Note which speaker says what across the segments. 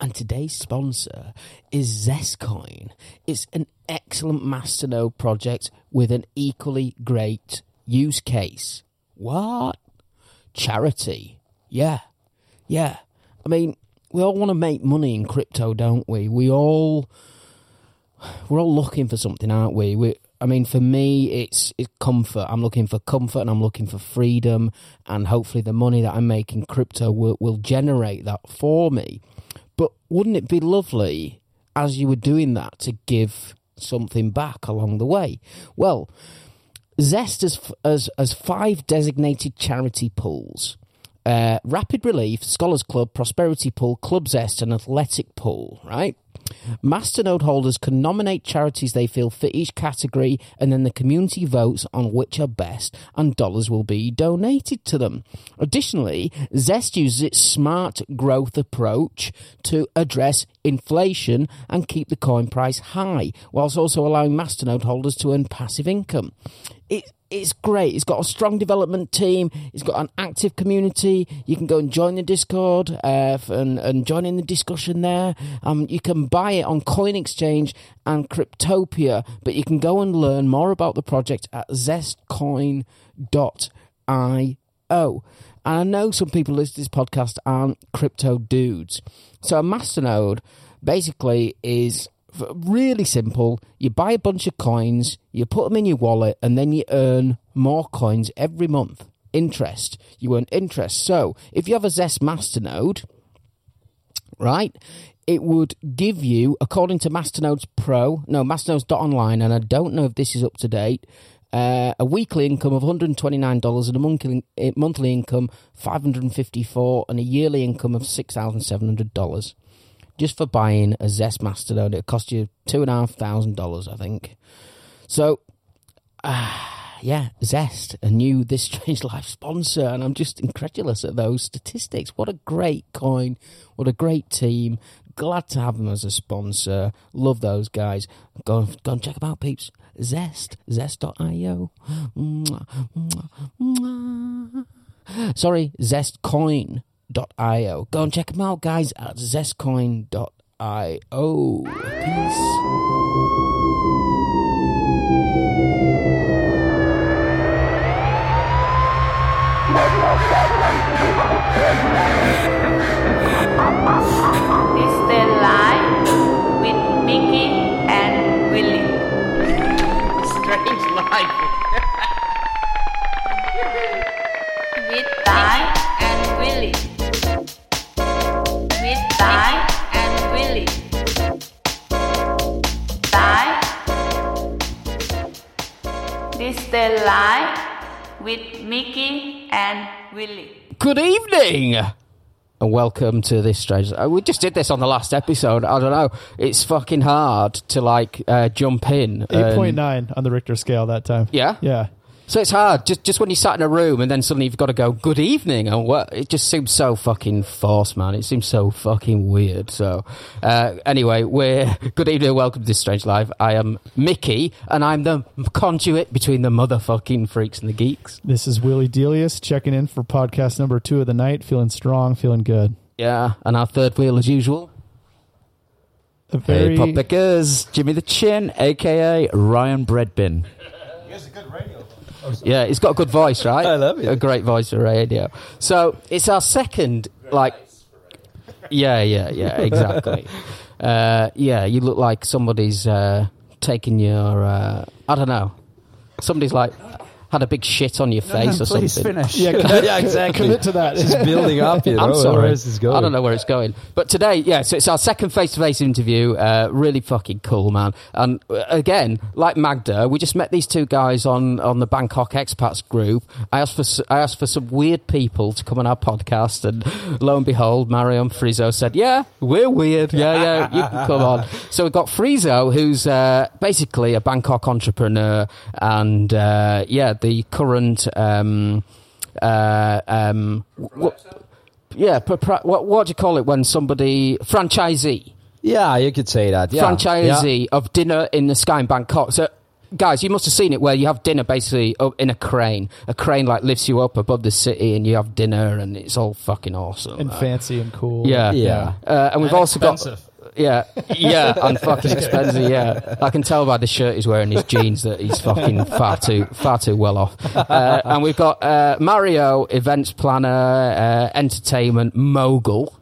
Speaker 1: And today's sponsor is Zestcoin. It's an excellent masternode project with an equally great use case. What? Charity. Yeah. Yeah. I mean, we all want to make money in crypto, don't we? We all we're all looking for something, aren't we? We, I mean, for me, it's it's comfort. I'm looking for comfort, and I'm looking for freedom, and hopefully, the money that I make in crypto will, will generate that for me. But wouldn't it be lovely as you were doing that to give something back along the way? Well, Zest has, has, has five designated charity pools uh, Rapid Relief, Scholars Club, Prosperity Pool, Club Zest, and Athletic Pool, right? Masternode holders can nominate charities they feel fit each category, and then the community votes on which are best, and dollars will be donated to them. Additionally, Zest uses its smart growth approach to address inflation and keep the coin price high, whilst also allowing Masternode holders to earn passive income. It, it's great. It's got a strong development team. It's got an active community. You can go and join the Discord uh, f- and, and join in the discussion there. Um, you can buy it on Coin Exchange and Cryptopia, but you can go and learn more about the project at zestcoin.io. And I know some people listening to this podcast aren't crypto dudes. So a masternode basically is f- really simple. You buy a bunch of coins, you put them in your wallet, and then you earn more coins every month. Interest. You earn interest. So if you have a Zest Masternode, right? It would give you, according to Masternodes Pro, no, Masternodes.online, and I don't know if this is up to date, uh, a weekly income of $129 and a monthly, eh, monthly income 554 and a yearly income of $6,700 just for buying a Zest Masternode. It cost you $2,500, I think. So, ah, yeah, Zest, a new This Strange Life sponsor, and I'm just incredulous at those statistics. What a great coin! What a great team! Glad to have them as a sponsor. Love those guys. Go and, go and check 'em out, peeps. Zest, zest.io. Mwah, mwah, mwah. Sorry, zestcoin.io. Go and check them out, guys, at zestcoin.io. Peace.
Speaker 2: This the life with Mickey and Willie.
Speaker 3: Strange life.
Speaker 2: With Di and Willie. With Di and Willie. Di. This the life with Mickey and Willie.
Speaker 1: Good evening, and welcome to this strange. uh, We just did this on the last episode. I don't know. It's fucking hard to like uh, jump in.
Speaker 4: Eight point
Speaker 1: and-
Speaker 4: nine on the Richter scale that time.
Speaker 1: Yeah?
Speaker 4: yeah.
Speaker 1: So it's hard. Just just when you sat in a room and then suddenly you've got to go. Good evening, and what? It just seems so fucking forced, man. It seems so fucking weird. So uh, anyway, we're good evening. and Welcome to this strange life. I am Mickey, and I'm the conduit between the motherfucking freaks and the geeks.
Speaker 4: This is Willie Delius checking in for podcast number two of the night. Feeling strong, feeling good.
Speaker 1: Yeah, and our third wheel as usual.
Speaker 4: A
Speaker 5: Hey,
Speaker 4: very
Speaker 5: pop pickers, Jimmy the Chin, aka Ryan Breadbin.
Speaker 1: Yeah, he's got a good voice, right?
Speaker 5: I love it.
Speaker 1: A great voice for radio. So it's our second, like, yeah, yeah, yeah, exactly. uh, yeah, you look like somebody's uh, taking your, uh, I don't know, somebody's like had a big shit on your face or something.
Speaker 4: Yeah, commit-
Speaker 5: yeah, exactly.
Speaker 4: commit to that.
Speaker 5: It's just building up. You know,
Speaker 1: I'm sorry.
Speaker 5: Where is this going?
Speaker 1: I don't know where it's going. But today, yeah, so it's our second face to face interview. Uh, really fucking cool, man. And uh, again, like Magda, we just met these two guys on, on the Bangkok Expats group. I asked for s- I asked for some weird people to come on our podcast, and lo and behold, Marion Frizzo said, "Yeah, we're weird. Yeah, yeah, you can come on." So we've got Frizzo, who's uh, basically a Bangkok entrepreneur, and uh, yeah, the current. Um, uh, um, w- yeah, pro- pro- what, what do you call it when somebody franchisee
Speaker 5: Yeah, you could say that. Yeah.
Speaker 1: franchisee of dinner in the sky in Bangkok? So guys, you must have seen it where you have dinner basically up in a crane. A crane like lifts you up above the city, and you have dinner, and it's all fucking awesome.
Speaker 4: and
Speaker 1: Uh,
Speaker 4: fancy and cool.
Speaker 1: yeah,
Speaker 5: Yeah.
Speaker 1: Uh, and we've
Speaker 6: And
Speaker 1: also
Speaker 6: expensive.
Speaker 1: got yeah, yeah, and fucking expensive. Yeah, I can tell by the shirt he's wearing, his jeans that he's fucking far too far too well off. Uh, and we've got uh, Mario, events planner, uh, entertainment mogul.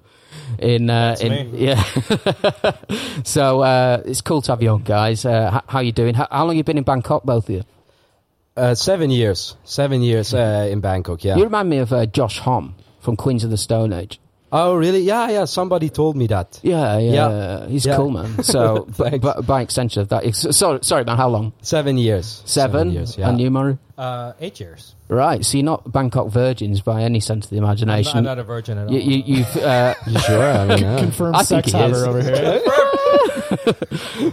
Speaker 1: In uh, in
Speaker 6: me.
Speaker 1: yeah, so uh, it's cool to have you on, guys. Uh, h- how you doing? How, how long you been in Bangkok, both of you?
Speaker 7: Uh, seven years, seven years uh, in Bangkok. Yeah.
Speaker 1: You remind me of uh, Josh Homme from Queens of the Stone Age.
Speaker 7: oh, really? Yeah, yeah. Somebody told me that.
Speaker 1: Yeah, yeah,
Speaker 7: Yeah.
Speaker 1: he's
Speaker 7: Yeah.
Speaker 1: cool, man. So, b-
Speaker 7: Thanks.
Speaker 1: b- by extension of that, it's- sorry, sorry, man. How long?
Speaker 7: Seven years.
Speaker 1: Seven,
Speaker 7: years. Yeah.
Speaker 1: and you, Murray?
Speaker 6: Uh, eight years.
Speaker 1: Right, so you're not Bangkok virgins by any sense of the
Speaker 6: I'm
Speaker 1: imagination.
Speaker 6: not, I'm not a virgin at all.
Speaker 1: you, you, you've uh,
Speaker 7: You sure? I mean, yeah.
Speaker 4: Confirmed
Speaker 1: I think
Speaker 4: sex
Speaker 1: he is.
Speaker 4: haver over here.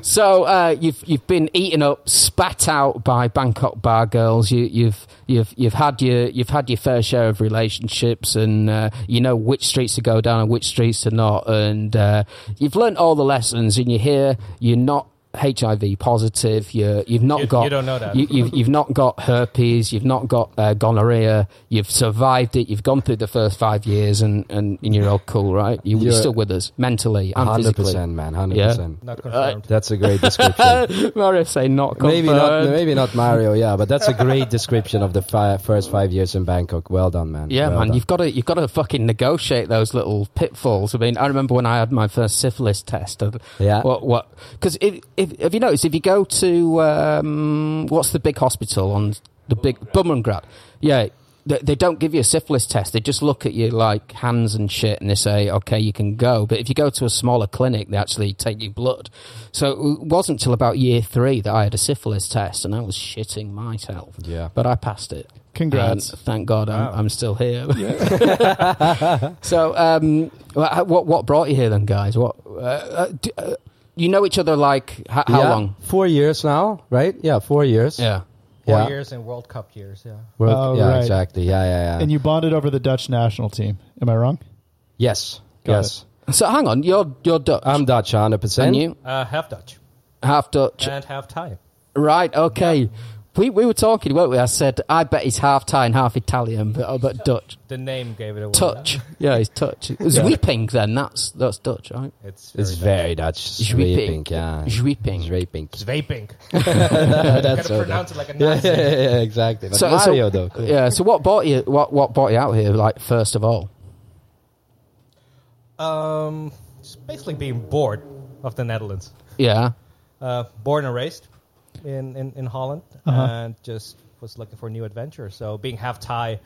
Speaker 1: so uh, you've you've been eaten up, spat out by Bangkok bar girls. You, you've you've you've had your you've had your fair share of relationships, and uh, you know which streets to go down and which streets to not. And uh, you've learnt all the lessons, and you're here. You're not HIV positive. You're you've not
Speaker 6: You-
Speaker 1: got
Speaker 6: you don't know that.
Speaker 1: you, you've, you've not got herpes, you've not got uh, gonorrhea, you've survived it, you've gone through the first five years, and, and, and you're all cool, right? You, you're
Speaker 7: You're-
Speaker 1: still with us mentally and
Speaker 7: Hundred
Speaker 1: physically.
Speaker 7: percent, man. Hundred percent. Uh,
Speaker 6: not confirmed.
Speaker 7: That's a great description.
Speaker 1: Mario say not
Speaker 7: maybe not.
Speaker 1: confirmed.
Speaker 7: Maybe not Mario. Yeah, but that's a great description of the fi- first five years in Bangkok. Well done, man.
Speaker 1: Yeah,
Speaker 7: Well
Speaker 1: man,
Speaker 7: done.
Speaker 1: you've got to you've got to fucking negotiate those little pitfalls. I mean, I remember when I had my first syphilis test. and
Speaker 7: Yeah.
Speaker 1: What what? Because if, if have you noticed if you go to um, what's the big hospital on the big Bumrungrad? Yeah. They, they don't give you a syphilis test. They just look at you like hands and shit, and they say, "Okay, you can go." But if you go to a smaller clinic, they actually take your blood. So it wasn't till about year three that I had a syphilis test, and I was shitting myself.
Speaker 7: Yeah.
Speaker 1: but I passed it.
Speaker 4: Congrats.
Speaker 1: And thank God I'm, I'm still here. so, um, wha- what what brought you here then, guys? What uh, uh, do, uh, you know each other like? H- how
Speaker 7: Yeah,
Speaker 1: long?
Speaker 7: Four years now, right? Yeah, four years.
Speaker 1: Yeah.
Speaker 6: Four
Speaker 7: yeah.
Speaker 6: years in World Cup years. Yeah.
Speaker 7: World-
Speaker 4: Oh,
Speaker 7: yeah,
Speaker 4: right.
Speaker 7: exactly. Yeah, yeah, yeah.
Speaker 4: And you bonded over the Dutch national team. Am I wrong?
Speaker 7: yes,
Speaker 4: Got
Speaker 7: yes.
Speaker 1: So hang on, you're you're Dutch,
Speaker 7: I'm Dutch, hundred
Speaker 1: and
Speaker 7: percent.
Speaker 1: you
Speaker 6: Uh, half Dutch
Speaker 1: half Dutch,
Speaker 6: and half Thai.
Speaker 1: right? Okay. We, we were talking, weren't we? I said I bet he's half Thai and half Italian, but, uh, but Dutch.
Speaker 6: The name gave it away.
Speaker 1: Touch, yeah, he's Dutch. It's Zweeping, then that's that's Dutch, right?
Speaker 6: It's
Speaker 7: It's
Speaker 6: very
Speaker 7: very Dutch.
Speaker 1: Zweeping.
Speaker 7: Zweeping, yeah.
Speaker 1: Zweeping.
Speaker 7: Zweeping.
Speaker 6: It's vaping.
Speaker 7: That's
Speaker 6: Gotta
Speaker 7: so
Speaker 6: pronounce it like a
Speaker 7: Yeah,
Speaker 6: Nazi.
Speaker 7: yeah, yeah, exactly. But Mario, though. cool.
Speaker 1: yeah. So what brought you? What what brought you out here? Like first of all,
Speaker 6: Um, just basically being bored of the Netherlands.
Speaker 1: yeah.
Speaker 6: Uh, born and raised in in, in Holland, and just was looking for a new adventure. So being half Thai,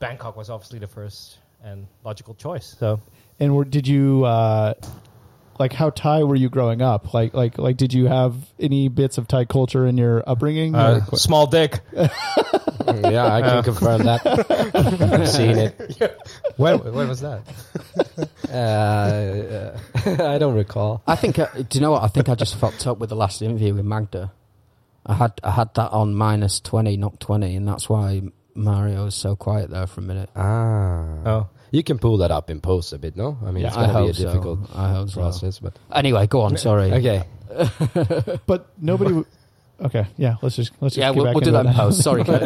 Speaker 6: Bangkok was obviously the first and logical choice. So
Speaker 4: And were, did you uh, like how Thai were you growing up? Like like like did you have any bits of Thai culture in your upbringing?
Speaker 6: uh,
Speaker 4: Or qu-
Speaker 6: small dick.
Speaker 7: Yeah, I can confirm that. I've seen it.
Speaker 6: when when was that?
Speaker 7: Uh, uh, I don't recall.
Speaker 1: I think. I, do you know what? I think I just fucked up with the last interview with Magda. I had I had that on minus twenty, not twenty, and that's why Mario was so quiet there for a minute.
Speaker 7: Ah.
Speaker 6: Oh.
Speaker 7: You can pull that up in post a bit, no? I mean, it's
Speaker 1: I
Speaker 7: going to be a
Speaker 1: hope so.
Speaker 7: difficult
Speaker 1: I hope so.
Speaker 7: process, but.
Speaker 1: Anyway, go on. Sorry.
Speaker 7: Okay.
Speaker 4: but nobody. w- Okay, yeah. Let's just let's just
Speaker 1: Yeah,
Speaker 4: get
Speaker 1: we'll,
Speaker 4: back
Speaker 1: we'll do
Speaker 4: into
Speaker 1: that in post. Sorry. Kate.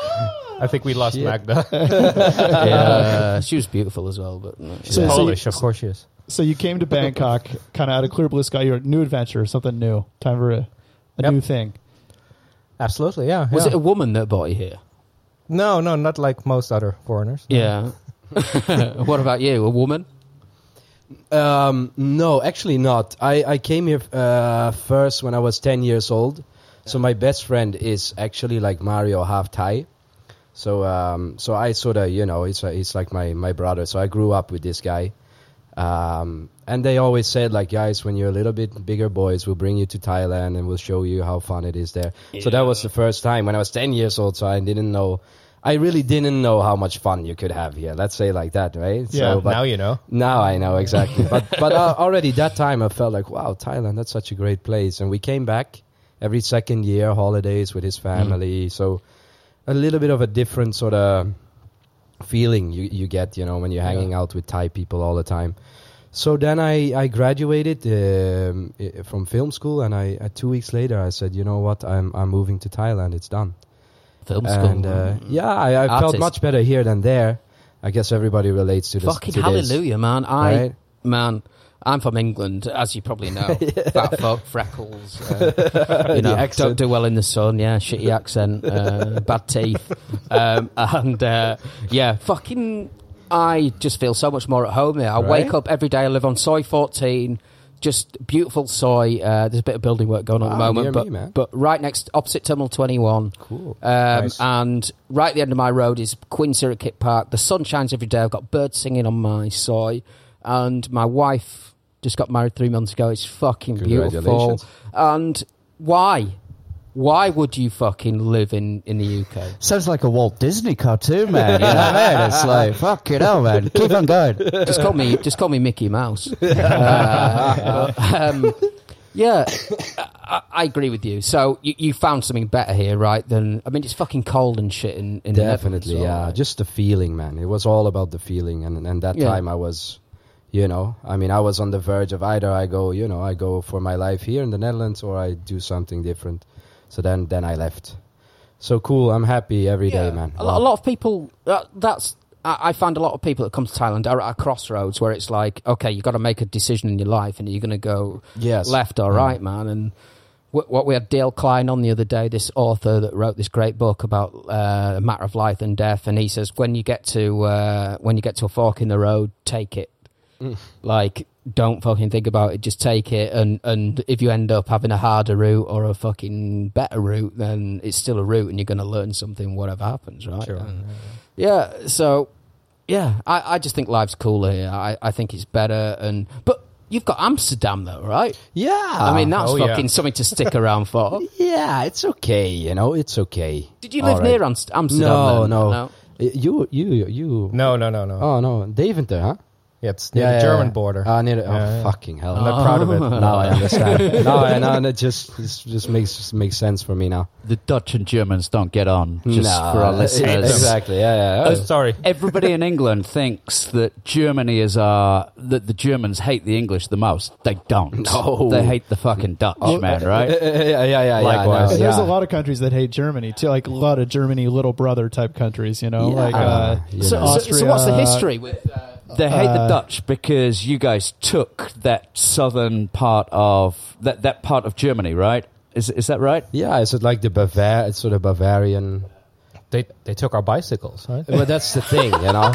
Speaker 6: I think we lost Magda.
Speaker 1: yeah, she was beautiful as well, but no.
Speaker 4: So, so, you,
Speaker 6: Polish, of course she is.
Speaker 4: so you came to Bangkok, kind of out of clear blue sky. Your new adventure, something new, time for a, a
Speaker 6: Yep.
Speaker 4: new thing.
Speaker 6: Absolutely, yeah.
Speaker 1: was
Speaker 6: yeah.
Speaker 1: it a woman that brought you here?
Speaker 6: no, no, not like most other foreigners.
Speaker 1: Yeah. what about you? A woman?
Speaker 7: Um, no, actually not. I, I came here uh, first when I was 10 years old. So my best friend is actually like Mario, half Thai. So um, so I sort of, you know, he's, he's like my, my brother. So I grew up with this guy. Um, and they always said, like, guys, when you're a little bit bigger boys, we'll bring you to Thailand and we'll show you how fun it is there. So that was the first time when I was 10 years old. So I didn't know, I really didn't know how much fun you could have here. Let's say like that, right?
Speaker 4: Yeah,
Speaker 7: so, but-
Speaker 6: now you know.
Speaker 7: now I know exactly. but but uh, already that time I felt like, wow, Thailand, that's such a great place. And we came back every second year, holidays with
Speaker 1: Mm.
Speaker 7: his family. So a little bit of a different sort of feeling you, you get, you know, when you're hanging out with Thai people all the time. So then I, I graduated um, i- from film school, and I uh, two weeks later I said, you know what, I'm I'm moving to Thailand. It's done.
Speaker 1: Film school. Mm-hmm.
Speaker 7: And uh, yeah, I, I felt
Speaker 1: Artist.
Speaker 7: much better here than there. I guess everybody relates to this.
Speaker 1: Fucking
Speaker 7: to this.
Speaker 1: hallelujah, man! I
Speaker 7: Right?
Speaker 1: man, I'm from England, as you probably know. Fat fuck, freckles. Uh, you know, don't
Speaker 7: accent.
Speaker 1: do well in the sun. Yeah, shitty accent, uh, bad teeth, um, and uh, yeah, fucking. I just feel so much more at home here. I
Speaker 7: Right?
Speaker 1: wake up every day. I live on soy 14. Just beautiful soy. Uh, there's a bit of building work going on at the
Speaker 7: Ah,
Speaker 1: moment,
Speaker 7: dear
Speaker 1: but
Speaker 7: me, man.
Speaker 1: but right next opposite Terminal 21.
Speaker 7: Cool.
Speaker 1: Um,
Speaker 7: Nice.
Speaker 1: And right at the end of my road is Queen Circuit Park. The sun shines every day. I've got birds singing on my soy. And my wife just got married three months ago. It's fucking beautiful.
Speaker 7: Congratulations.
Speaker 1: And why? Why would you fucking live in, in the UK?
Speaker 5: Sounds like a Walt Disney cartoon, man. You know what I mean? It's like, fuck you know, man. Keep on going.
Speaker 1: Just call me, just call me Mickey Mouse. Uh, um, yeah, I, I agree with you. So you, you found something better here, right? Than I mean, it's fucking cold and shit in, in the Netherlands,
Speaker 7: Definitely,
Speaker 1: all
Speaker 7: yeah.
Speaker 1: right.
Speaker 7: Just the feeling, man. It was all about the feeling, and and that
Speaker 1: Yeah.
Speaker 7: time I was, you know, I mean, I was on the verge of either I go, you know, I go for my life here in the Netherlands, or I do something different. So then, then I left. So cool. I'm happy every day, man.
Speaker 1: A, lot, a lot of people. That, that's. I, I find a lot of people that come to Thailand are at a crossroads where it's like, okay, you've got to make a decision in your life, and you're going to go
Speaker 7: Yes. Mm.
Speaker 1: left or right, man. And wh- what we had Dale Klein on the other day, this author that wrote this great book about uh, a matter of life and death, and he says when you get to uh, when you get to a fork in the road, take it. Like, don't fucking think about it. Just take it, and and if you end up having a harder route or a fucking better route, then it's still a route, and you're going to learn something, whatever happens, right?
Speaker 6: Sure.
Speaker 1: And- yeah. So, yeah, I, I just think life's cooler here. I, I think it's better, and but you've got Amsterdam though, right?
Speaker 7: Yeah.
Speaker 1: I mean, that's
Speaker 6: oh, yeah.
Speaker 1: fucking something to stick around for.
Speaker 7: yeah, it's okay. You know, it's okay.
Speaker 1: Did you live
Speaker 7: All right.
Speaker 1: near Amst- Amsterdam?
Speaker 7: No,
Speaker 1: then?
Speaker 7: no, Y- You, you, you.
Speaker 6: No, no, no, no.
Speaker 7: Oh no, Deventer, huh?
Speaker 6: Yeah, it's near the German border.
Speaker 7: Ah, near the, oh,
Speaker 6: Yeah, Oh. yeah.
Speaker 7: fucking hell!
Speaker 6: I'm not proud of it.
Speaker 7: Now I understand. now I know, and it just just, just makes just makes sense for me now.
Speaker 5: The Dutch and Germans don't get on. Just
Speaker 7: Nah,
Speaker 5: for our
Speaker 7: e-
Speaker 5: listeners,
Speaker 7: exactly. Yeah, yeah.
Speaker 6: Oh, sorry.
Speaker 5: Everybody in England thinks that Germany is our that the Germans hate the English the most. They don't.
Speaker 7: No.
Speaker 5: They hate the fucking Dutch, man. Right?
Speaker 7: Uh, yeah, yeah, yeah, yeah.
Speaker 6: Likewise.
Speaker 7: no,
Speaker 4: And there's
Speaker 7: Uh, yeah.
Speaker 4: a lot of countries that hate Germany too, like a lot of Germany little brother type countries, you know,
Speaker 7: Yeah.
Speaker 4: like uh,
Speaker 7: Uh, you
Speaker 1: So,
Speaker 7: know.
Speaker 1: so- so what's the
Speaker 4: Austria,
Speaker 1: history with? Uh,
Speaker 5: They hate
Speaker 4: Uh,
Speaker 5: the Dutch because you guys took that southern part of that that part of Germany, right? Is is that right?
Speaker 7: Yeah, is it like the Bavar? It's sort of Bavarian.
Speaker 6: They they took our bicycles. Right?
Speaker 7: But that's the thing, you know.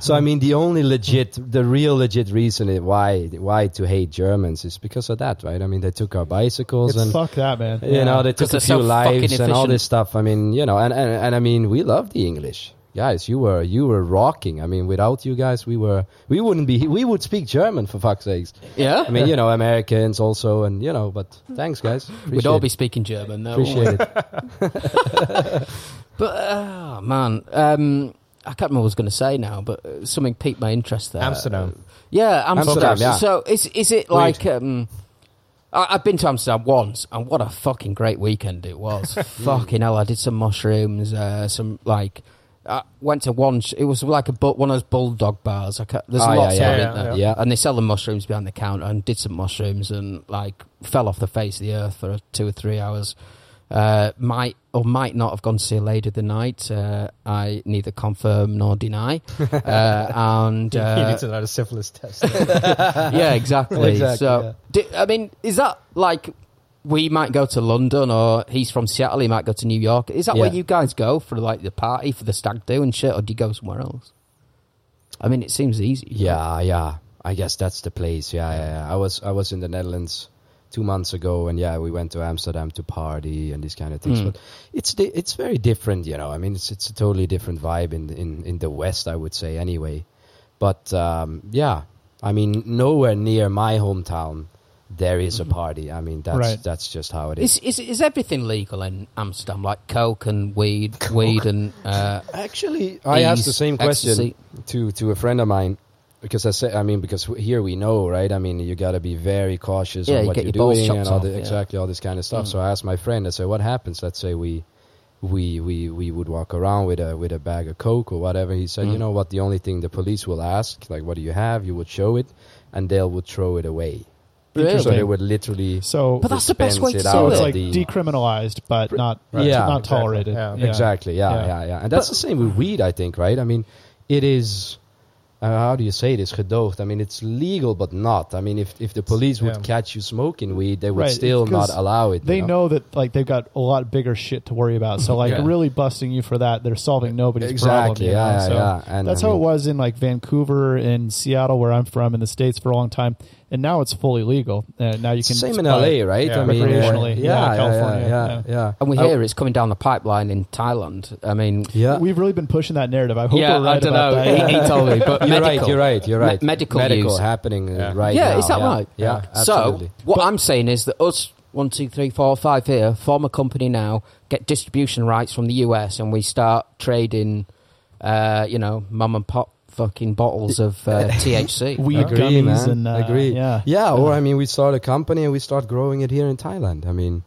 Speaker 7: So I mean, the only legit, the real legit reason i- why why to hate Germans is because of that, right? I mean, they took our bicycles
Speaker 4: It's
Speaker 7: and
Speaker 4: fuck that man.
Speaker 7: you know they
Speaker 1: 'Cause
Speaker 7: took a
Speaker 1: they're so
Speaker 7: few lives
Speaker 1: fucking
Speaker 7: and all
Speaker 1: efficient.
Speaker 7: this stuff. I mean, you know, and, and and I mean, we love the English guys. You were you were rocking. I mean, without you guys, we were we wouldn't be. We would speak German for fuck's sakes.
Speaker 1: yeah,
Speaker 7: I mean, you know, Americans also, and you know, but thanks, guys.
Speaker 1: we'd all
Speaker 7: Appreciate
Speaker 1: be speaking German. Though, wouldn't we?
Speaker 7: Appreciate it.
Speaker 1: But oh, man, um, I can't remember what I was going to say now, but uh, something piqued my interest there.
Speaker 6: Amsterdam.
Speaker 1: Yeah, Amsterdam.
Speaker 7: Amsterdam, yeah.
Speaker 1: So is is it like? Um, I, I've been to Amsterdam once, and what a fucking great weekend it was. fucking hell, I did some mushrooms, uh, some like. I went to one. sh- It was like a bu- one of those bulldog bars. I ca there's
Speaker 7: Oh, yeah,
Speaker 1: lots
Speaker 7: yeah,
Speaker 1: of it,
Speaker 6: yeah,
Speaker 1: isn't there?
Speaker 7: yeah.
Speaker 1: And they sell the mushrooms behind the counter. And did some mushrooms and like fell off the face of the earth for two or three hours. Uh, might or might not have gone to see a lady the night. Uh, I neither confirm nor deny. Uh, and
Speaker 6: You
Speaker 1: uh,
Speaker 6: need to know the syphilis test.
Speaker 1: yeah, exactly.
Speaker 7: Exactly,
Speaker 1: so,
Speaker 7: yeah.
Speaker 1: di- I mean, is that like we might go to London or he's from Seattle, he might go to New York? Is that where
Speaker 7: Yeah.
Speaker 1: you guys go for like the party for the stag do and shit, or do you go somewhere else? I mean, it seems easy.
Speaker 7: Yeah, yeah. I guess that's the place. Yeah, yeah, yeah. I was I was in the Netherlands two months ago, and yeah, we went to Amsterdam to party and these kind of things. But it's di- it's very different, you know. I mean, it's it's a totally different vibe in in in the West, I would say, anyway. But um, yeah, I mean, nowhere near my hometown there is a party. I mean, that's
Speaker 4: Right.
Speaker 7: that's just how it is.
Speaker 1: Is, is is everything legal in Amsterdam? Like coke and weed, weed and uh,
Speaker 7: Actually, I asked the
Speaker 1: Ease,
Speaker 7: same question
Speaker 1: ecstasy.
Speaker 7: to to a friend of mine because I said, I mean, because w- here we know, right? I mean, you got to be very cautious
Speaker 1: Yeah,
Speaker 7: on
Speaker 1: you
Speaker 7: what
Speaker 1: get
Speaker 7: you're
Speaker 1: your balls
Speaker 7: doing
Speaker 1: chopped
Speaker 7: and all
Speaker 1: off,
Speaker 7: the,
Speaker 1: yeah. Mm.
Speaker 7: exactly all this kind of stuff. So I asked my friend, I said, what happens? Let's say we we we we would walk around with a with a
Speaker 1: Mm.
Speaker 7: bag of coke or whatever. He said, you know what? The only thing the police will ask, like, what do you have? You would show it, and they would throw it away.
Speaker 8: Really?
Speaker 7: So they would literally.
Speaker 4: So,
Speaker 8: But that's the best way to
Speaker 7: dispense
Speaker 8: do
Speaker 7: out
Speaker 8: it.
Speaker 4: it's
Speaker 7: of
Speaker 4: like
Speaker 7: Oh, the-
Speaker 4: decriminalized, but not
Speaker 7: Yeah,
Speaker 4: not
Speaker 7: exactly.
Speaker 4: tolerated.
Speaker 6: Yeah.
Speaker 7: Exactly. Yeah,
Speaker 4: Yeah.
Speaker 7: yeah, yeah, And that's the same with weed, I think, right? I mean, it is. Uh, how do you say it? It's gedoogd. I mean, it's legal, but not. I mean, if if the police would
Speaker 6: Yeah.
Speaker 7: catch you smoking weed, they would
Speaker 4: Right,
Speaker 7: still not
Speaker 4: 'cause
Speaker 7: allow it. you
Speaker 4: They know that like they've got a lot bigger shit to worry about. So like
Speaker 7: Yeah.
Speaker 4: really busting you for that, they're solving nobody's problem.
Speaker 7: Exactly,
Speaker 4: you know?
Speaker 7: yeah, yeah,
Speaker 4: So
Speaker 7: yeah. And
Speaker 4: that's
Speaker 7: I
Speaker 4: how
Speaker 7: mean-
Speaker 4: it was in like Vancouver and Seattle, where I'm from, in the states for a long time, and now it's fully legal. And now you can
Speaker 7: Same in
Speaker 4: buy it.
Speaker 7: LA, right?
Speaker 6: Yeah.
Speaker 7: I mean, uh,
Speaker 4: Recreationally. Yeah,
Speaker 7: yeah, yeah,
Speaker 4: California.
Speaker 7: yeah, yeah,
Speaker 4: Yeah.
Speaker 7: yeah.
Speaker 1: And we
Speaker 7: I-
Speaker 1: hear it's coming down the pipeline in Thailand. I mean,
Speaker 7: Oh. Yeah.
Speaker 4: We've really been pushing that narrative. I hope
Speaker 1: yeah,
Speaker 4: we're right
Speaker 1: I don't
Speaker 4: about
Speaker 1: know.
Speaker 4: that. Yeah.
Speaker 1: He, he told me, but
Speaker 7: You're
Speaker 1: medical.
Speaker 7: right. You're right. You're
Speaker 1: Me-
Speaker 7: right.
Speaker 1: medical
Speaker 7: medical
Speaker 1: use.
Speaker 7: happening uh,
Speaker 6: Yeah.
Speaker 7: right
Speaker 1: yeah,
Speaker 7: now.
Speaker 1: is that
Speaker 7: yeah.
Speaker 1: right?
Speaker 7: Yeah, absolutely.
Speaker 1: So what I'm saying is that us one, two, three, four, five here form a company now, get distribution rights from the US, and we start trading, uh, you know, mum and pop fucking bottles of uh, THC.
Speaker 4: Weed
Speaker 7: agree,
Speaker 4: gummies
Speaker 7: man.
Speaker 4: and uh,
Speaker 7: agree.
Speaker 4: Yeah,
Speaker 7: yeah. Or I mean, we start a company and we start growing it here in Thailand. I mean,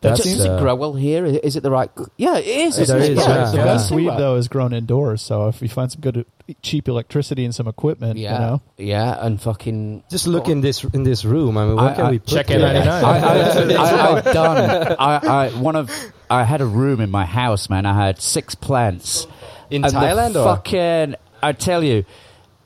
Speaker 7: that's
Speaker 1: Does
Speaker 7: uh,
Speaker 1: it grow well here? Is it the right? Yeah, it is.
Speaker 7: There
Speaker 1: Isn't it?
Speaker 7: is,
Speaker 1: Yeah,
Speaker 7: yeah.
Speaker 1: it's
Speaker 4: The
Speaker 1: the
Speaker 7: Yeah.
Speaker 4: best
Speaker 1: best
Speaker 4: weed
Speaker 1: thing.
Speaker 4: though is grown indoors. So if you find some good, uh, cheap electricity and some equipment,
Speaker 1: Yeah,
Speaker 4: you know,
Speaker 1: yeah, and fucking.
Speaker 7: Just look in this in this room. I mean, what
Speaker 5: I-
Speaker 7: can
Speaker 5: I-
Speaker 7: we put
Speaker 6: Check
Speaker 7: here?
Speaker 6: in 99.
Speaker 5: I, I, I've done. I, I one of I had a room in my house, man. I had six plants
Speaker 7: In
Speaker 5: And the
Speaker 7: Thailand or-
Speaker 5: fucking. I tell you.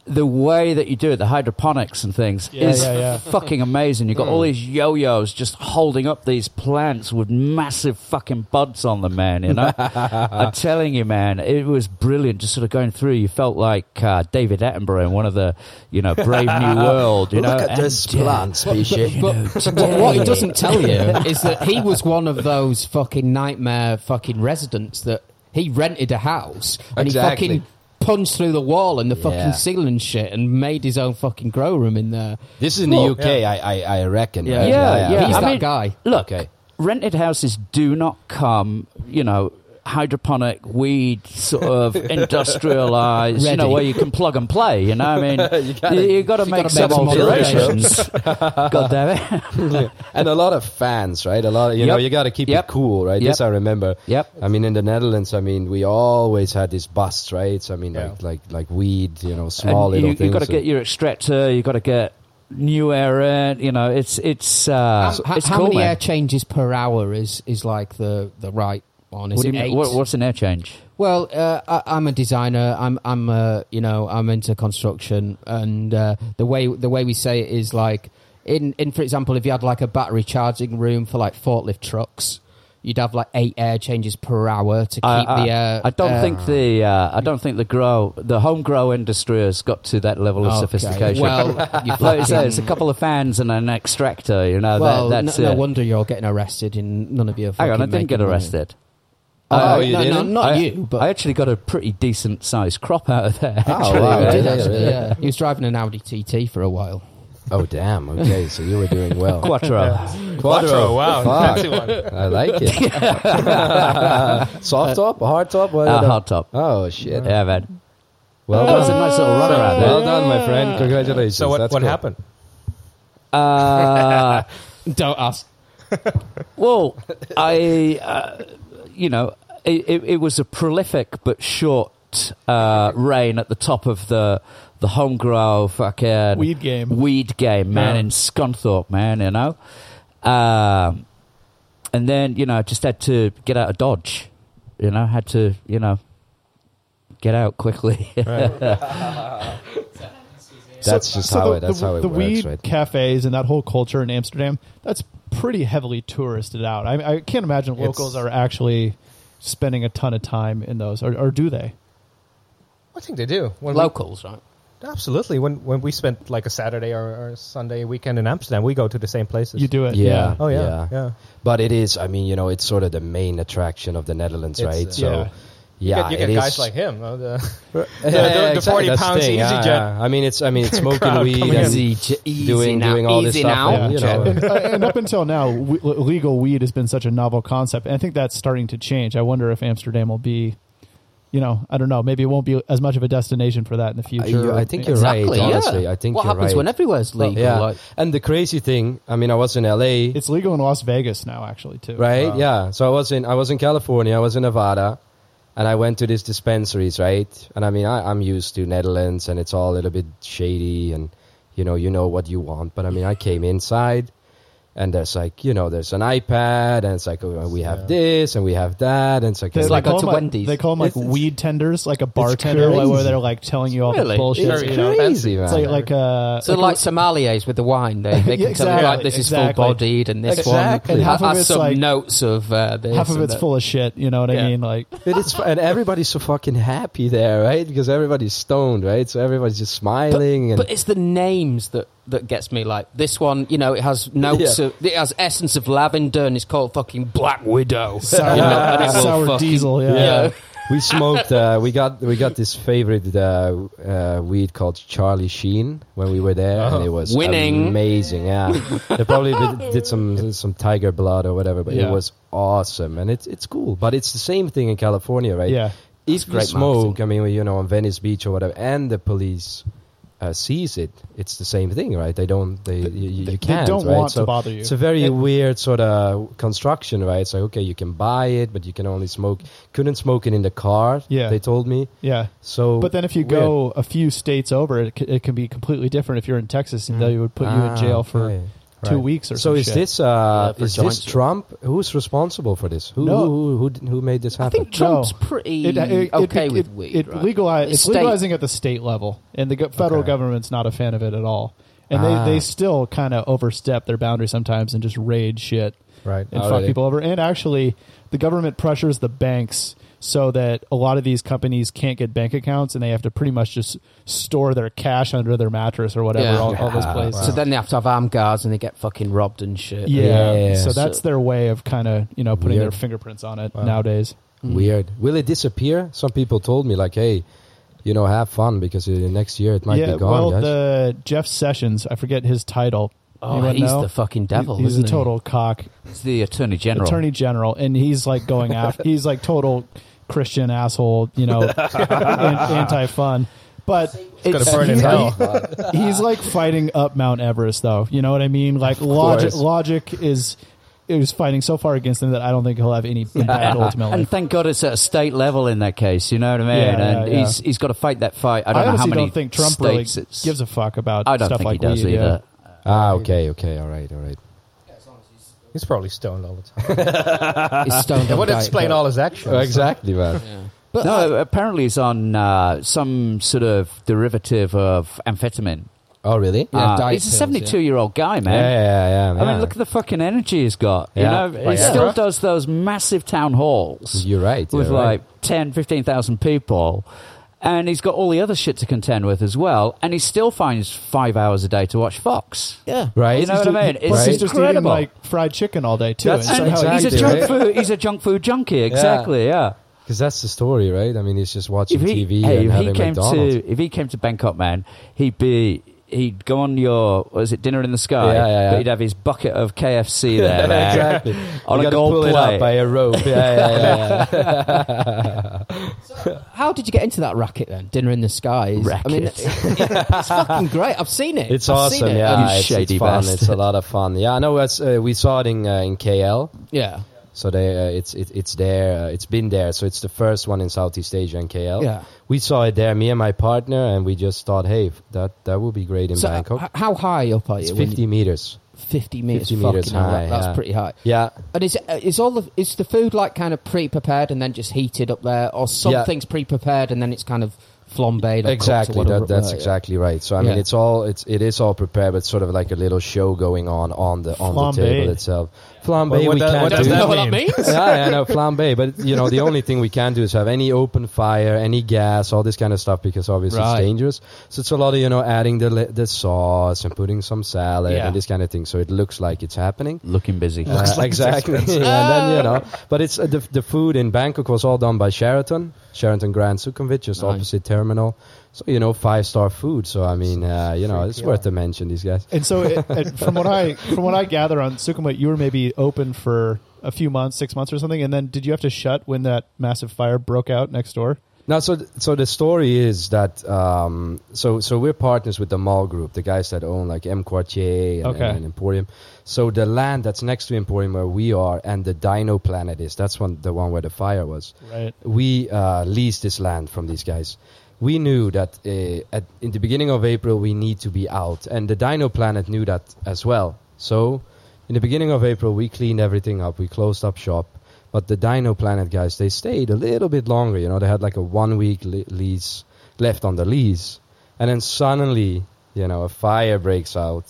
Speaker 5: The way that you do it, the hydroponics and things, is
Speaker 4: yeah, yeah.
Speaker 5: fucking amazing. You've got all these yo-yos just holding up these plants with massive fucking buds on them, man. You know, I'm telling you, man, it was brilliant. Just sort of going through, you felt like uh, David Attenborough in one of the, you know, Brave New World. You know,
Speaker 7: Look at
Speaker 5: And,
Speaker 7: this
Speaker 5: yeah,
Speaker 7: plant species.
Speaker 1: But what, what he doesn't tell you is that he was one of those fucking nightmare fucking residents that he rented a house and
Speaker 7: Exactly.
Speaker 1: he fucking punched through the wall and the
Speaker 7: Yeah.
Speaker 1: fucking ceiling and shit and made his own fucking grow room in there.
Speaker 7: This is in the
Speaker 5: Well,
Speaker 7: UK, I, I I reckon.
Speaker 1: Yeah.
Speaker 7: right?
Speaker 5: Yeah, yeah.
Speaker 1: He's
Speaker 5: I
Speaker 1: that
Speaker 5: mean-
Speaker 1: guy.
Speaker 5: Look,
Speaker 7: Okay.
Speaker 5: rented houses do not come, you know, hydroponic, weed, sort of industrialized, you know,
Speaker 1: Ready.
Speaker 5: where you can plug and play. You know, I mean, you,
Speaker 7: gotta-
Speaker 5: you got to make
Speaker 1: gotta
Speaker 5: some
Speaker 1: make some
Speaker 5: alterations. God damn it.
Speaker 7: and a lot of fans, right? A lot, you know,
Speaker 5: Yep.
Speaker 7: you got to keep
Speaker 5: Yep.
Speaker 7: it cool, right? This
Speaker 5: Yep.
Speaker 7: I remember.
Speaker 5: Yep.
Speaker 7: I mean, in the Netherlands, I mean, we always had these busts, right? I mean,
Speaker 6: Yeah.
Speaker 7: like like like weed, you know,
Speaker 5: And
Speaker 7: small
Speaker 5: you,
Speaker 7: little things.
Speaker 5: you got to get your extractor. You got to get new air in. You know, it's it's uh,
Speaker 1: how
Speaker 5: it's
Speaker 1: how
Speaker 5: cool,
Speaker 1: many
Speaker 5: man.
Speaker 1: air changes per hour is, is like the, the right one? Is
Speaker 5: What do
Speaker 1: it
Speaker 5: you mean-
Speaker 1: eight?
Speaker 5: what- what's an air change?
Speaker 1: Well, uh, I, I'm a designer. I'm, I'm, uh, you know, I'm into construction, and uh, the way the way we say it is like in, in, for example, if you had like a battery charging room for like forklift trucks, you'd have like eight air changes per hour to keep
Speaker 5: I, I-
Speaker 1: the air.
Speaker 5: I don't
Speaker 1: uh,
Speaker 5: think the uh, I don't think the grow the home grow industry has got to that level of
Speaker 1: okay.
Speaker 5: sophistication.
Speaker 1: Well, you
Speaker 5: like you say, it's a
Speaker 1: fucking-
Speaker 5: couple of fans and an extractor. You know,
Speaker 1: well,
Speaker 5: that, that's
Speaker 1: no, no
Speaker 5: it.
Speaker 1: wonder you're getting arrested, and none of you. Are
Speaker 5: Hang on, I
Speaker 1: fucking
Speaker 5: didn't get
Speaker 1: making money.
Speaker 5: arrested. Uh,
Speaker 1: Oh,
Speaker 7: Oh, you
Speaker 1: no, no,
Speaker 7: didn't?
Speaker 1: not
Speaker 5: I,
Speaker 1: you. But
Speaker 5: I actually got a pretty decent sized crop out of there. actually.
Speaker 7: wow.
Speaker 1: He Oh, did
Speaker 7: Yeah,
Speaker 1: actually,
Speaker 7: yeah,
Speaker 1: yeah. He was driving an Audi TT for a while.
Speaker 7: oh damn! Okay, so you were doing well.
Speaker 5: Quattro.
Speaker 6: Quattro, wow,
Speaker 7: Fuck.
Speaker 6: fancy one.
Speaker 7: I like it. Soft top, hard top, what?
Speaker 5: Uh,
Speaker 7: are the-
Speaker 5: hard top.
Speaker 7: Oh shit!
Speaker 5: Yeah, man.
Speaker 1: Oh,
Speaker 7: Well
Speaker 5: That was a nice little run around
Speaker 7: Well
Speaker 5: there.
Speaker 7: done, my friend. Congratulations.
Speaker 6: So what
Speaker 7: That's
Speaker 6: what
Speaker 7: cool.
Speaker 6: happened?
Speaker 5: Uh,
Speaker 1: Don't ask.
Speaker 5: Well, I, uh, you know, it, it, it was a prolific but short uh, reign at the top of the the homegrown fucking
Speaker 4: Weed game.
Speaker 5: weed game, man,
Speaker 6: Yeah.
Speaker 5: in Scunthorpe, man, you know. Um, and then you know, I just had to get out of Dodge. You know, had to you know get out quickly.
Speaker 7: That's just how
Speaker 4: the,
Speaker 7: it. That's
Speaker 4: the,
Speaker 7: how it
Speaker 4: the
Speaker 7: works,
Speaker 4: weed
Speaker 7: right?
Speaker 4: cafes and that whole culture in Amsterdam. That's pretty heavily touristed out. I, I can't imagine locals are actually spending a ton of time in those, or, or do they?
Speaker 6: I think they do. When we-
Speaker 1: Locals, right?
Speaker 6: absolutely. When when we spent like a Saturday or, or Sunday weekend in Amsterdam, we go to the same places.
Speaker 4: You do it,
Speaker 7: Yeah.
Speaker 6: Oh
Speaker 7: Yeah.
Speaker 6: yeah, yeah.
Speaker 7: But it is. I mean, you know, it's sort of the main attraction of the Netherlands,
Speaker 6: It's,
Speaker 7: right?
Speaker 6: uh,
Speaker 7: so
Speaker 4: yeah.
Speaker 7: yeah,
Speaker 6: You get, you get
Speaker 7: it
Speaker 6: guys
Speaker 7: is-
Speaker 6: like him. uh, the-
Speaker 7: Yeah,
Speaker 6: the- the
Speaker 7: exactly,
Speaker 6: 40
Speaker 7: that's
Speaker 6: pounds
Speaker 7: thing, yeah,
Speaker 6: EasyJet.
Speaker 7: yeah. I mean, it's I mean, it's smoking
Speaker 6: crowd
Speaker 7: weed
Speaker 6: coming
Speaker 7: and
Speaker 1: Easy, j- easy
Speaker 7: doing
Speaker 1: now,
Speaker 7: doing all this
Speaker 1: easy
Speaker 7: stuff.
Speaker 1: now.
Speaker 7: and, you know,
Speaker 4: and, uh, and up until now, we, legal weed has been such a novel concept, and I think that's starting to change. I wonder if Amsterdam will be, you know, I don't know. Maybe it won't be as much of a destination for that in the
Speaker 7: Uh, you-
Speaker 4: future.
Speaker 7: I think you're
Speaker 1: Exactly.
Speaker 7: right. Honestly,
Speaker 1: yeah.
Speaker 7: I think
Speaker 1: what
Speaker 7: you're
Speaker 1: happens
Speaker 7: right.
Speaker 1: when everywhere's legal?
Speaker 7: yeah.
Speaker 1: Like,
Speaker 7: and the crazy thing, I mean, I was in LA,
Speaker 4: it's legal in Las Vegas now, actually, too.
Speaker 7: right? Yeah. So I was in I was in California, I was in Nevada, and I went to these dispensaries, right? And I mean, I, I'm used to Netherlands, and it's all a little bit shady, and you know, you know what you want. But I mean, I came inside, and there's like, you know, there's an iPad, and it's like, oh, we have
Speaker 6: Yeah.
Speaker 7: this, and we have that, and it's like,
Speaker 4: They-
Speaker 7: you
Speaker 4: they
Speaker 1: like
Speaker 4: call
Speaker 1: go to
Speaker 4: them,
Speaker 1: Wendy's.
Speaker 4: They call them like
Speaker 7: It's- it's-
Speaker 4: weed tenders, like a bartender, like, where
Speaker 7: crazy.
Speaker 4: they're like telling you all the
Speaker 5: Really?
Speaker 4: bullshit.
Speaker 7: know, it's
Speaker 4: you know?
Speaker 7: crazy, man.
Speaker 4: It's like like uh,
Speaker 1: So like sommeliers with the wine, they, they can
Speaker 4: Yeah,
Speaker 1: tell you like
Speaker 4: exactly,
Speaker 1: this is
Speaker 4: exactly.
Speaker 1: full bodied and this
Speaker 7: Exactly.
Speaker 1: one
Speaker 7: And
Speaker 1: ha-
Speaker 4: half of
Speaker 1: has
Speaker 4: it's
Speaker 1: some
Speaker 4: like-
Speaker 1: notes of uh, this.
Speaker 4: half of
Speaker 1: and
Speaker 4: it's
Speaker 1: that.
Speaker 4: full of shit. You know what I
Speaker 1: Yeah.
Speaker 4: mean? Like
Speaker 7: But it's and everybody's so fucking happy there, right? Because everybody's stoned, right? So everybody's just smiling and
Speaker 1: But it's the names that that gets me. Like this one, you know, it has notes
Speaker 7: Yeah.
Speaker 1: of it has essence of lavender and it's called fucking Black Widow.
Speaker 4: sour,
Speaker 1: You know, and it will
Speaker 4: sour
Speaker 1: fucking-
Speaker 4: diesel. Yeah.
Speaker 1: Yeah.
Speaker 7: we smoked. Uh, we got we got this favorite uh, uh, weed called Charlie Sheen when we were there, and it was
Speaker 1: Winning.
Speaker 7: amazing. Yeah, they probably did, did some some tiger blood or whatever, but
Speaker 4: Yeah.
Speaker 7: it was awesome, and it's it's cool. But it's the same thing in California, right?
Speaker 4: Yeah.
Speaker 7: if you
Speaker 1: great
Speaker 7: smoke, I mean, you know, on Venice Beach or whatever, and the police. Uh, sees it. It's the same thing, right? They don't. They you, you
Speaker 4: they
Speaker 7: can't.
Speaker 4: don't
Speaker 7: right?
Speaker 4: want to bother you.
Speaker 7: It's a very weird sort of construction, right? So okay, you can buy it, but you can only smoke. Couldn't smoke it in the car.
Speaker 4: Yeah.
Speaker 7: they told me.
Speaker 4: yeah.
Speaker 7: So,
Speaker 4: But then if you go a few states over, it, c- it can be completely different. If you're in Texas, and
Speaker 1: Mm.
Speaker 4: they would put you in
Speaker 1: Ah,
Speaker 4: jail for two weeks or
Speaker 7: Ah, So
Speaker 4: some
Speaker 7: is
Speaker 4: shit.
Speaker 7: this uh,
Speaker 1: Yeah, for
Speaker 7: is this
Speaker 1: joint-
Speaker 7: Trump? Who's responsible for this? Who
Speaker 4: No.
Speaker 7: who, who who who made this
Speaker 1: I
Speaker 7: happen?
Speaker 1: think Trump's
Speaker 4: No.
Speaker 1: pretty
Speaker 4: It- it-
Speaker 1: okay
Speaker 4: it-
Speaker 1: with
Speaker 4: it-
Speaker 1: weed.
Speaker 4: It
Speaker 1: right?
Speaker 4: legalize, it's
Speaker 1: State-
Speaker 4: legalizing at the state lego- and the go- federal
Speaker 7: Okay.
Speaker 4: government's not a fan of it at all. And
Speaker 7: Ah.
Speaker 4: they, they still kind of overstep their boundaries sometimes and just raid shit
Speaker 7: right.
Speaker 4: and
Speaker 7: Oh,
Speaker 4: fuck
Speaker 7: really?
Speaker 4: people over. And actually, the government pressures the banks so that a lot of these companies can't get bank accounts and they have to pretty much just store their cash under their mattress or whatever,
Speaker 1: Yeah.
Speaker 4: all, all those
Speaker 7: Yeah.
Speaker 4: places.
Speaker 1: So then they have to have armed guards and they get fucking robbed and shit.
Speaker 4: yeah.
Speaker 7: Yeah.
Speaker 4: so that's their way of kind of you know putting
Speaker 7: Weird.
Speaker 4: their fingerprints on it nowadays.
Speaker 7: Mm-hmm. Weird. Will it disappear? Some people told me like, hey, you know, have fun because uh, next year it might
Speaker 4: yeah,
Speaker 7: be gone,
Speaker 4: well,
Speaker 7: guys.
Speaker 4: the Jeff Sessions, I forget his title.
Speaker 1: Oh,
Speaker 4: Anyone
Speaker 1: he's
Speaker 4: know?
Speaker 1: the fucking devil.
Speaker 4: He's
Speaker 1: isn't
Speaker 4: a total cock
Speaker 5: It's the Attorney General.
Speaker 4: attorney general, and he's like going after. he's like total Christian asshole, you know, anti fun. But
Speaker 6: It's gonna burn in
Speaker 4: he's,
Speaker 6: hell.
Speaker 4: he's like fighting up Mount Everest, though. You know what I mean? Like logic,
Speaker 7: course.
Speaker 4: logic is is fighting so far against him that I don't think he'll have any impact ultimately.
Speaker 5: And thank God it's at a state level in that case. You know what I mean?
Speaker 4: Yeah, yeah,
Speaker 5: and
Speaker 4: yeah.
Speaker 5: he's he's got to fight that fight. I
Speaker 4: I
Speaker 5: don't know how
Speaker 4: honestly
Speaker 5: many
Speaker 4: don't think Trump really
Speaker 5: states it's-
Speaker 4: gives a fuck about
Speaker 5: I don't
Speaker 4: stuff
Speaker 5: think
Speaker 4: like
Speaker 5: he does
Speaker 4: weed, yeah.
Speaker 5: either.
Speaker 7: ah, okay, okay, all right, all right.
Speaker 6: He's probably stoned all the time.
Speaker 1: he? He's stoned
Speaker 6: That
Speaker 1: on
Speaker 6: would
Speaker 1: Diet
Speaker 6: explain
Speaker 1: Coke.
Speaker 6: all his actions.
Speaker 7: exactly, man.
Speaker 5: no, apparently it's on uh, some sort of derivative of amphetamine.
Speaker 7: Oh, really?
Speaker 1: Yeah,
Speaker 5: Uh,
Speaker 1: diet
Speaker 5: he's a
Speaker 1: pills,
Speaker 5: 72 year old guy,
Speaker 7: Yeah,
Speaker 5: man.
Speaker 7: yeah, yeah.
Speaker 5: I
Speaker 7: yeah.
Speaker 5: mean, look at the fucking energy he's got.
Speaker 7: Yeah.
Speaker 5: You know,
Speaker 7: Oh,
Speaker 5: he
Speaker 7: yeah.
Speaker 5: still
Speaker 7: Bruh.
Speaker 5: does those massive town halls
Speaker 7: You're right.
Speaker 5: with
Speaker 7: you're right.
Speaker 5: like 10, 15,000 people. And he's got all the other shit to contend with as well. And he still finds five hours a day to watch Fox.
Speaker 8: Yeah.
Speaker 7: right.
Speaker 5: You know what I mean? It's
Speaker 4: Plus,
Speaker 7: Right.
Speaker 4: he's just eating
Speaker 5: incredible.
Speaker 4: like fried chicken all day too.
Speaker 7: That's-
Speaker 4: and
Speaker 5: And
Speaker 4: somehow
Speaker 7: Exactly,
Speaker 5: he's a junk
Speaker 7: right?
Speaker 5: food. He's a junk food junkie. Exactly. Yeah.
Speaker 7: Because that's the story, right? I mean, he's just watching TV
Speaker 5: hey,
Speaker 7: and
Speaker 5: if
Speaker 7: having
Speaker 5: he came
Speaker 7: McDonald's.
Speaker 5: to if he came to Bangkok, man, he'd be he'd go on your what is it dinner in the sky?
Speaker 7: Yeah, yeah, yeah.
Speaker 5: But he'd have his bucket of KFC there, man.
Speaker 7: exactly.
Speaker 5: On a
Speaker 7: you gotta
Speaker 5: gold
Speaker 7: pull it
Speaker 5: plate.
Speaker 7: up by a rope. Yeah, yeah, yeah. yeah.
Speaker 1: How did you get into that racket then? Dinner in the sky. is- I mean,
Speaker 5: Racket.
Speaker 1: it's fucking great. I've seen it.
Speaker 7: It's
Speaker 1: I've seen
Speaker 7: awesome.
Speaker 1: it.
Speaker 5: You
Speaker 7: Yeah, it's,
Speaker 5: shady
Speaker 7: it's fun.
Speaker 5: bastard.
Speaker 7: It's a lot of fun. Yeah, I know. it's, Uh, we saw it in uh, in KL.
Speaker 1: yeah.
Speaker 7: So they, uh, it's it, it's there. Uh, it's been there. So it's the first one in Southeast Asia and KL.
Speaker 1: Yeah.
Speaker 7: we saw it there. Me and my partner, and we just thought, hey, f- that that would be great in
Speaker 1: So
Speaker 7: Bangkok.
Speaker 1: h- how high up are you?
Speaker 7: it's
Speaker 1: when you-
Speaker 7: fifty meters.
Speaker 1: 50 meters.
Speaker 7: 50 meters
Speaker 1: fucking hell,
Speaker 7: high,
Speaker 1: That's
Speaker 7: yeah.
Speaker 1: pretty high.
Speaker 7: Yeah,
Speaker 1: And is uh, is all of is the food like kind of pre-prepared and then just heated up there, or something's pre-prepared and then it's kind of flambéed? Or
Speaker 7: exactly.
Speaker 1: cooked or
Speaker 7: That,
Speaker 1: whatever?
Speaker 7: that's
Speaker 1: Yeah.
Speaker 7: exactly right. So I mean,
Speaker 1: Yeah.
Speaker 7: it's all it's it is all prepared, but sort of like a little show going on on the on the
Speaker 4: Flambé.
Speaker 7: table itself. Flambe,
Speaker 6: What- what
Speaker 7: we
Speaker 6: does-
Speaker 7: can't
Speaker 6: what
Speaker 7: do
Speaker 6: does
Speaker 1: You
Speaker 6: that
Speaker 1: know what that means?
Speaker 7: yeah, yeah, no, flambe. But you know, the only thing we can do is have any open fire, any gas, all this kind of stuff, because obviously
Speaker 1: Right.
Speaker 7: it's dangerous. So it's a lot of you know adding the le- the sauce and putting some salad
Speaker 1: Yeah.
Speaker 7: and this kind of thing. So it looks like it's happening.
Speaker 5: Looking busy.
Speaker 7: Uh, exactly. and then you know, but it's uh, the the food in Bangkok was all done by Sheraton, Sheraton Grand Sukhumvit, just
Speaker 1: Nice.
Speaker 7: opposite terminal. So you know, five star food. So I mean, uh, you know, it's worth to mention these guys.
Speaker 4: And so, it, it, from what I from what I gather on Sukhumvit, you were maybe open for a few months, six months or something, and then did you have to shut when that massive fire broke out next door?
Speaker 7: No, so th- so the story is that um, so so we're partners with the mall group, the guys that own like M Quartier and,
Speaker 4: Okay.
Speaker 7: and Emporium. So the land that's next to Emporium, where we are, and the Dino Planet is that's one the one where the fire was.
Speaker 4: Right.
Speaker 7: We uh, leased this land from these guys. we knew that uh, at, in the beginning of April we need to be out, and the Dino Planet knew that as well. So, in the beginning of April, we cleaned everything up. We closed up shop, but the Dino Planet guys they stayed a little bit longer. You know, they had like a one week le- lease left on the lease, and then suddenly, you know, a fire breaks out.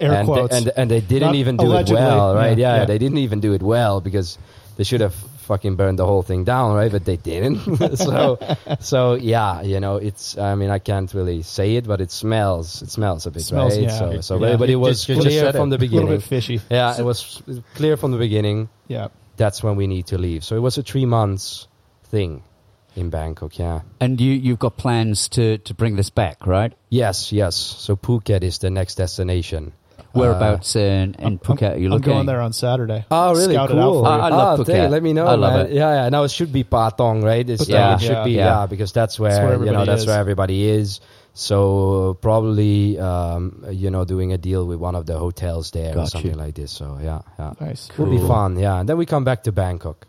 Speaker 4: Air
Speaker 7: and,
Speaker 4: quotes.
Speaker 7: They, and and they didn't
Speaker 4: Not
Speaker 7: even do
Speaker 4: allegedly.
Speaker 7: it well,
Speaker 4: Yeah,
Speaker 7: right? Yeah,
Speaker 4: yeah.
Speaker 7: they didn't even do it well because they should have fucking burned the whole thing down, right? But they didn't. so, so yeah, you know, it's. I mean, I can't really say it, but it smells. It smells a bit,
Speaker 4: Smells,
Speaker 7: right?
Speaker 4: yeah.
Speaker 7: So, so
Speaker 4: Yeah.
Speaker 7: but, but it was
Speaker 6: you just
Speaker 7: clear
Speaker 6: said
Speaker 7: from the
Speaker 6: it.
Speaker 4: a little
Speaker 7: beginning.
Speaker 4: bit fishy.
Speaker 7: Yeah, it was clear from the beginning.
Speaker 4: Yeah.
Speaker 7: That's when we need to leave. So it was a three months thing in Bangkok. Yeah.
Speaker 5: And you, you've got plans to, to bring this back, right?
Speaker 7: Yes. Yes. So Phuket is the next destination. Uh,
Speaker 5: Whereabouts in, in Phuket are you
Speaker 4: I'm
Speaker 5: looking?
Speaker 4: going there on Saturday.
Speaker 7: Oh, really?
Speaker 4: Scout
Speaker 7: cool.
Speaker 4: it out for
Speaker 5: I-
Speaker 4: you.
Speaker 5: I love
Speaker 7: oh,
Speaker 5: Phuket.
Speaker 7: thank- Let me know.
Speaker 5: I love
Speaker 7: man.
Speaker 5: it.
Speaker 7: Yeah, yeah. Now it should be Patong, right? It's, uh,
Speaker 5: Yeah.
Speaker 7: it should be.
Speaker 5: Yeah.
Speaker 7: Yeah, because that's where,
Speaker 4: where
Speaker 7: you know
Speaker 4: everybody
Speaker 7: that's
Speaker 4: is.
Speaker 7: where everybody is. So probably um, you know doing a deal with one of the hotels there or
Speaker 5: Got
Speaker 7: something
Speaker 5: you.
Speaker 7: like this. So yeah, yeah.
Speaker 4: Nice.
Speaker 7: Will be
Speaker 5: Cool.
Speaker 7: fun. Yeah, and then we come back to Bangkok.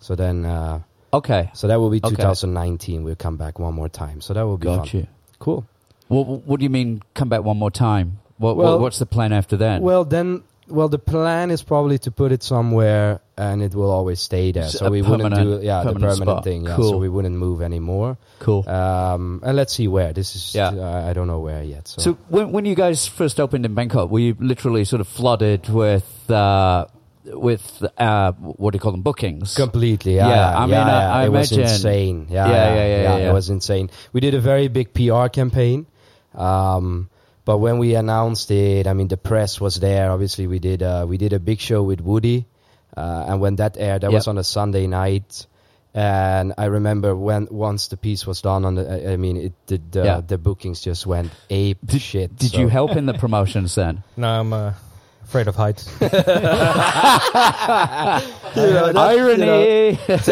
Speaker 7: So then, uh,
Speaker 5: Okay,
Speaker 7: so that will be
Speaker 5: Okay.
Speaker 7: 2019. We'll come back one more time. So that will be
Speaker 5: got
Speaker 7: fun.
Speaker 5: you.
Speaker 7: Cool.
Speaker 5: What, what do you mean? Come back one more time. What,
Speaker 7: Well-
Speaker 5: what, what's the plan after that?
Speaker 7: Well, then, well, the plan is probably to put it somewhere, and it will always stay there.
Speaker 5: S-
Speaker 7: So
Speaker 5: a
Speaker 7: we wouldn't do,
Speaker 5: permanent-
Speaker 7: yeah, the
Speaker 5: permanent
Speaker 7: permanent
Speaker 5: spot.
Speaker 7: thing. Yeah, So
Speaker 5: Cool.
Speaker 7: we wouldn't move anymore.
Speaker 5: cool.
Speaker 7: Um, and let's see where this is. uh,
Speaker 5: Yeah.
Speaker 7: I I don't know where yet. So,
Speaker 5: So when when you guys first opened in Bangkok, were you literally sort of flooded with uh, with uh, what do you call them bookings?
Speaker 7: completely. Yeah,
Speaker 5: Yeah,
Speaker 7: yeah,
Speaker 5: I mean,
Speaker 7: yeah,
Speaker 5: I-
Speaker 7: yeah.
Speaker 5: I
Speaker 7: it was
Speaker 5: imagine-
Speaker 7: insane. Yeah,
Speaker 5: Yeah, yeah, yeah, yeah.
Speaker 7: It was insane. We did a very big PR campaign. Um, but when we announced it, I mean, the press was there. Obviously, we did uh, we did a big show with Woody, uh, and when that aired, that
Speaker 5: Yep.
Speaker 7: was on a Sunday night. And I remember when once the piece was done on the, I- I mean, it the the,
Speaker 5: Yeah.
Speaker 7: the bookings just went ape
Speaker 5: Did-
Speaker 7: shit.
Speaker 5: Did
Speaker 7: so-
Speaker 5: you help in the promotions then?
Speaker 6: No, I'm uh, afraid of heights.
Speaker 5: Irony.
Speaker 6: He's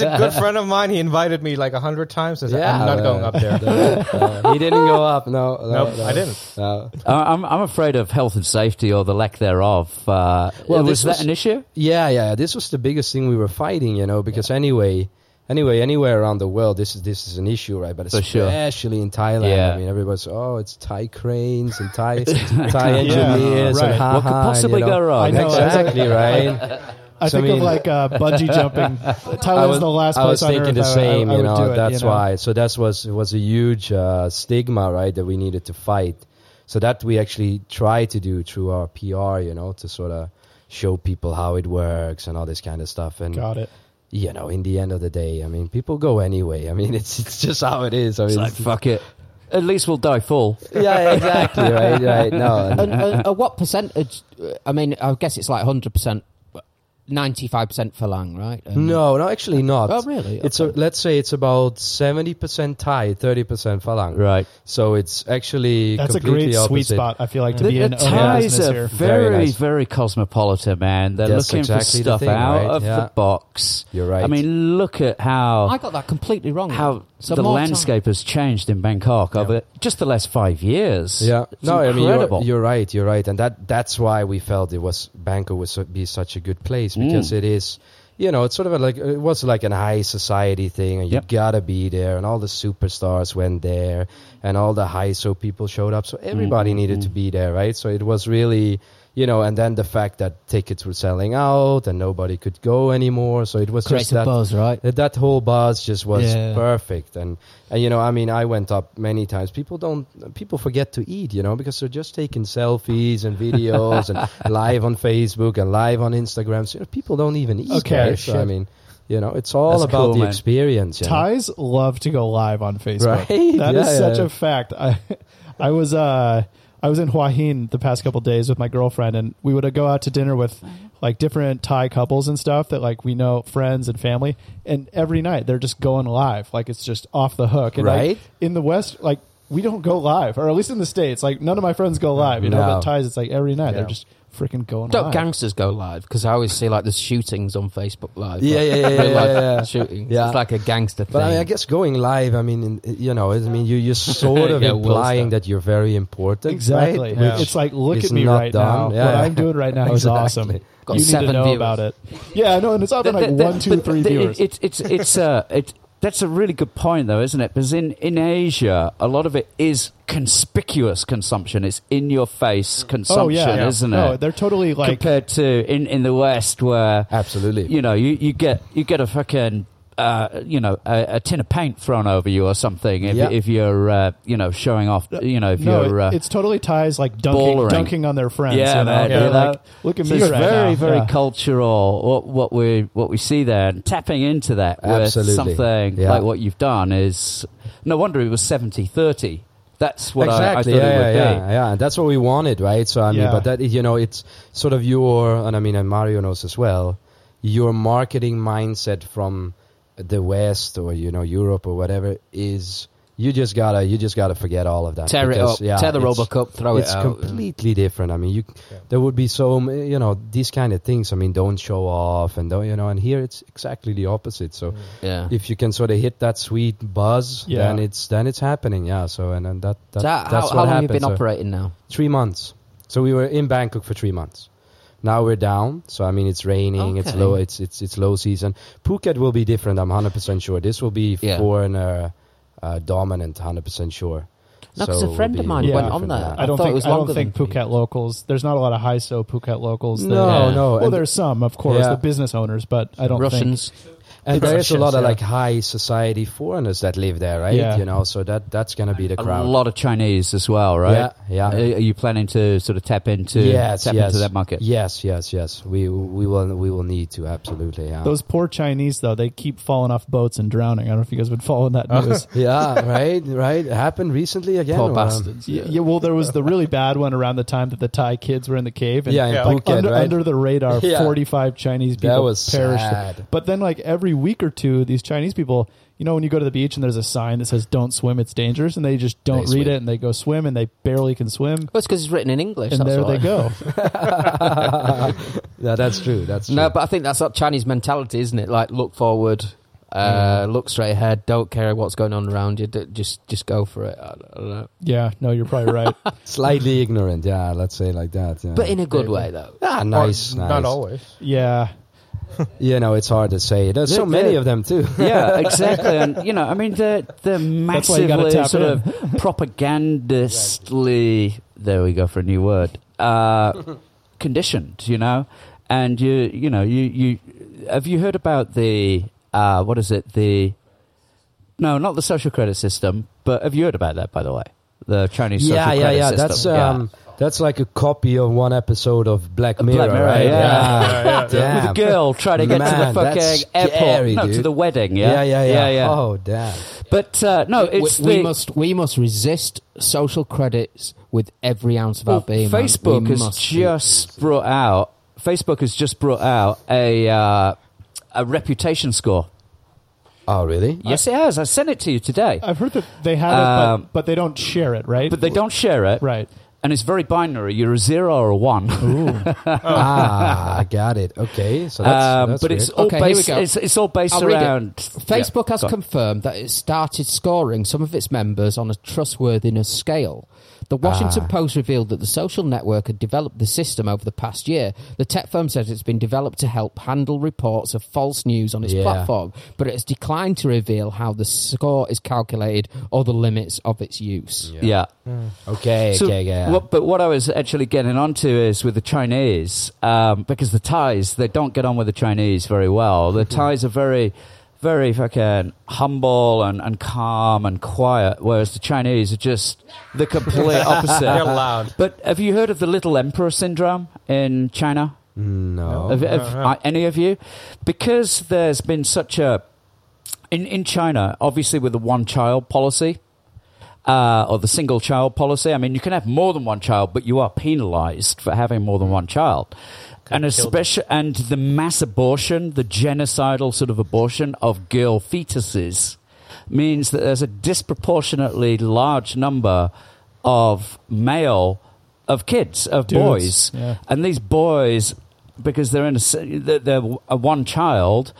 Speaker 6: a good friend of mine. He invited me like a hundred times. I said, I'm not
Speaker 7: uh,
Speaker 6: going up there.
Speaker 7: uh, he didn't go up. No, no,
Speaker 6: Nope,
Speaker 7: no.
Speaker 6: I didn't.
Speaker 7: No.
Speaker 5: I- I'm I'm afraid of health and safety or the lack thereof. Uh,
Speaker 7: Well,
Speaker 5: was
Speaker 7: this
Speaker 5: that
Speaker 7: was-
Speaker 5: an issue?
Speaker 7: Yeah, yeah. This was the biggest thing we were fighting, you know, because anyway, anyway, anywhere around the world, this is this is an issue, right? But
Speaker 5: For sure.
Speaker 7: especially in Thailand,
Speaker 5: Yeah.
Speaker 7: I mean, everybody's oh, it's Thai cranes and Thai Thai engineers
Speaker 4: right.
Speaker 7: and ha
Speaker 5: What could possibly go wrong?
Speaker 4: I know,
Speaker 7: exactly right.
Speaker 4: I
Speaker 7: So,
Speaker 4: think
Speaker 7: I mean-
Speaker 4: of like uh, bungee jumping.
Speaker 7: I
Speaker 4: Thailand's
Speaker 7: was
Speaker 4: the last place
Speaker 7: I was
Speaker 4: on
Speaker 7: thinking
Speaker 4: Earth
Speaker 7: the
Speaker 4: I- I-
Speaker 7: same,
Speaker 4: I
Speaker 7: you
Speaker 4: would
Speaker 7: know.
Speaker 4: do it,
Speaker 7: that's
Speaker 4: you know?
Speaker 7: why. So that was was a huge uh, stigma, right? That we needed to fight. So that we actually try to do through our PR, you know, to sort of show people how it works and all this kind of stuff. And
Speaker 4: Got it.
Speaker 7: you know, in the end of the day, I mean, people go anyway. I mean, it's it's just how it is. I mean,
Speaker 5: It's like fuck it. At least we'll die full.
Speaker 7: yeah, exactly, right, right. No, and-
Speaker 1: and, and, and what percentage? uh, I mean, I guess it's like hundred percent, ninety-five percent for Lang, right? And-
Speaker 7: no, no, actually not.
Speaker 1: Oh, really?
Speaker 7: It's a, let's say it's about seventy percent Thai, thirty percent Falang.
Speaker 5: Right.
Speaker 7: So it's actually
Speaker 4: That's a
Speaker 7: completely
Speaker 4: great sweet
Speaker 7: opposite.
Speaker 4: spot. I feel like to
Speaker 5: The,
Speaker 4: be
Speaker 5: the
Speaker 4: in owning a
Speaker 5: Thais
Speaker 4: business
Speaker 5: are
Speaker 4: here.
Speaker 5: very,
Speaker 7: Very
Speaker 5: very,
Speaker 7: nice.
Speaker 5: cosmopolitan, man. They're
Speaker 7: That's
Speaker 5: looking
Speaker 7: exactly
Speaker 5: for
Speaker 7: the
Speaker 5: stuff
Speaker 7: thing,
Speaker 5: out
Speaker 7: right?
Speaker 5: of
Speaker 7: Yeah.
Speaker 5: the box.
Speaker 7: You're right.
Speaker 5: I mean, look at how
Speaker 1: I got that completely wrong.
Speaker 5: how
Speaker 1: So
Speaker 5: the
Speaker 1: more
Speaker 5: landscape has changed in Bangkok over just the last five years.
Speaker 7: Yeah.
Speaker 5: It's
Speaker 7: no, I mean
Speaker 5: incredible.
Speaker 7: you're, you're right, you're right, and that that's why we felt it was Bangkok would su- be such a good place
Speaker 5: Mm.
Speaker 7: because it is, you know, it's sort of a, like it was like an high society thing, and you
Speaker 5: Yep.
Speaker 7: gotta be there, and all the superstars went there, and all the high so people showed up, so everybody
Speaker 5: Mm-hmm,
Speaker 7: needed to be there, right? So it was really. You know, and then the fact that tickets were selling out and nobody could go anymore, so it was
Speaker 1: Creates
Speaker 7: just
Speaker 1: a
Speaker 7: that
Speaker 1: buzz, right?
Speaker 7: that, that whole buzz just was
Speaker 1: Yeah.
Speaker 7: perfect and and you know i mean i went up many times people don't people forget to eat you know because they're just taking selfies and videos and live on facebook and live on instagram so you know, people don't even eat
Speaker 4: Okay,
Speaker 7: right? so, i
Speaker 4: shit.
Speaker 7: mean you know it's all
Speaker 5: That's
Speaker 7: about
Speaker 5: cool,
Speaker 7: the
Speaker 5: man.
Speaker 7: experience you know?
Speaker 4: Ties love to go live on Facebook.
Speaker 7: Right?
Speaker 4: That is
Speaker 7: Yeah, yeah,
Speaker 4: such a
Speaker 7: yeah.
Speaker 4: fact. I, I was uh, I was in Hua Hin the past couple days with my girlfriend, and we would go out to dinner with like different Thai couples and stuff that like we know friends and family. And every night they're just going live, like it's just off the hook. And like,
Speaker 7: Right?
Speaker 4: in the West, like we don't go live, or at least in the states, like none of my friends go live. You know,
Speaker 7: No.
Speaker 4: but Thais, it's like every night they're
Speaker 6: Yeah.
Speaker 4: just freaking going
Speaker 1: Don't
Speaker 4: live.
Speaker 1: gangsters go live? Because I always see like the shootings on Facebook Live.
Speaker 7: Yeah,
Speaker 1: like,
Speaker 7: yeah, yeah, yeah,
Speaker 1: real life
Speaker 7: yeah, yeah.
Speaker 1: Shootings.
Speaker 7: Yeah.
Speaker 1: It's like a gangster thing.
Speaker 7: But I, mean, I guess going live, I mean, in- you know, I mean, you, you're sort of
Speaker 1: Yeah, well
Speaker 7: implying
Speaker 1: said.
Speaker 7: that you're very important.
Speaker 4: Exactly.
Speaker 7: Right?
Speaker 4: It's like look at
Speaker 7: It's
Speaker 4: me
Speaker 7: not
Speaker 4: right
Speaker 7: done.
Speaker 4: now.
Speaker 7: Yeah.
Speaker 4: What I'm doing right now is
Speaker 7: Exactly.
Speaker 4: awesome.
Speaker 1: Got
Speaker 4: you need
Speaker 1: seven
Speaker 4: to know
Speaker 1: viewers.
Speaker 4: about it. Yeah, I know, and it's often
Speaker 5: The-
Speaker 4: like
Speaker 5: the-
Speaker 4: one, two,
Speaker 5: but
Speaker 4: three
Speaker 5: the-
Speaker 4: viewers.
Speaker 5: It, it's it's it's uh it. That's a really good point, though, isn't it? Because in, in Asia, a lot of it is conspicuous consumption. It's in your face
Speaker 4: Oh
Speaker 5: consumption,
Speaker 4: yeah, yeah.
Speaker 5: isn't it?
Speaker 4: No, they're totally like
Speaker 5: compared to in, in the West, where
Speaker 7: Absolutely.
Speaker 5: you know you, you get you get a fucking uh, you know a, a tin of paint thrown over you or something if,
Speaker 7: Yeah.
Speaker 5: if you're uh, you know showing off you know if
Speaker 4: no,
Speaker 5: you're
Speaker 4: it-
Speaker 5: uh,
Speaker 4: it's totally ties like dunking,
Speaker 5: ballering.
Speaker 4: dunking on their friends.
Speaker 5: yeah,
Speaker 4: you know?
Speaker 5: man,
Speaker 4: They're
Speaker 5: you know?
Speaker 4: like, look at
Speaker 5: So
Speaker 4: me
Speaker 5: it's
Speaker 4: right
Speaker 5: very,
Speaker 4: now.
Speaker 5: very
Speaker 4: Yeah.
Speaker 5: cultural. What what we what we see there, and tapping into that with
Speaker 7: Absolutely.
Speaker 5: something
Speaker 7: Yeah.
Speaker 5: like what you've done is no wonder it was 70-30. That's what I-
Speaker 7: exactly.
Speaker 5: I, thought
Speaker 7: yeah,
Speaker 5: it would
Speaker 7: yeah,
Speaker 5: be.
Speaker 7: yeah, yeah. And that's what we wanted, right? So I mean,
Speaker 4: Yeah.
Speaker 7: but that you know, it's sort of your, and I mean, and Mario knows as well, your marketing mindset from the West or you know Europe or whatever is you just gotta you just gotta forget all of that.
Speaker 1: Tear it
Speaker 7: because,
Speaker 1: up. Tear the
Speaker 7: it's-
Speaker 1: Robocup. Throw
Speaker 7: it's
Speaker 1: it out.
Speaker 7: completely different. I mean, you there would be so m- you know these kind of things. I mean, don't show off and don't you know. And here it's exactly the opposite. So
Speaker 1: Yeah.
Speaker 7: if you can sort of hit that sweet buzz,
Speaker 4: Yeah.
Speaker 7: then it's then it's happening. Yeah. So and, and that, that
Speaker 1: So how,
Speaker 7: that's
Speaker 1: how
Speaker 7: what
Speaker 1: long have you
Speaker 7: happened.
Speaker 1: been
Speaker 7: So
Speaker 1: operating now?
Speaker 7: three months. So we were in Bangkok for three months. Now we're down. So I mean, it's raining. It's
Speaker 1: Okay.
Speaker 7: low. It's it's it's low season. Phuket will be different. I'm 100 percent sure. This will be
Speaker 1: Yeah.
Speaker 7: foreigner uh, dominant. 100 percent sure.
Speaker 1: No, 'cause a
Speaker 7: it will
Speaker 1: friend
Speaker 7: be
Speaker 1: of mine
Speaker 7: really
Speaker 4: went
Speaker 7: different,
Speaker 1: on
Speaker 7: yeah.
Speaker 1: that.
Speaker 4: I don't
Speaker 1: thought it
Speaker 4: think
Speaker 1: was
Speaker 4: I don't
Speaker 1: longer
Speaker 4: think
Speaker 1: than-
Speaker 4: Phuket locals. There's not a lot of high so Phuket locals. that-
Speaker 7: No, no.
Speaker 4: Well,
Speaker 7: and-
Speaker 4: there's some, of course,
Speaker 7: Yeah.
Speaker 4: the business owners, but I don't
Speaker 1: Russians.
Speaker 7: and there is a lot of
Speaker 4: Yeah.
Speaker 7: like high society foreigners that live there, right?
Speaker 4: Yeah.
Speaker 7: You know, so that that's gonna be the
Speaker 5: A
Speaker 7: crowd.
Speaker 5: lot of Chinese as well, right?
Speaker 7: Yeah, yeah.
Speaker 5: Are are you planning to sort of tap into
Speaker 7: yes,
Speaker 5: tap
Speaker 7: yes.
Speaker 5: into that market?
Speaker 7: Yes, yes, yes. We we will we will need to absolutely. Yeah.
Speaker 4: think those poor Chinese though. They keep falling off boats and drowning. I don't know if you guys been following that news.
Speaker 7: yeah, right, right. It happened recently again.
Speaker 1: Poor
Speaker 7: um,
Speaker 1: bastards.
Speaker 4: Yeah. yeah, well, there was the really bad one around the time that the Thai kids were in the cave. And
Speaker 7: Yeah, in
Speaker 4: like
Speaker 7: Phuket,
Speaker 4: under,
Speaker 7: right?
Speaker 4: under the radar,
Speaker 7: Yeah.
Speaker 4: 45 Chinese people
Speaker 7: That was
Speaker 4: perished.
Speaker 7: sad.
Speaker 4: But then, like every week or two, these Chinese people, you know, when you go to the beach and there's a sign that says "Don't swim, it's dangerous," and they just don't
Speaker 7: They
Speaker 4: read
Speaker 7: swim.
Speaker 4: it and they go swim and they barely can swim,
Speaker 1: Well, it's because it's written in English.
Speaker 4: and
Speaker 1: that's
Speaker 4: there
Speaker 1: why.
Speaker 4: they go.
Speaker 7: Yeah, that's true. That's true.
Speaker 1: No, but I think that's that Chinese mentality, isn't it? Like, look forward, uh, look straight ahead. Don't care what's going on around you. d- Just, just go for it. I I don't know.
Speaker 4: yeah, no, you're probably right.
Speaker 7: slightly ignorant. Yeah, let's say like that. Yeah.
Speaker 1: But in a good way, though.
Speaker 7: ah, nice, nice.
Speaker 6: Not always.
Speaker 4: Yeah,
Speaker 7: You know, it's hard to say. There's so
Speaker 5: Yeah,
Speaker 7: many
Speaker 5: yeah.
Speaker 7: of them too.
Speaker 5: yeah, exactly. And you know, I mean, they're they're
Speaker 4: why you gotta
Speaker 5: massively
Speaker 4: tap
Speaker 5: sort
Speaker 4: it
Speaker 5: of propagandistly. There we go for a new word. Uh, conditioned, you know, and you you know you you have you heard about the uh, what is it the no not the social credit system, but have you heard about that by the way? The Chinese
Speaker 7: yeah,
Speaker 5: social
Speaker 7: yeah,
Speaker 5: credit
Speaker 7: yeah.
Speaker 5: system.
Speaker 7: That's um, that's like a copy of one episode of Black Mirror,
Speaker 5: Mirror,
Speaker 7: right?
Speaker 5: yeah.
Speaker 7: Yeah,
Speaker 5: With
Speaker 7: Damn.
Speaker 5: a girl trying to get
Speaker 7: Man,
Speaker 5: to the
Speaker 7: that's
Speaker 5: fucking airport,
Speaker 7: scary,
Speaker 5: no, to
Speaker 7: dude.
Speaker 5: the wedding.
Speaker 7: Yeah,
Speaker 5: Yeah,
Speaker 7: yeah, yeah.
Speaker 5: yeah.
Speaker 7: Oh, damn.
Speaker 5: But uh, no, it's
Speaker 1: we, we
Speaker 5: the,
Speaker 1: must, we must resist social credits with every ounce of our being. man.
Speaker 5: Facebook
Speaker 1: We
Speaker 5: has
Speaker 1: must.
Speaker 5: just brought out. Facebook has just brought out a uh, a reputation score.
Speaker 7: Oh, really?
Speaker 5: Yes, it has. I sent it to you today,
Speaker 4: I've heard that they have it,
Speaker 5: Um,
Speaker 4: but, but they don't share it, right?
Speaker 5: but they don't share it.
Speaker 4: right.
Speaker 5: And it's very binary. You're a zero or a one.
Speaker 7: ah, I got it. Okay, so that's,
Speaker 5: Um,
Speaker 7: that's
Speaker 5: but
Speaker 7: weird.
Speaker 5: it's all
Speaker 1: Okay, here we
Speaker 5: based.
Speaker 1: go.
Speaker 5: It's, it's all based
Speaker 1: I'll read it.
Speaker 5: around.
Speaker 1: Facebook
Speaker 5: Yeah,
Speaker 1: has
Speaker 5: go on.
Speaker 1: confirmed that it started scoring some of its members on a trustworthiness scale. The Washington
Speaker 5: Ah.
Speaker 1: Post revealed that the social network had developed the system over the past year. The tech firm says it's been developed to help handle reports of false news on its
Speaker 7: Yeah.
Speaker 1: platform, but it has declined to reveal how the score is calculated or the limits of its use.
Speaker 5: yeah.
Speaker 7: okay,
Speaker 5: So
Speaker 7: okay, yeah.
Speaker 5: what- but what I was actually getting onto is with the Chinese, um, because the Thais, they don't get on with the Chinese very well.
Speaker 7: Mm-hmm.
Speaker 5: The Thais are very, very fucking humble and, and calm and quiet, whereas the Chinese are just the complete opposite.
Speaker 6: They're loud.
Speaker 5: But have you heard of the Little Emperor Syndrome in China?
Speaker 7: no.
Speaker 5: Have, have uh, any of you? Because there's been such a in in China, obviously with the one child policy uh, or the single child policy. I mean, you can have more than one child, but you are penalised for having more than one child. And
Speaker 6: kill them.
Speaker 5: especially, and the mass abortion, the genocidal sort of abortion of girl fetuses, means that there's a disproportionately large number of male of kids of
Speaker 4: Dudes,
Speaker 5: boys,
Speaker 4: yeah.
Speaker 5: and these boys because they're in a s- they're they're a one child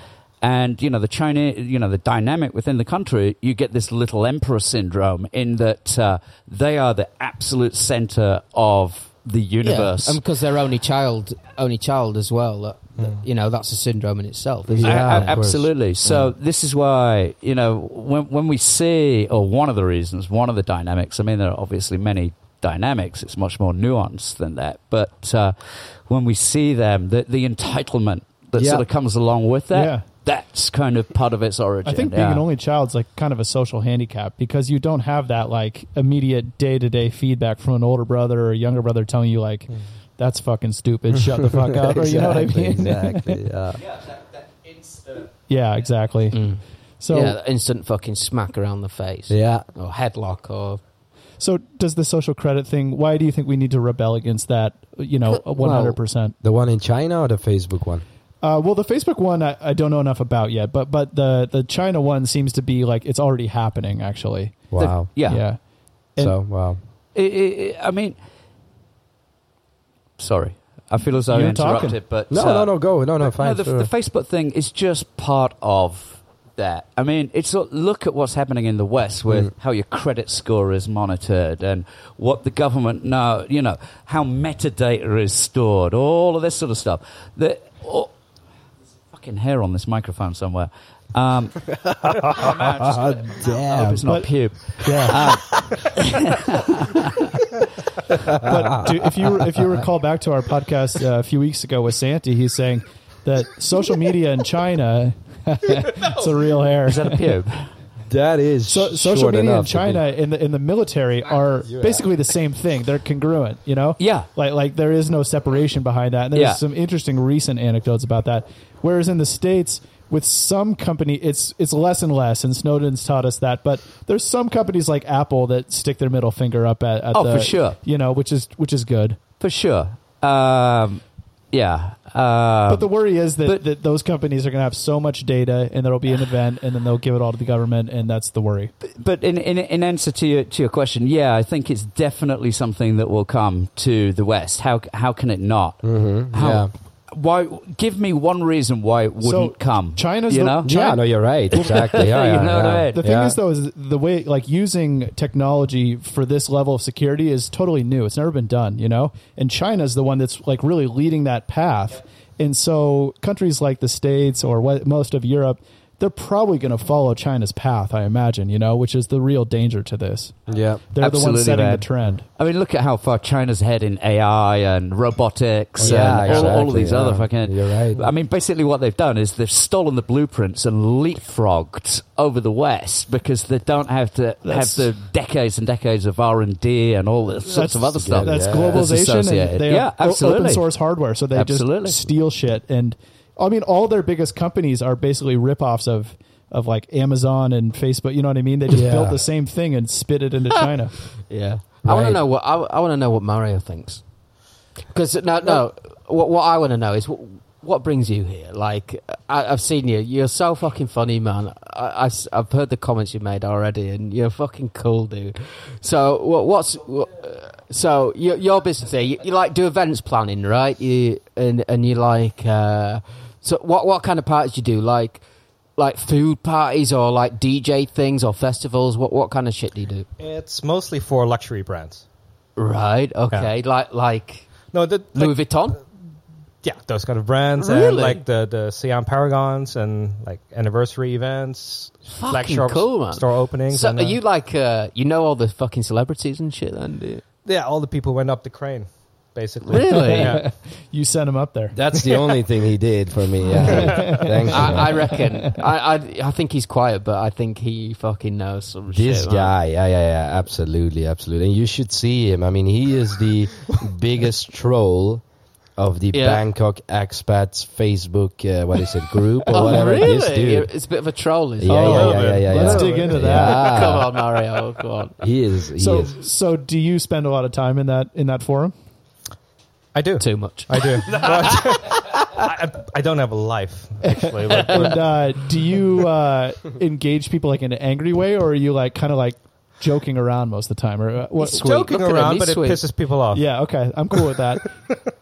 Speaker 5: and you know the Chinese, you know the dynamic within the country. You get this little emperor syndrome in that uh, they are the absolute center of the universe.
Speaker 1: um, and because their only child, only child as well. that- you know, that's a syndrome in itself. isn't it?
Speaker 5: A-
Speaker 7: Yeah,
Speaker 5: a-
Speaker 7: of course.
Speaker 5: absolutely. So this is why you know when when we see or one of the reasons, one of the dynamics. I mean, there are obviously many dynamics. It's much more nuanced than that. But uh, when we see them, the, the entitlement that
Speaker 7: Yeah.
Speaker 5: sort of comes along with that.
Speaker 4: Yeah.
Speaker 5: That's kind of part of its origin.
Speaker 4: I think being
Speaker 5: yeah.
Speaker 4: an only child's like kind of a social handicap because you don't have that like immediate day to day feedback from an older brother or a younger brother telling you like, "That's fucking stupid. Shut the fuck up." Or you know what I
Speaker 7: Exactly,
Speaker 4: mean?
Speaker 7: Exactly. Yeah.
Speaker 4: yeah, exactly.
Speaker 1: Mm.
Speaker 4: So
Speaker 1: yeah, that instant fucking smack around the face.
Speaker 7: Yeah.
Speaker 1: Or headlock or
Speaker 4: so does the social credit thing? Why do you think we need to rebel against that? You know, one hundred percent.
Speaker 7: The one in China or the Facebook one?
Speaker 4: Uh, well, the Facebook one I, I don't know enough about yet, but but the the China one seems to be like it's already happening actually.
Speaker 7: Wow.
Speaker 5: yeah.
Speaker 4: Yeah.
Speaker 7: So wow.
Speaker 5: I- I- I I mean, sorry, I feel as though
Speaker 4: You're
Speaker 5: I interrupted,
Speaker 4: talking.
Speaker 5: but
Speaker 7: No,
Speaker 5: uh,
Speaker 7: no, no. Go. No, no.
Speaker 5: No,
Speaker 7: Fine.
Speaker 5: the,
Speaker 7: sure.
Speaker 5: the Facebook thing is just part of that. I mean, it's a- look at what's happening in the West
Speaker 7: Mm.
Speaker 5: with how your credit score is monitored and what the government now, you know, how metadata is stored, all of this sort of stuff. The, oh, there's fucking hair on this microphone somewhere. Um, oh, man, I just- I hope
Speaker 7: Ah, Damn.
Speaker 5: it's not pube.
Speaker 4: Yeah. but do, if you if you recall back to our podcast uh, a few weeks ago with Santi, he's saying that social media in China, it's a real hair.
Speaker 5: Is that a pube?
Speaker 7: That is
Speaker 4: So, social
Speaker 7: short
Speaker 4: media in
Speaker 7: enough to be-
Speaker 4: China in the in the military are
Speaker 7: Yeah.
Speaker 4: basically the same thing. They're congruent, you know.
Speaker 5: Yeah.
Speaker 4: Like like there is no separation behind that. And there's
Speaker 5: Yeah.
Speaker 4: some interesting recent anecdotes about that. Whereas in the states, with some company, it's it's less and less. And Snowden's taught us that. But there's some companies like Apple that stick their middle finger up at, at
Speaker 5: Oh,
Speaker 4: the,
Speaker 5: for sure.
Speaker 4: You know, which is which is good.
Speaker 5: For sure. Um, yeah. Um,
Speaker 4: But the worry is that,
Speaker 5: but-
Speaker 4: that those companies are going to have so much data, and there'll be an event, and then they'll give it all to the government, and that's the worry.
Speaker 5: but in, in in answer to your to your question, yeah, I think it's definitely something that will come to the West. How how can it not? Mm-hmm. How,
Speaker 7: yeah.
Speaker 5: Why? Give me one reason why it wouldn't come.
Speaker 4: China's
Speaker 5: you
Speaker 4: the-
Speaker 5: know.
Speaker 7: Yeah, no, you're right. Exactly. Yeah,
Speaker 5: You
Speaker 7: yeah,
Speaker 5: know what I
Speaker 7: yeah.
Speaker 5: mean?
Speaker 4: The thing
Speaker 7: Yeah.
Speaker 4: is, though, is the way like using technology for this level of security is totally new. It's never been done, you know. And China's the one that's like really leading that path. And so countries like the states or what, most of Europe, they're probably going to follow China's path, I imagine, you know, which is the real danger to this.
Speaker 7: Yeah.
Speaker 4: They're the
Speaker 5: Absolutely,
Speaker 4: ones setting
Speaker 5: man.
Speaker 4: the trend.
Speaker 5: I mean, look at how far China's ahead in AI and robotics
Speaker 7: Yeah,
Speaker 5: and all- all, of
Speaker 7: exactly,
Speaker 5: these other
Speaker 7: yeah.
Speaker 5: fucking.
Speaker 7: You're right.
Speaker 5: I mean, basically, what they've done is they've stolen the blueprints and leapfrogged over the West because they don't have to
Speaker 4: That's-
Speaker 5: have the decades and decades of R and D and all the sorts of other stuff.
Speaker 4: That's
Speaker 7: Yeah.
Speaker 4: globalization.
Speaker 5: associated.
Speaker 4: And they
Speaker 5: Yeah,
Speaker 4: have o-
Speaker 5: absolutely.
Speaker 4: open source hardware, so they
Speaker 5: Absolutely.
Speaker 4: just steal shit. And I mean, all their biggest companies are basically ripoffs of of like Amazon and Facebook. You know what I mean? They just
Speaker 7: Yeah.
Speaker 4: built the same thing and spit it into China.
Speaker 1: Yeah, I want
Speaker 7: Right.
Speaker 1: to know what I, want to know what Mario thinks. Because no, no, what what I want to know is what, what brings you here. Like I, I've seen you, you're so fucking funny, man. I, have heard the comments you made already, and you're fucking cool, dude. So what, what's what, uh, so your your business there? You, you like do events planning, right? You and and you like uh, so what what kind of parties do you do like? Like food parties or like DJ things or festivals, what what kind of shit do you do?
Speaker 6: It's mostly for luxury brands.
Speaker 1: Right. Okay. Like like
Speaker 6: No, the,
Speaker 1: Louis
Speaker 6: like,
Speaker 1: Vuitton.
Speaker 6: yeah, those kind of brands, and
Speaker 1: Really?
Speaker 6: like the the Siam Paragons and like anniversary events,
Speaker 1: Fucking
Speaker 6: shop-
Speaker 1: cool, man.
Speaker 6: store openings.
Speaker 1: So
Speaker 6: and,
Speaker 1: are
Speaker 6: uh,
Speaker 1: you like uh, you know all the fucking celebrities and shit? Then do you?
Speaker 6: Yeah, all the people went up the crane, basically.
Speaker 1: Really?
Speaker 6: Yeah.
Speaker 4: You sent them up there.
Speaker 7: That's the only thing he did for me. Yeah. Thanks.
Speaker 1: I, I reckon. I, I I think he's quiet, but I think he fucking knows some
Speaker 7: this
Speaker 1: shit. man.
Speaker 7: guy, yeah, yeah, yeah, absolutely, absolutely. And you should see him. I mean, he is the biggest troll of the
Speaker 1: Yeah.
Speaker 7: Bangkok expats Facebook. Uh, what is it, group or
Speaker 1: Oh,
Speaker 7: whatever?
Speaker 1: really?
Speaker 7: This dude.
Speaker 1: It's a bit of a troll, is
Speaker 7: Yeah,
Speaker 1: it?
Speaker 7: yeah,
Speaker 4: Oh,
Speaker 7: yeah, yeah, yeah,
Speaker 4: let's
Speaker 7: yeah.
Speaker 4: dig into
Speaker 7: Yeah.
Speaker 4: that.
Speaker 1: Come on, Mario. Come on.
Speaker 7: He is. He
Speaker 4: So,
Speaker 7: is.
Speaker 4: so do you spend a lot of time in that in that forum?
Speaker 6: I do.
Speaker 1: Too much.
Speaker 6: I do. But I, I- I don't have a life actually. But, but
Speaker 4: And uh, do you uh, engage people like in an angry way, or are you like kind of like joking around most of the time? Or uh, what?
Speaker 1: It's Sweet.
Speaker 6: joking
Speaker 1: Look at him,
Speaker 6: around,
Speaker 1: he's
Speaker 6: but it
Speaker 1: sweet.
Speaker 6: pisses people off.
Speaker 4: Yeah, okay. I'm cool with that.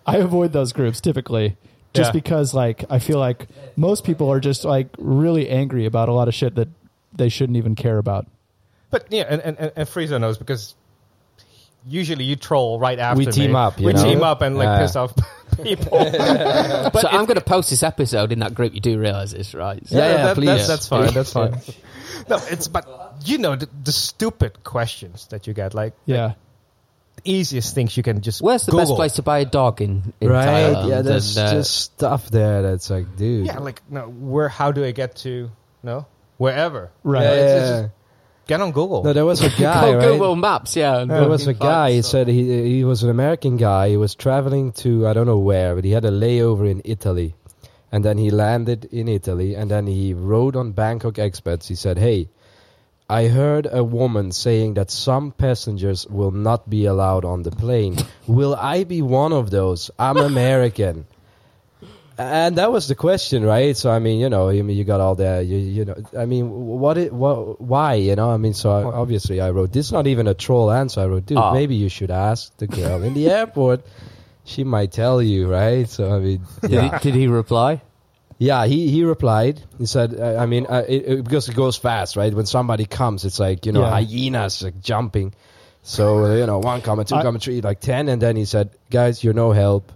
Speaker 4: I avoid those groups typically just
Speaker 6: Yeah.
Speaker 4: because like I feel like most people are just like really angry about a lot of shit that they shouldn't even care about.
Speaker 6: But yeah, and and, and, and Frieza knows because usually you troll right after.
Speaker 7: We team
Speaker 6: me.
Speaker 7: up, you
Speaker 6: we
Speaker 7: know?
Speaker 6: team up and like
Speaker 7: Yeah.
Speaker 6: piss off people. but
Speaker 1: so
Speaker 6: it's-
Speaker 1: I'm going to post this episode in that group. You do realize this, right? So-
Speaker 7: Yeah, yeah,
Speaker 6: that-
Speaker 7: please.
Speaker 6: That's, that's fine. That's fine. no, it's but you know the, the stupid questions that you get, like
Speaker 4: Yeah.
Speaker 6: the easiest things you can just.
Speaker 1: Where's the best
Speaker 6: Google.
Speaker 1: place to buy a dog in, in
Speaker 7: Right?
Speaker 1: Thailand?
Speaker 7: Yeah, there's
Speaker 1: And, uh,
Speaker 7: just stuff there that's like, dude.
Speaker 6: Yeah, like no, where? How do I get to no wherever?
Speaker 4: Right.
Speaker 7: Yeah,
Speaker 6: It's- it's
Speaker 7: yeah.
Speaker 6: just- Get on Google.
Speaker 7: No, there was a guy,
Speaker 1: oh,
Speaker 7: right?
Speaker 1: Google Maps. Yeah, and
Speaker 7: There was a
Speaker 1: fucking
Speaker 7: guy. He
Speaker 1: finds
Speaker 7: said he he was an American guy. He was traveling to I don't know where, but he had a layover in Italy, and then he landed in Italy, and then he wrote on Bangkok expats. He said, "Hey, I heard a woman saying that some passengers will not be allowed on the plane. will I be one of those? I'm American." And that was the question, right? So I mean, you know, I mean, you got all that, you, you know. I mean, what it, what, why, you know? I mean, so I, obviously, I wrote this. is Not even a troll answer. I wrote, dude,
Speaker 5: Oh.
Speaker 7: maybe you should ask the girl in the airport. She might tell you, right? So I mean,
Speaker 1: Did,
Speaker 7: yeah,
Speaker 1: he, did he reply?
Speaker 7: yeah. He he replied. He said, uh, I mean, uh, it, it, because it goes fast, right? When somebody comes, it's like you know
Speaker 4: Yeah.
Speaker 7: hyenas like jumping. So uh, you know, one comma, two
Speaker 4: I-
Speaker 7: comma, three, like ten, and then he said, guys, you're no help.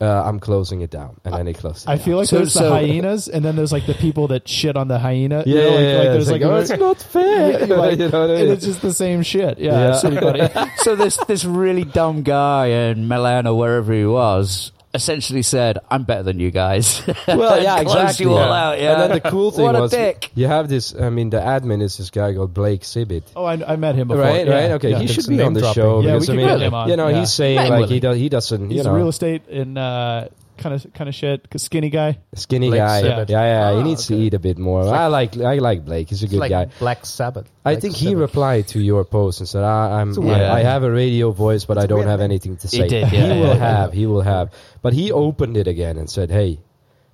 Speaker 7: Uh, I'm closing it down, and then he closed. It
Speaker 4: I
Speaker 7: down.
Speaker 4: feel like
Speaker 1: So-
Speaker 4: there's the
Speaker 1: so-
Speaker 4: hyenas, and then there's like the people that shit on the hyena. You
Speaker 7: Yeah,
Speaker 4: know, like,
Speaker 7: yeah,
Speaker 4: like,
Speaker 7: yeah.
Speaker 4: there's like,
Speaker 7: oh, it's not fair.
Speaker 4: like,
Speaker 7: You know what I
Speaker 4: and
Speaker 7: mean?
Speaker 4: it's just the same shit. Yeah,
Speaker 7: Yeah.
Speaker 4: it's pretty funny.
Speaker 5: so this this really dumb guy in Milan or wherever he was essentially said, "I'm better than you guys."
Speaker 7: well, yeah,
Speaker 5: Closed
Speaker 7: exactly.
Speaker 5: you all out, yeah.
Speaker 7: And then the cool thing
Speaker 5: What a
Speaker 7: was,
Speaker 5: dick.
Speaker 7: you have this. I mean, the admin is this guy called Blake Sibbett.
Speaker 4: Oh, I, I met him before.
Speaker 7: Right,
Speaker 4: Yeah,
Speaker 7: right. Okay,
Speaker 4: yeah.
Speaker 7: he
Speaker 6: It's
Speaker 7: should be
Speaker 6: name
Speaker 7: on the
Speaker 6: dropping.
Speaker 7: show.
Speaker 4: Yeah,
Speaker 7: because,
Speaker 4: we
Speaker 7: I
Speaker 4: could
Speaker 7: mean,
Speaker 4: get him on.
Speaker 7: You know,
Speaker 4: Yeah.
Speaker 7: he's saying
Speaker 1: Name
Speaker 7: like
Speaker 1: Willie.
Speaker 7: he, do, he doesn't.
Speaker 4: He's
Speaker 7: you know,
Speaker 4: a real estate and uh, kind of kind of shit, skinny guy.
Speaker 7: skinny
Speaker 6: Blake
Speaker 7: guy. Yeah,
Speaker 4: Sibbett.
Speaker 7: yeah.
Speaker 6: Ah,
Speaker 7: he needs to
Speaker 6: okay.
Speaker 7: eat a bit more. I like, I like Blake. He's a
Speaker 6: it's
Speaker 7: good
Speaker 6: like
Speaker 7: guy.
Speaker 6: Black Sabbath.
Speaker 7: I
Speaker 6: Black
Speaker 7: think he
Speaker 6: Sabbath.
Speaker 7: replied to your post and said, ah, "I'm,
Speaker 5: weird
Speaker 7: I, I
Speaker 5: name.
Speaker 7: have a radio voice, but I don't
Speaker 6: weird
Speaker 7: have
Speaker 6: name.
Speaker 7: anything to
Speaker 5: He
Speaker 7: say."
Speaker 5: did, yeah,
Speaker 7: he will
Speaker 5: yeah, yeah.
Speaker 7: have, he will have. But he opened it again and said, "Hey,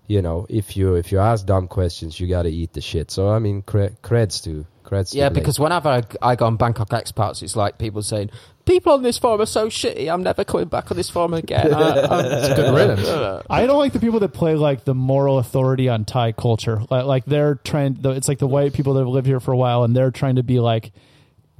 Speaker 7: you know, if you if you ask dumb questions, you got to eat the shit." So I mean, cre- creds to creds. to
Speaker 1: Yeah,
Speaker 7: Blake.
Speaker 1: because whenever I, I go on Bangkok expats, it's like people saying, "People on this forum are so shitty. I'm never coming back on this forum again." I,
Speaker 6: It's good riddance.
Speaker 4: I don't like the people that play like the moral authority on Thai culture. Like, like they're trying. the- It's like the white people that have lived here for a while, and they're trying to be like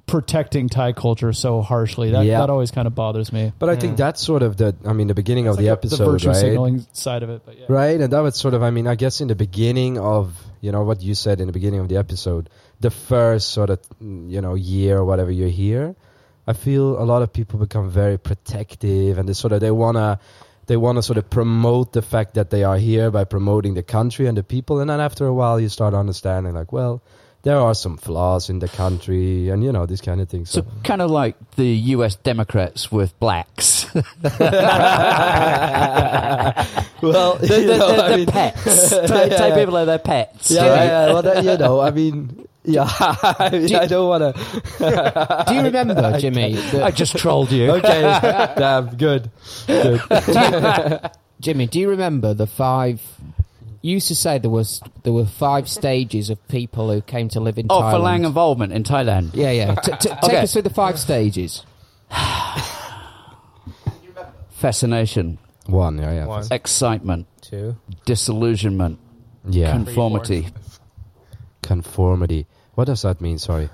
Speaker 4: protecting Thai culture so harshly. That
Speaker 7: Yeah.
Speaker 4: that always kind of bothers me.
Speaker 7: But I think that's sort of the. I mean, the beginning of
Speaker 4: It's like
Speaker 7: the
Speaker 4: a-
Speaker 7: episode,
Speaker 4: the virtue
Speaker 7: right?
Speaker 4: signaling side of it. But yeah.
Speaker 7: Right, and that was sort of. I mean, I guess in the beginning of you know what you said in the beginning of the episode, the first sort of mm, you know year or whatever you're here, I feel a lot of people become very protective, and they sort of they wanna they wanna sort of promote the fact that they are here by promoting the country and the people, and then after a while you start understanding like, well, there are some flaws in the country, and you know these kind of things.
Speaker 5: So kind of like the U.S. Democrats with blacks.
Speaker 7: well,
Speaker 5: They're, they're- they're- they're pets. Take, take people like they're pets.
Speaker 7: Yeah, yeah, yeah. Well, that, you know, I mean, yeah, I, mean, I don't want to.
Speaker 1: do you remember, Jimmy? the-
Speaker 5: I just trolled you.
Speaker 7: Okay, damn, good. good.
Speaker 1: Jimmy, do you remember the five? You used to say there was there were five stages of people who came to live in
Speaker 5: Oh,
Speaker 1: Thailand.
Speaker 5: for lang involvement in Thailand.
Speaker 1: Yeah, yeah. T- t- Take
Speaker 5: Okay.
Speaker 1: us through the five stages.
Speaker 5: Fascination,
Speaker 7: One, yeah, yeah.
Speaker 6: One,
Speaker 5: excitement,
Speaker 6: two.
Speaker 5: disillusionment,
Speaker 7: Yeah,
Speaker 5: conformity.
Speaker 7: conformity. What does that mean? Sorry.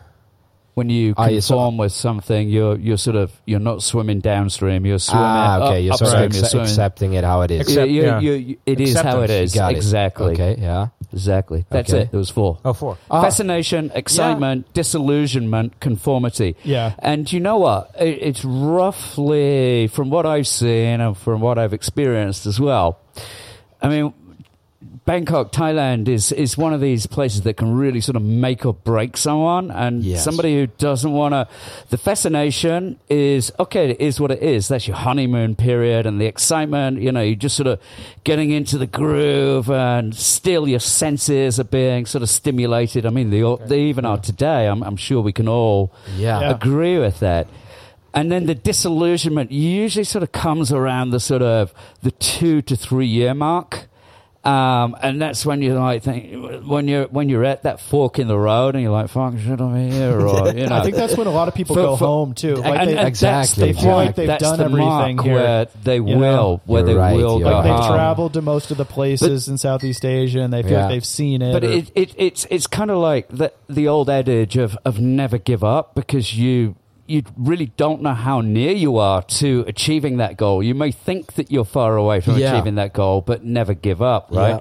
Speaker 5: When you
Speaker 7: Ah, yeah, so-
Speaker 5: conform with something, you're you're sort of you're not swimming downstream. You're swimming up-
Speaker 7: Ah, you're sort
Speaker 5: upstream.
Speaker 7: of
Speaker 5: you're
Speaker 7: acce-
Speaker 5: swimming.
Speaker 7: accepting it how it is.
Speaker 6: Accept-
Speaker 5: you, you-
Speaker 6: yeah.
Speaker 5: you- you- it is how it
Speaker 7: Acceptance.
Speaker 5: is.
Speaker 7: Got it.
Speaker 5: Exactly.
Speaker 7: Okay, yeah.
Speaker 5: Exactly. That's
Speaker 7: Okay.
Speaker 5: it. There was four.
Speaker 6: Oh, four.
Speaker 5: Fascination, excitement, disillusionment, conformity.
Speaker 4: Yeah.
Speaker 5: And you know what? It, it's roughly, from what I've seen and from what I've experienced as well, I mean, Bangkok, Thailand is, is one of these places that can really sort of make or break someone. And
Speaker 7: Yes.
Speaker 5: somebody who doesn't want to, the fascination is okay, it is what it is. That's your honeymoon period and the excitement. You know, you're just sort of getting into the groove and still your senses are being sort of stimulated. I mean, they, all- they even are today. I'm, I'm sure we can all
Speaker 7: Yeah.
Speaker 4: Yeah.
Speaker 5: agree with that. And then the disillusionment usually sort of comes around the sort of the two to three year mark. Um, and that's when you like think when you're when you're at that fork in the road and you're like, "Fuck, should I be here?" Or you know,
Speaker 4: I think that's when a lot of people
Speaker 5: For-
Speaker 4: go
Speaker 5: for-
Speaker 4: home too. Like
Speaker 5: and,
Speaker 4: they,
Speaker 5: and
Speaker 7: exactly,
Speaker 5: That's the point.
Speaker 4: exactly.
Speaker 5: That's
Speaker 4: They've done
Speaker 5: the
Speaker 4: everything
Speaker 5: mark
Speaker 4: here.
Speaker 5: where they
Speaker 4: You know?
Speaker 5: will, where
Speaker 7: You're
Speaker 5: they
Speaker 7: right,
Speaker 5: will
Speaker 7: you're
Speaker 5: go
Speaker 4: like they've
Speaker 7: Um,
Speaker 5: home.
Speaker 4: traveled to most of the places in Southeast Asia, and they feel
Speaker 7: Yeah.
Speaker 4: like they've seen it.
Speaker 5: But
Speaker 4: or-
Speaker 5: it, it, it's it's kind of like the the old adage of of never give up because you you really don't know how near you are to achieving that goal. You may think that you're far away from
Speaker 7: Yeah.
Speaker 5: achieving that goal, but never give up, right?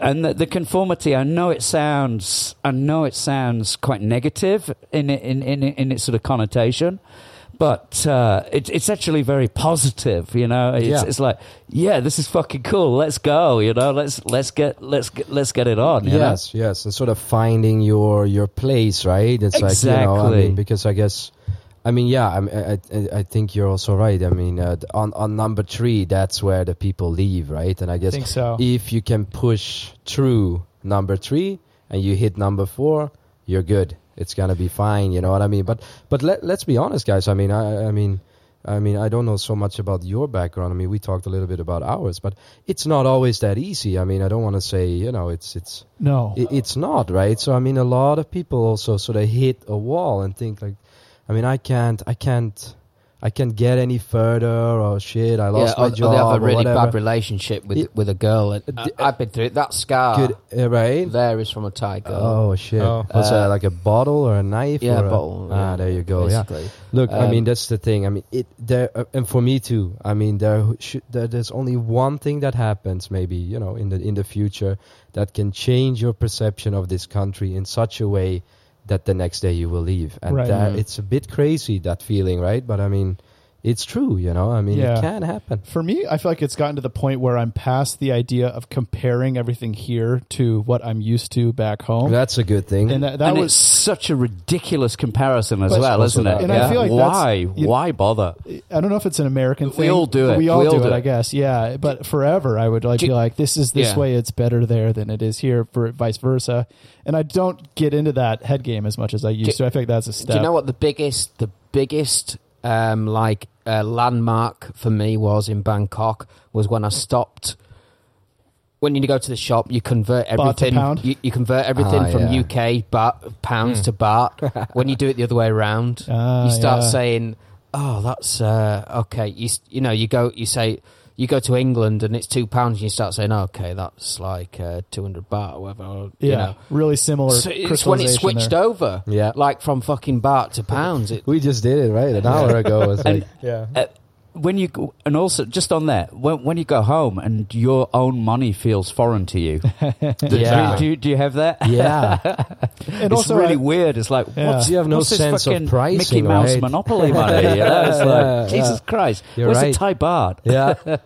Speaker 5: And the, the conformity, I know it sounds, I know it sounds quite negative in it- in in, in its sort of connotation, but uh, it, it's actually very positive. You know, it's,
Speaker 7: Yeah.
Speaker 5: it's like, yeah, this is fucking cool. Let's go. You know, let's let's get let's get, let's get it on. You know?
Speaker 7: yes, yes, and sort of finding your your place, right? It's like you know, I
Speaker 5: Exactly.
Speaker 7: mean, because I guess, I mean, yeah, I'm- I I, I think you're also right. I mean, uh, th- on on number three, that's where the people leave, right? And I guess
Speaker 4: think so.
Speaker 7: if you can push through number three and you hit number four, you're good. It's gonna be fine. You know what I mean? But but let let's be honest, guys. I mean, I I mean. I mean, I don't know so much about your background. I mean, we talked a little bit about ours, but it's not always that easy. I mean, I don't want to say, you know, it's it's
Speaker 4: No.
Speaker 7: it, it's not right so i mean a lot of people also sort of hit a wall and think like i mean i can't i can't i can't get any further or shit i lost
Speaker 1: or,
Speaker 7: my
Speaker 1: or
Speaker 7: job
Speaker 1: they have a
Speaker 7: or
Speaker 1: really
Speaker 7: whatever.
Speaker 1: bad relationship with
Speaker 7: Yeah.
Speaker 1: with a girl. And
Speaker 7: Uh,
Speaker 1: I, I've been through it. That scar
Speaker 7: Good- yeah, uh, right
Speaker 1: there is from a Thai girl.
Speaker 7: oh shit
Speaker 6: Oh.
Speaker 7: was
Speaker 1: Uh,
Speaker 7: that like a bottle or a knife
Speaker 1: yeah,
Speaker 7: or a-
Speaker 1: bottle,
Speaker 7: ah
Speaker 1: yeah,
Speaker 7: there you go yeah
Speaker 1: basically.
Speaker 7: Look, I
Speaker 1: Um,
Speaker 7: mean that's the thing. I mean it there, uh, and for me too. I mean there, should, there, there's only one thing that happens, maybe you know, in the in the future that can change your perception of this country in such a way that the next day you will leave, and
Speaker 4: Right. Mm-hmm.
Speaker 7: that,
Speaker 1: Mhm.
Speaker 7: it's a bit crazy that feeling, right? But I mean, it's true, you know. I mean,
Speaker 4: Yeah.
Speaker 7: it can happen.
Speaker 4: For me, I feel like it's gotten to the point where I'm past the idea of comparing everything here to what I'm used to back home.
Speaker 7: That's a good
Speaker 4: Oh.
Speaker 7: thing.
Speaker 4: and uh, that, that
Speaker 5: and
Speaker 4: was
Speaker 5: it's such a ridiculous comparison as
Speaker 4: But-
Speaker 5: well, isn't it?
Speaker 4: And I feel like that's-
Speaker 5: why?
Speaker 4: you-
Speaker 5: Why bother?
Speaker 4: I don't know if it's an American
Speaker 5: We
Speaker 4: thing.
Speaker 5: all do it.
Speaker 4: We all, do, it,
Speaker 5: it.
Speaker 4: I guess. Yeah, but forever, I would like
Speaker 5: Do-
Speaker 4: be like, this is this
Speaker 5: Yeah.
Speaker 4: way. It's better there than it is here, for vice versa. And I don't get into that head game as much as I used to. I think that's a step.
Speaker 1: Do you know what the biggest the biggest um, like uh, landmark for me was in Bangkok was when I stopped. When you go to the shop, you convert
Speaker 4: to
Speaker 1: everything.
Speaker 4: pound?
Speaker 1: You, you convert everything
Speaker 7: Ah,
Speaker 1: from
Speaker 7: yeah.
Speaker 1: UK baht, pounds to baht. when you do it the other way around,
Speaker 4: Ah,
Speaker 1: you start
Speaker 4: yeah.
Speaker 1: saying, "Oh, that's uh, okay." You s- you know you go you say you go to England and it's two pounds. and You start saying, "Okay, that's like uh, two hundred baht or whatever." Or,
Speaker 4: Yeah,
Speaker 1: You know.
Speaker 4: really similar.
Speaker 1: So it's when it
Speaker 4: crystallization
Speaker 1: switched
Speaker 4: there.
Speaker 1: over,
Speaker 7: Yeah.
Speaker 1: like from fucking baht to pounds. It,
Speaker 7: we just did it right an hour ago. It was like,
Speaker 6: Yeah.
Speaker 5: Uh, when you go- and also just on that, when when you go home and your own money feels foreign to you, do,
Speaker 7: Yeah.
Speaker 5: do, you- do you have that?
Speaker 7: yeah,
Speaker 4: And
Speaker 5: it's
Speaker 4: also,
Speaker 5: really
Speaker 4: I-
Speaker 5: weird. It's like
Speaker 4: Yeah.
Speaker 5: what's
Speaker 7: You have no
Speaker 5: what's this
Speaker 7: sense of
Speaker 5: fucking
Speaker 7: pricing,
Speaker 5: Mickey Mouse
Speaker 7: right?
Speaker 5: Monopoly money. You know? It's like
Speaker 7: Yeah.
Speaker 5: Jesus Christ.
Speaker 7: You're
Speaker 5: where's
Speaker 7: right.
Speaker 5: the Thai baht?
Speaker 7: yeah.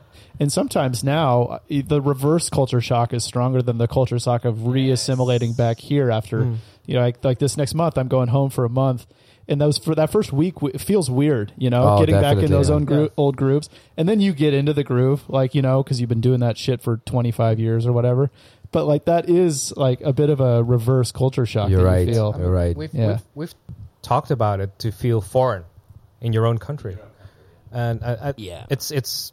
Speaker 4: and sometimes now uh, the reverse culture shock is stronger than the culture shock of reassimilating back here after
Speaker 7: Hmm.
Speaker 4: you know like, like this next month I'm going home for a month and those for that first week w- it feels weird you know
Speaker 7: Oh,
Speaker 4: getting back in
Speaker 7: definitely,
Speaker 4: those
Speaker 7: yeah.
Speaker 4: own gro- old grooves and then you get into the groove like you know because you've been doing that shit for 25 years or whatever but like that is like a bit of a reverse culture shock
Speaker 7: You're
Speaker 4: that
Speaker 7: right.
Speaker 4: you feel.
Speaker 7: You're right.
Speaker 6: We've,
Speaker 4: Yeah.
Speaker 6: we've, we've talked about it to feel foreign in your own country. And I, I,
Speaker 1: Yeah.
Speaker 6: it's it's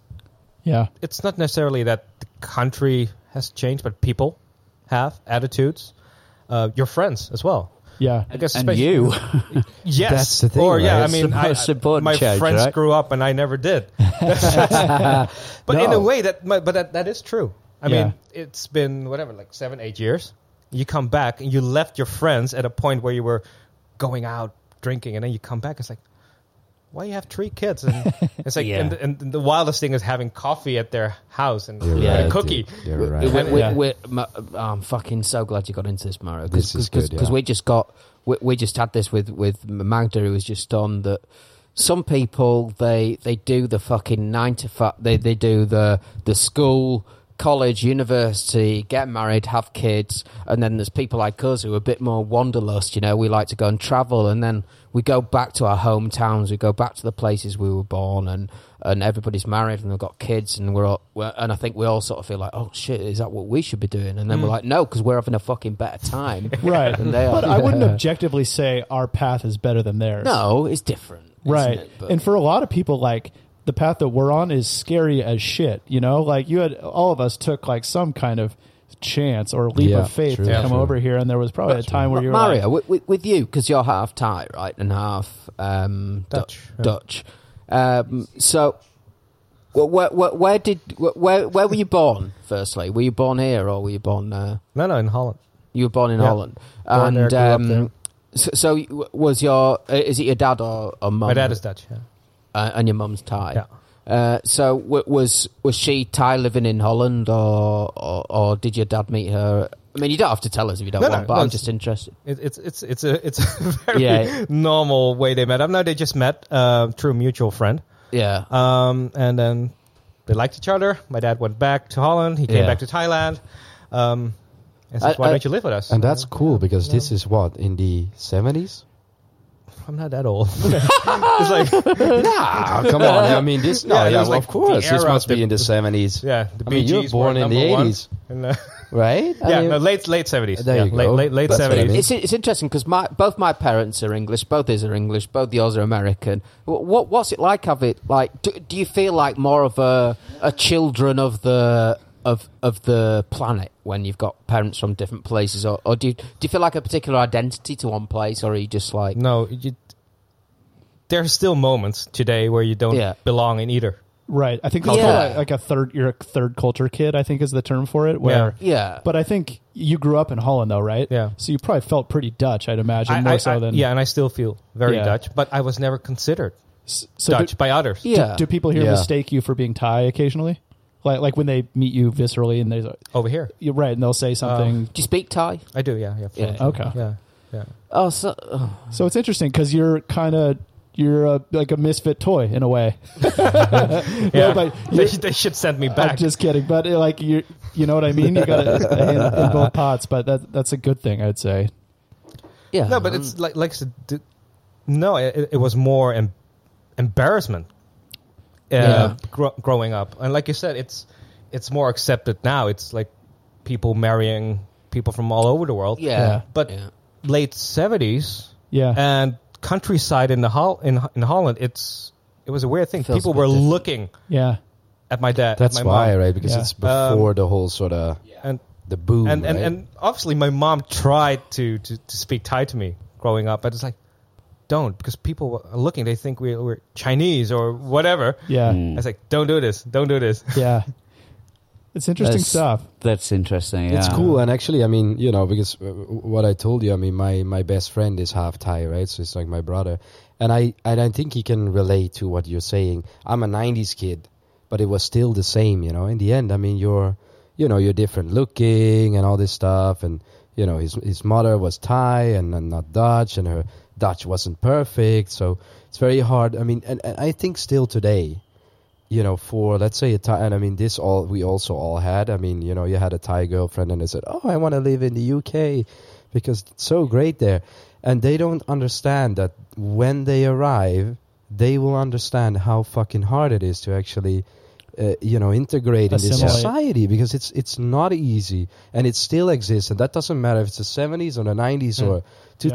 Speaker 4: yeah
Speaker 6: it's not necessarily that the country has changed, but people have attitudes. Uh, your friends as well.
Speaker 4: yeah
Speaker 6: I guess
Speaker 5: And you,
Speaker 6: especially- Yes.
Speaker 7: That's the thing,
Speaker 6: Or yeah,
Speaker 7: right?
Speaker 6: I mean,
Speaker 5: It's the
Speaker 6: I,
Speaker 5: most important
Speaker 6: my
Speaker 5: change,
Speaker 6: friends
Speaker 5: right?
Speaker 6: grew up and I never did. but in a
Speaker 7: No.
Speaker 6: way that, but but that, that is true. I
Speaker 4: Yeah.
Speaker 6: mean, it's been whatever, like seven, eight years. You come back and you left your friends at a point where you were going out drinking, and then you come back. It's like, why you have three kids? And it's like,
Speaker 5: Yeah.
Speaker 6: and, and the wildest thing is having coffee at their house and
Speaker 7: You're
Speaker 6: and
Speaker 7: right,
Speaker 6: a cookie.
Speaker 7: dude. You're right.
Speaker 1: It- we- we-
Speaker 4: Yeah.
Speaker 1: we- ma- oh, I'm fucking so glad you got into this, Mario.
Speaker 7: This is good, yeah.
Speaker 1: we just got we, we just had this with with Magda, who was just on that. Some people they they do the fucking nine to five. They they do the the school. College, university, get married, have kids, and then there's people like us who are a bit more wanderlust. You know, we like to go and travel, and then we go back to our hometowns. We go back to the places we were born, and and everybody's married and they've got kids, and we're all. We're, and I think we all sort of feel like, oh shit, is that what we should be doing? And then we're like, no, because we're having a fucking better time.
Speaker 4: right
Speaker 1: And they are.
Speaker 4: but I wouldn't objectively say our path is better than theirs
Speaker 1: No, it's different, isn't
Speaker 4: right
Speaker 1: it? But-
Speaker 4: and for a lot of people like the path that we're on is scary as shit you know like you had all of us took like some kind of chance or leap
Speaker 7: Yeah,
Speaker 4: of faith
Speaker 7: true,
Speaker 4: to
Speaker 7: yeah,
Speaker 4: come
Speaker 7: true.
Speaker 4: over here and there was probably a time where you were
Speaker 1: Mario,
Speaker 4: like,
Speaker 1: with, with, with you because you're half Thai, right, and half um, Du-
Speaker 6: Dutch, yeah.
Speaker 1: Dutch. Um, so, wh- where, where, where did wh- where where were you born? Firstly, were you born here or were you born? Uh,
Speaker 6: No, no, in Holland.
Speaker 1: you were born in
Speaker 6: Yeah.
Speaker 1: Holland,
Speaker 6: Born there,
Speaker 1: and
Speaker 6: grew up
Speaker 1: um,
Speaker 6: there.
Speaker 1: So, so w- was your uh, is it your dad or or
Speaker 7: Um,
Speaker 1: mum?
Speaker 6: My dad is Dutch. Yeah.
Speaker 1: uh, and your mum's Thai.
Speaker 6: Yeah.
Speaker 1: Uh, so w- was was she Thai living in Holland, or, or or did your dad meet her? I mean, you don't have to tell us if you don't
Speaker 6: No, no,
Speaker 1: want, but
Speaker 6: no,
Speaker 1: I'm
Speaker 6: it's-
Speaker 1: just interested.
Speaker 6: It, it's it's it's a it's a very
Speaker 1: Yeah.
Speaker 6: normal way they met up. No, they just met uh, through a mutual friend,
Speaker 1: Yeah,
Speaker 6: um, and then they liked each other. My dad went back to Holland. He came
Speaker 1: Yeah.
Speaker 6: back to Thailand. Um, and says,
Speaker 1: I-
Speaker 6: "Why
Speaker 1: I-
Speaker 6: don't you live with us?"
Speaker 7: And that's cool because this is what in the seventies.
Speaker 6: I'm not that old. it's like
Speaker 7: Nah, come on. I mean, this. No,
Speaker 6: Yeah,
Speaker 7: yeah,
Speaker 6: it was
Speaker 7: well,
Speaker 6: like
Speaker 7: of course.
Speaker 6: the
Speaker 7: This
Speaker 6: era
Speaker 7: must
Speaker 6: of the-
Speaker 7: be in the seventies.
Speaker 6: yeah, the
Speaker 7: I mean, you were
Speaker 6: BGs
Speaker 7: born in the
Speaker 6: eighties,
Speaker 7: eighties, right? I
Speaker 6: uh, yeah,
Speaker 7: mean-
Speaker 6: no, late late seventies.
Speaker 7: There
Speaker 6: yeah,
Speaker 7: you
Speaker 6: late
Speaker 7: go.
Speaker 6: late late
Speaker 7: That's what I mean.
Speaker 6: seventies.
Speaker 1: it's it's interesting because my both my parents are English, both his are English, both yours are American. Wh- What what's it like? Have it like? Do, do you feel like more of a a children of the of of the planet when you've got parents from different places, or, or do you, do you feel like a particular identity to one place, or are you just like
Speaker 6: No, you, there are still moments today where you don't
Speaker 1: Yeah.
Speaker 6: belong in either.
Speaker 4: Right. I think that's
Speaker 1: Yeah.
Speaker 4: called, like, like a third you're a third culture kid, I think is the term for it. Where
Speaker 1: yeah?
Speaker 4: But I think you grew up in Holland though, right?
Speaker 6: Yeah.
Speaker 4: So you probably felt pretty Dutch, I'd imagine,
Speaker 6: I-
Speaker 4: more
Speaker 6: I-
Speaker 4: so
Speaker 6: I-
Speaker 4: than
Speaker 6: yeah, and I still feel very
Speaker 4: Yeah.
Speaker 6: Dutch, but I was never considered
Speaker 4: S- so
Speaker 6: Dutch
Speaker 4: do-
Speaker 6: by others.
Speaker 1: yeah.
Speaker 4: Do people here
Speaker 7: Yeah.
Speaker 4: mistake you for being Thai occasionally? Like like when they meet you viscerally and they're
Speaker 6: Over here,
Speaker 4: you're right, and they'll say something.
Speaker 1: Do you speak Thai?
Speaker 6: I do. Yeah, yeah,
Speaker 1: Yeah.
Speaker 6: fluently.
Speaker 4: Okay.
Speaker 6: yeah, yeah.
Speaker 1: Oh, so oh.
Speaker 4: so it's interesting because you're kind of you're a, like a misfit toy in a way.
Speaker 6: yeah.
Speaker 4: but
Speaker 6: they,
Speaker 4: you-
Speaker 6: should- they should send me
Speaker 4: I'm
Speaker 6: back.
Speaker 4: just kidding, but uh, like you, you know what I mean. You got it in, in both pots, but that that's a good thing, I'd say.
Speaker 1: yeah.
Speaker 6: no, but it's like like I said, d- no, it, it was more em- embarrassment uh,
Speaker 1: Yeah.
Speaker 6: gro- growing up, and like you said, it's it's more accepted now. It's like people marrying people from all over the world.
Speaker 1: yeah.
Speaker 6: but
Speaker 1: Yeah.
Speaker 6: late seventies,
Speaker 4: Yeah,
Speaker 6: and countryside in the hol- in in Holland, it's it was a weird thing.
Speaker 1: Feels a
Speaker 6: People
Speaker 1: bit
Speaker 6: were
Speaker 1: different.
Speaker 6: looking
Speaker 4: yeah,
Speaker 6: at my dad. at
Speaker 7: That's
Speaker 6: my
Speaker 7: why,
Speaker 6: mom.
Speaker 7: right? Because
Speaker 4: Yeah.
Speaker 7: it's before the whole sort of
Speaker 6: And
Speaker 7: the boom,
Speaker 6: and, and
Speaker 7: right?
Speaker 6: and obviously my mom tried to, to to speak Thai to me growing up, but it's like don't because people are looking. They think we're, we're Chinese or whatever.
Speaker 4: yeah,
Speaker 1: Hmm.
Speaker 6: I was like, don't do this, don't do this.
Speaker 4: yeah. It's interesting
Speaker 5: That's-
Speaker 4: stuff.
Speaker 5: That's interesting. Yeah.
Speaker 7: It's cool, and actually, I mean, you know, because uh, what I told you, I mean, my my best friend is half Thai, right? So it's like my brother, and I and I think he can relate to what you're saying. I'm a '90s kid, but it was still the same, you know. In the end, I mean, you're, you know, you're different looking and all this stuff, and you know, his his mother was Thai and, and not Dutch, and her Dutch wasn't perfect, so it's very hard. I mean, and, and I think still today, you know, for let's say a Thai, and I mean, this all we also all had. I mean, you know, you had a Thai girlfriend, and they said, "Oh, I want to live in the UK because it's so great there," and they don't understand that when they arrive, they will understand how fucking hard it is to actually. Uh, you know, integrate in this
Speaker 4: Assimilate.
Speaker 7: society because it's it's not easy and it still exists and that doesn't matter if it's the 70s or the 90s or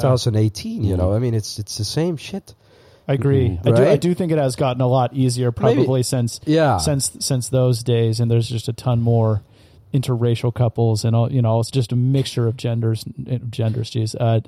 Speaker 7: 2018. You know, I mean, it's it's the same shit.
Speaker 4: I agree. I, do, I
Speaker 7: Right?
Speaker 4: do think it has gotten a lot easier, probably
Speaker 7: Maybe-
Speaker 4: since
Speaker 7: Yeah.
Speaker 4: since since those days, and there's just a ton more interracial couples, and all you know, it's just a mixture of genders, eh, genders, geez, uh,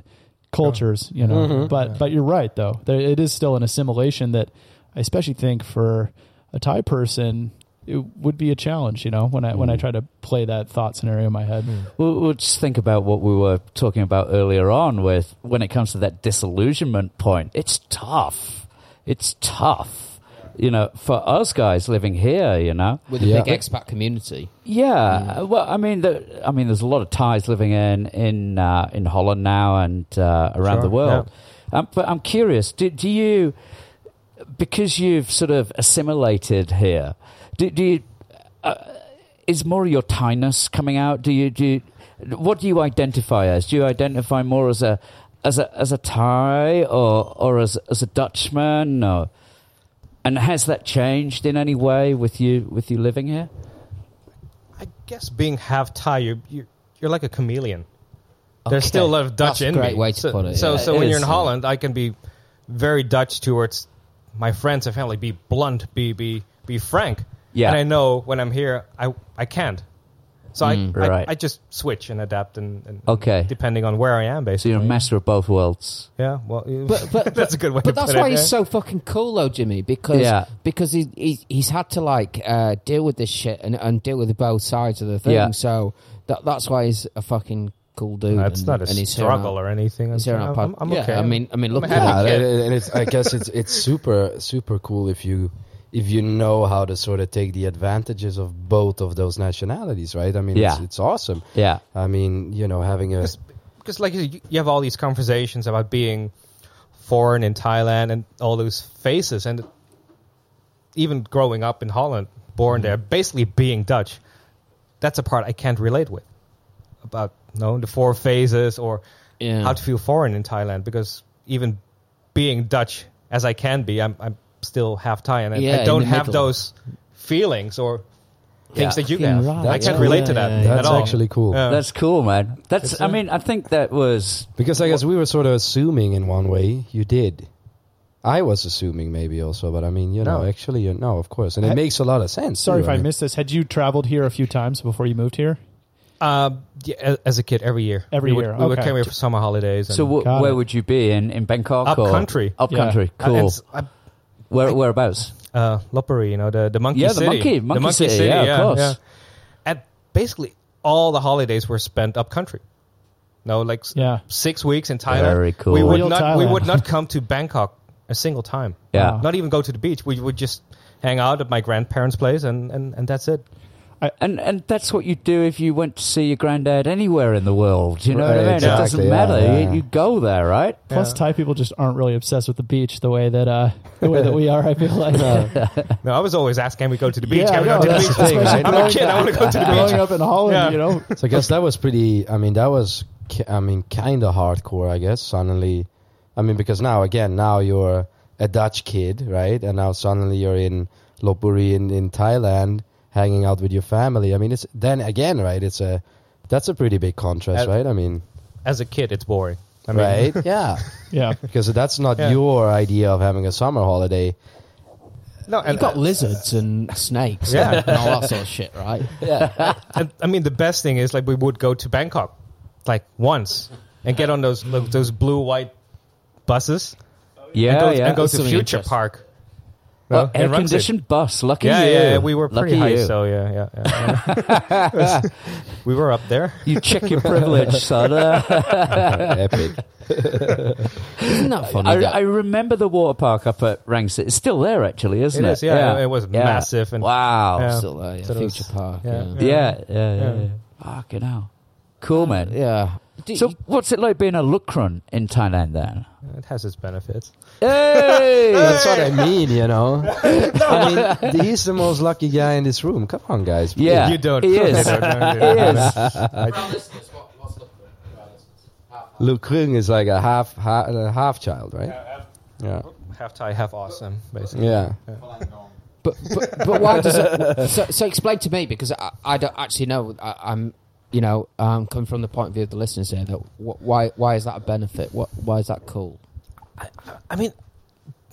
Speaker 4: cultures, you know. But but you're right though, there, it is still an assimilation that I especially think for a Thai person. It would be a challenge, you know, when I when I try to play that thought scenario in my head.
Speaker 5: Well, well, just think about what we were talking about earlier on with when it comes to that disillusionment point. It's tough. It's tough. You know, for us guys living here, you know,
Speaker 1: With a
Speaker 7: Yeah.
Speaker 1: big expat community.
Speaker 5: yeah. uh, Well, I mean, the, I mean, there's a lot of Thais living in in uh, in Holland now and uh, around
Speaker 6: Sure,
Speaker 5: the world. Um, but I'm curious. Do, do you, because you've sort of assimilated here, do, do you? Uh, is more of your Thainess coming out? Do you do? You, what do you identify as? Do you identify more as a as a as a Thai or or as as a Dutchman? Or, and has that changed in any way with you with you living here?
Speaker 6: I guess being half Thai, you're you're, you're like a chameleon. There's still a lot of Dutch
Speaker 1: That's a
Speaker 6: in
Speaker 1: great
Speaker 6: me.
Speaker 1: way to
Speaker 6: so,
Speaker 1: put it,
Speaker 6: So,
Speaker 1: yeah.
Speaker 6: so
Speaker 5: It
Speaker 6: when you're
Speaker 5: is,
Speaker 6: in
Speaker 5: yeah.
Speaker 6: Holland, I can be very Dutch towards my friends and family. Be blunt. Be be be frank.
Speaker 5: Yeah.
Speaker 6: And I know when I'm here, I I can't. So
Speaker 1: Mm,
Speaker 6: I, I
Speaker 5: Right.
Speaker 6: I just switch and adapt and, and
Speaker 5: Okay.
Speaker 6: depending on where I am
Speaker 5: So
Speaker 6: basically.
Speaker 5: you're a master of both worlds.
Speaker 6: yeah. Well, you-
Speaker 1: But- but-
Speaker 6: that's a good way.
Speaker 1: But
Speaker 6: to
Speaker 1: that's
Speaker 6: put
Speaker 1: why
Speaker 6: it.
Speaker 1: he's
Speaker 6: yeah.
Speaker 1: so fucking cool, though, Jimmy, because
Speaker 5: Yeah.
Speaker 1: because he, he's he's had to like uh, deal with this shit and, and deal with both sides of the thing.
Speaker 5: Yeah.
Speaker 1: So that that's why he's a fucking
Speaker 8: cool dude.
Speaker 6: That's
Speaker 8: and,
Speaker 6: not a
Speaker 8: and he's here on-
Speaker 6: struggle or anything.
Speaker 8: He's here on
Speaker 6: I'm,
Speaker 8: our pod-
Speaker 6: I'm- I'm
Speaker 8: yeah,
Speaker 6: okay.
Speaker 8: I mean, I mean, look
Speaker 6: I'm
Speaker 8: at
Speaker 6: happy.
Speaker 8: him.
Speaker 7: yeah,
Speaker 6: kid.
Speaker 7: and- and it's, I guess it's it's super super cool if you if you know how to sort of take the advantages of both of those nationalities, right? I mean, it's,
Speaker 5: Yeah.
Speaker 7: it's awesome.
Speaker 5: Yeah.
Speaker 7: I mean, you know, having a
Speaker 6: because like you, you have all these conversations about being foreign in Thailand and all those faces, and even growing up in Holland, born
Speaker 8: Mm-hmm.
Speaker 6: there, basically being Dutch. That's a part I can't relate with about you know, the four phases or
Speaker 8: Yeah.
Speaker 6: how to feel foreign in Thailand because even being Dutch as I can be, I'm, I'm still half Thai and I,
Speaker 8: Yeah,
Speaker 6: I
Speaker 8: in
Speaker 6: don't
Speaker 8: the
Speaker 6: have
Speaker 8: middle.
Speaker 6: those feelings or things that you
Speaker 8: fucking
Speaker 6: have.
Speaker 8: right.
Speaker 6: I
Speaker 7: That's
Speaker 6: can't
Speaker 7: cool.
Speaker 6: relate to that
Speaker 8: Yeah, yeah,
Speaker 6: at
Speaker 8: yeah.
Speaker 7: that's
Speaker 6: all.
Speaker 7: actually cool.
Speaker 6: Yeah.
Speaker 5: That's cool, man. That's. I mean, I think that was.
Speaker 7: Because I guess we were sort of assuming in one way you did. I was assuming maybe also, but I mean, you know,
Speaker 6: No.
Speaker 7: actually, you no, of course, and it makes a lot of sense.
Speaker 4: Sorry
Speaker 7: too,
Speaker 4: if I
Speaker 7: mean.
Speaker 4: missed this. Had you traveled here a few times before you moved here?
Speaker 6: Um, yeah, a- as a kid, every year.
Speaker 4: Every
Speaker 6: we would,
Speaker 4: year,
Speaker 6: we would
Speaker 4: okay.
Speaker 6: come here for summer holidays. And
Speaker 5: So, wh-
Speaker 4: Got
Speaker 5: where
Speaker 4: it.
Speaker 5: would you be in in Bangkok?
Speaker 6: Up
Speaker 5: or
Speaker 6: country.
Speaker 5: Up
Speaker 4: Yeah.
Speaker 5: country.
Speaker 6: Uh,
Speaker 5: Cool.
Speaker 6: it's- uh,
Speaker 5: Where, whereabouts?
Speaker 6: uh, Lopburi, you know, the, the monkey
Speaker 5: Yeah, the
Speaker 6: city.
Speaker 5: monkey- monkey city, yeah, of course.
Speaker 6: And basically, all the holidays were spent up country. No, like s-
Speaker 4: Yeah.
Speaker 6: six weeks in Thailand.
Speaker 5: Very cool.
Speaker 6: We would
Speaker 4: Real
Speaker 6: not. We
Speaker 4: Thailand.
Speaker 6: would not come to Bangkok a single time.
Speaker 5: Yeah.
Speaker 6: Not even go to the beach. We would just hang out at my grandparents' place, and, and, and that's it.
Speaker 5: And and that's what you do if you went to see your granddad anywhere in the world. You know what I
Speaker 7: Right,
Speaker 5: mean? it
Speaker 7: exactly,
Speaker 5: doesn't
Speaker 7: yeah,
Speaker 5: matter.
Speaker 7: yeah.
Speaker 5: You, you go there, right?
Speaker 4: Plus, Thai people just aren't really obsessed with the beach the way that uh, the way that we are. I feel like
Speaker 6: No, I was always asked, "Can we go to the beach?
Speaker 4: Yeah, I
Speaker 6: Can we
Speaker 4: know,
Speaker 6: go to the
Speaker 4: that's
Speaker 6: beach?"
Speaker 4: the thing, right?
Speaker 6: I'm a kid. I want to go to the
Speaker 4: growing
Speaker 6: beach.
Speaker 4: up in Holland,
Speaker 6: Yeah.
Speaker 4: you know,
Speaker 7: So I guess that was pretty. I mean, that was. ki- I mean, kind of hardcore. I guess suddenly, I mean, because now again, now you're a Dutch kid, right? And now suddenly you're in Lopburi in in Thailand, hanging out with your family. I mean, it's then again, right? It's a that's a pretty big contrast,
Speaker 6: Uh,
Speaker 7: right? I mean,
Speaker 6: As a kid, it's boring. I mean,
Speaker 7: right? yeah,
Speaker 4: yeah.
Speaker 7: because that's not
Speaker 6: Yeah.
Speaker 7: your idea of having a summer holiday.
Speaker 6: No,
Speaker 8: You've
Speaker 6: and, uh,
Speaker 8: got lizards and snakes
Speaker 6: Yeah.
Speaker 8: and all that sort of shit, right?
Speaker 6: I, I mean, the best thing is like we would go to Bangkok, like once, and get on those like, those blue white buses
Speaker 5: Yeah,
Speaker 6: and go,
Speaker 5: yeah.
Speaker 6: and go
Speaker 8: That's
Speaker 6: to
Speaker 8: something
Speaker 6: Future
Speaker 8: interesting.
Speaker 6: Park.
Speaker 5: Well,
Speaker 6: in
Speaker 5: air
Speaker 6: Rumsey.
Speaker 5: conditioned bus. Lucky
Speaker 6: Yeah,
Speaker 5: you.
Speaker 6: yeah, yeah, we were pretty
Speaker 5: Lucky
Speaker 6: high,
Speaker 5: you.
Speaker 6: so yeah, yeah. yeah, yeah. we were up there.
Speaker 5: You check your privilege, son. Uh,
Speaker 7: Epic.
Speaker 8: Isn't that funny?
Speaker 5: I,
Speaker 8: that-
Speaker 5: I remember the water park up at Rangsit. It's still there, actually, isn't
Speaker 6: It
Speaker 5: it?
Speaker 6: is, yeah. It was massive and-
Speaker 5: wow.
Speaker 6: Yeah.
Speaker 8: Still there, yeah.
Speaker 6: So there was-
Speaker 8: Future Park.
Speaker 6: yeah.
Speaker 8: Yeah.
Speaker 5: Yeah, yeah, yeah. yeah, Fucking hell. Cool, man.
Speaker 8: yeah. Do
Speaker 5: So,
Speaker 8: you-
Speaker 5: what's it like being a Lukrun in Thailand then?
Speaker 6: It has its benefits.
Speaker 5: Hey!
Speaker 7: That's what I mean, you know. I mean, he's the most lucky guy in this room. Come on, guys. please.
Speaker 5: Yeah.
Speaker 6: You don't.
Speaker 5: He
Speaker 6: You
Speaker 5: is.
Speaker 6: don't, no, you
Speaker 5: He
Speaker 6: don't.
Speaker 5: is.
Speaker 7: Luke Krung is like a half ha- uh, half child, right? Yeah.
Speaker 6: Half Thai, half awesome, basically.
Speaker 7: Yeah.
Speaker 8: but, but, but why does it? So, so explain to me because I, I don't actually know. I, I'm you know um, coming from the point of view of the listeners here that wh- why why is that a benefit? What why is that cool?
Speaker 6: I mean,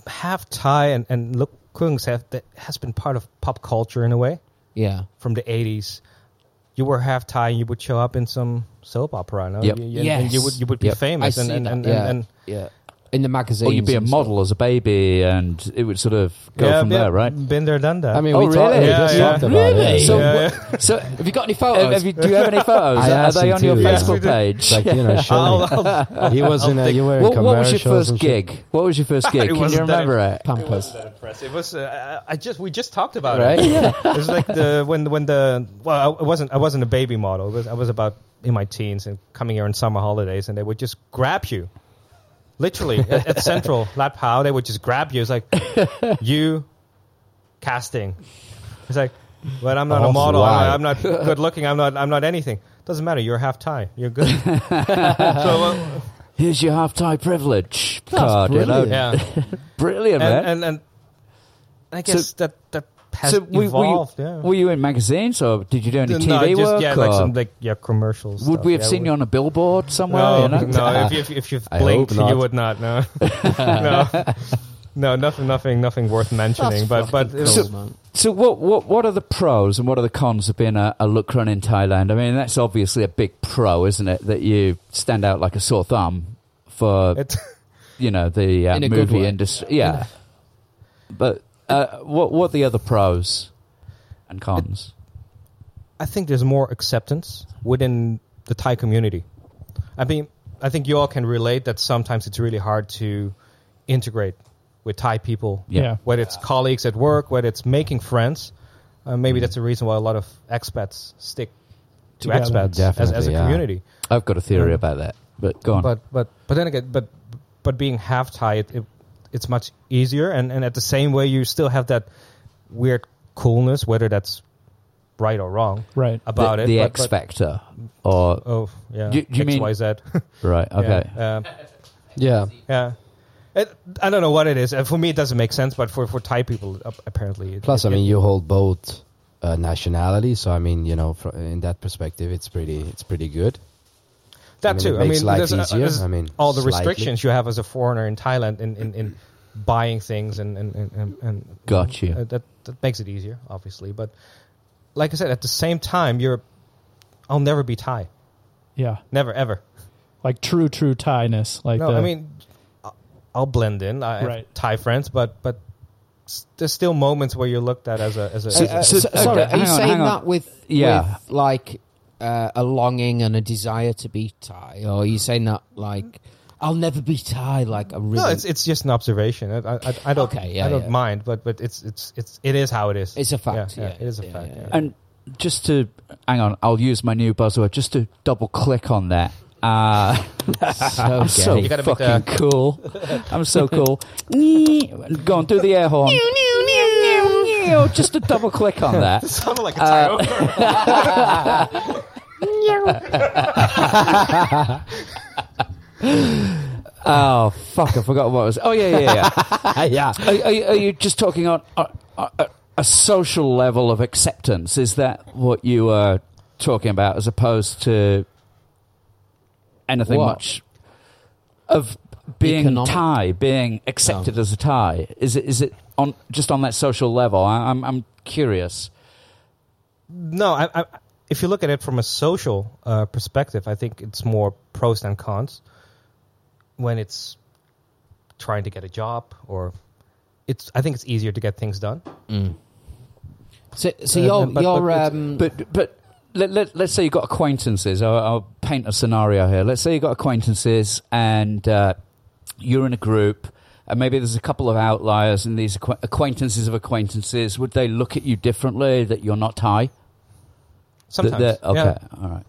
Speaker 6: half Thai and and Luk Kungs have that has been part of pop culture in a way.
Speaker 8: Yeah,
Speaker 6: from the 80s you were half Thai and you would show up in some soap opera no?
Speaker 5: Yep.
Speaker 6: You, you- and you would you would be
Speaker 5: Yep.
Speaker 6: famous
Speaker 8: I
Speaker 6: and
Speaker 8: see
Speaker 6: and,
Speaker 8: that,
Speaker 6: and,
Speaker 8: yeah.
Speaker 6: and, and
Speaker 8: yeah. In the magazine,
Speaker 5: Or you'd be a model as a baby, and it would sort of go
Speaker 6: Yeah,
Speaker 5: from
Speaker 6: yeah,
Speaker 5: there, right?
Speaker 6: been there done that
Speaker 7: I mean,
Speaker 5: Oh,
Speaker 7: we, talked-
Speaker 5: really?
Speaker 7: we
Speaker 6: Yeah,
Speaker 7: just
Speaker 6: yeah.
Speaker 7: talked about
Speaker 8: Really?
Speaker 7: it.
Speaker 5: So,
Speaker 6: Yeah.
Speaker 5: so
Speaker 8: Have you got any
Speaker 5: have,
Speaker 8: photos?
Speaker 5: have you, do you have any photos?
Speaker 7: I
Speaker 5: Are
Speaker 7: asked
Speaker 5: they
Speaker 7: him
Speaker 5: on your
Speaker 7: to. Yeah.
Speaker 5: Facebook page?
Speaker 7: It's like, you know,
Speaker 6: I'll-
Speaker 7: surely.
Speaker 6: I'll-
Speaker 7: he was in a, you were in
Speaker 5: What, what was your
Speaker 7: commercials
Speaker 5: first
Speaker 7: and shit.
Speaker 5: gig? What was your first gig?
Speaker 6: It
Speaker 5: Can you
Speaker 6: wasn't that-
Speaker 5: remember it?
Speaker 8: Pampers.
Speaker 6: it was uh, I I just we just talked about
Speaker 7: Right?
Speaker 6: it it was like the when when the well I wasn't I wasn't a baby model it was, I was about in my teens and coming here on summer holidays and they would just grab you literally at, at Central Lat Pao they would just grab you it's like you casting it's like but I'm not
Speaker 7: Oh,
Speaker 6: a model
Speaker 7: why?
Speaker 6: I'm, I'm not good looking I'm not I'm not anything doesn't matter you're half Thai you're good so uh,
Speaker 5: Here's your half Thai privilege card. you know?
Speaker 8: brilliant.
Speaker 6: yeah
Speaker 5: Brilliant, man.
Speaker 6: and, and and I
Speaker 5: So-
Speaker 6: guess that that has
Speaker 5: so, were, were you,
Speaker 6: evolved yeah.
Speaker 5: were you in magazines, or did you do any
Speaker 6: No,
Speaker 5: TV
Speaker 6: just,
Speaker 5: work?
Speaker 6: Yeah, like
Speaker 5: or-
Speaker 6: some like yeah commercials.
Speaker 5: would we have seen you on a billboard somewhere? you know?
Speaker 6: no, if, you- if, you- if you've
Speaker 7: I
Speaker 6: blinked,
Speaker 7: hope not.
Speaker 6: you would not. No, no, no, nothing, nothing, nothing worth mentioning. but but it
Speaker 8: Cool,
Speaker 6: was,
Speaker 8: man.
Speaker 5: So what, what what are the pros and what are the cons of being a, a look run in Thailand? I mean, that's obviously a big pro, isn't it? That you stand out like a sore thumb for
Speaker 6: it,
Speaker 5: you know the uh,
Speaker 8: In a good
Speaker 5: movie
Speaker 8: way.
Speaker 5: industry. Yeah, but uh, what what are the other pros and cons?
Speaker 6: I think there's more acceptance within the Thai community I mean, I think you all can relate that sometimes it's really hard to integrate with Thai people.
Speaker 4: Yeah.
Speaker 6: Whether it's colleagues at work, whether it's making friends, uh, maybe
Speaker 5: Mm.
Speaker 6: that's the reason why a lot of expats stick to
Speaker 4: Together.
Speaker 6: expats as, as a
Speaker 7: Definitely, yeah.
Speaker 6: community.
Speaker 5: I've got a theory about that, but go on.
Speaker 6: But but but then again, but but being half Thai, it, it, it's much easier, and and at the same way, you still have that weird coolness, whether that's right or wrong
Speaker 4: Right.
Speaker 6: about
Speaker 5: the,
Speaker 6: it.
Speaker 5: the
Speaker 6: but-
Speaker 5: X
Speaker 6: but-
Speaker 5: Factor, or
Speaker 6: Oh yeah,
Speaker 5: Do- do you mean-
Speaker 6: XYZ.
Speaker 5: right? Okay,
Speaker 6: Yeah. um,
Speaker 7: Yeah.
Speaker 6: yeah. It, I don't know what it is. Uh, For me, it doesn't make sense, but for, for Thai people, ap- apparently. It,
Speaker 7: Plus,
Speaker 6: it-
Speaker 7: I mean,
Speaker 6: it-
Speaker 7: you hold both uh, nationalities, so I mean, you know, fr- in that perspective, it's pretty, it's pretty good. I mean,
Speaker 6: that
Speaker 7: it
Speaker 6: too. I
Speaker 7: makes
Speaker 6: mean,
Speaker 7: life
Speaker 6: there's, uh,
Speaker 7: easier.
Speaker 6: there's
Speaker 7: I mean,
Speaker 6: all the
Speaker 7: slightly.
Speaker 6: restrictions you have as a foreigner in Thailand in, in, in buying things and and and, and, and
Speaker 5: got you.
Speaker 6: uh, that that makes it easier, obviously. But like I said, at the same time, you're I'll never be Thai,
Speaker 4: Yeah.
Speaker 6: never ever.
Speaker 4: Like true, true Thai ness. Like
Speaker 6: no,
Speaker 4: the-
Speaker 6: I mean, I- I'll blend in. I have
Speaker 4: Right.
Speaker 6: Thai friends, but but s- there's still moments where you're looked at as a as a.
Speaker 8: Uh,
Speaker 6: as
Speaker 1: So-
Speaker 6: a-
Speaker 5: so-
Speaker 1: sorry,
Speaker 5: okay,
Speaker 1: are you
Speaker 5: hang on,
Speaker 1: saying
Speaker 5: hang on.
Speaker 1: that with
Speaker 5: Yeah.
Speaker 1: with, like uh, a longing and a desire to be Thai, or are you saying that like I'll never be Thai? Like I really,
Speaker 6: no, it's
Speaker 1: it's,
Speaker 6: it's just an observation. I, I, I don't
Speaker 1: Okay, yeah,
Speaker 6: I don't
Speaker 1: yeah.
Speaker 6: mind, but but it's it's it's it is how it is.
Speaker 1: a fact. Yeah,
Speaker 6: it is a
Speaker 1: yeah,
Speaker 6: fact.
Speaker 1: yeah,
Speaker 6: yeah.
Speaker 1: yeah.
Speaker 5: And just to hang on, I'll use my new buzzword just to double click on that. Uh,
Speaker 1: So
Speaker 5: I'm so
Speaker 1: gay.
Speaker 6: You gotta make
Speaker 5: fucking
Speaker 6: the-
Speaker 5: cool. I'm so cool. Go on, do the air horn. Just to double click on that.
Speaker 6: Sounded like a Thai
Speaker 5: Oh fuck! I forgot what it was. Oh yeah, yeah, yeah.
Speaker 7: yeah.
Speaker 5: are, are, you- are you just talking on a, a, a social level of acceptance? Is that what you are talking about, as opposed to anything
Speaker 1: What?
Speaker 5: much of being
Speaker 1: Economic?
Speaker 5: Thai, being accepted as a Thai? Is it is it on just on that social level? I, I'm I'm curious.
Speaker 6: No, I, I, if you look at it from a social uh, perspective, I think it's more pros and cons. When it's trying to get a job, or it's, I think it's easier to get things done.
Speaker 1: So, so
Speaker 6: Uh,
Speaker 1: you're
Speaker 6: but- but
Speaker 1: you're
Speaker 6: it's-
Speaker 1: um,
Speaker 5: Mm. But but let, let, let's say you've got acquaintances. I'll, I'll paint a scenario here. Let's say you've got acquaintances and uh, you're in a group, and maybe there's a couple of outliers in these acqu- acquaintances of acquaintances. Would they look at you differently that you're not Thai? That
Speaker 6: Sometimes,
Speaker 5: they're- okay,
Speaker 6: yeah.
Speaker 5: all right.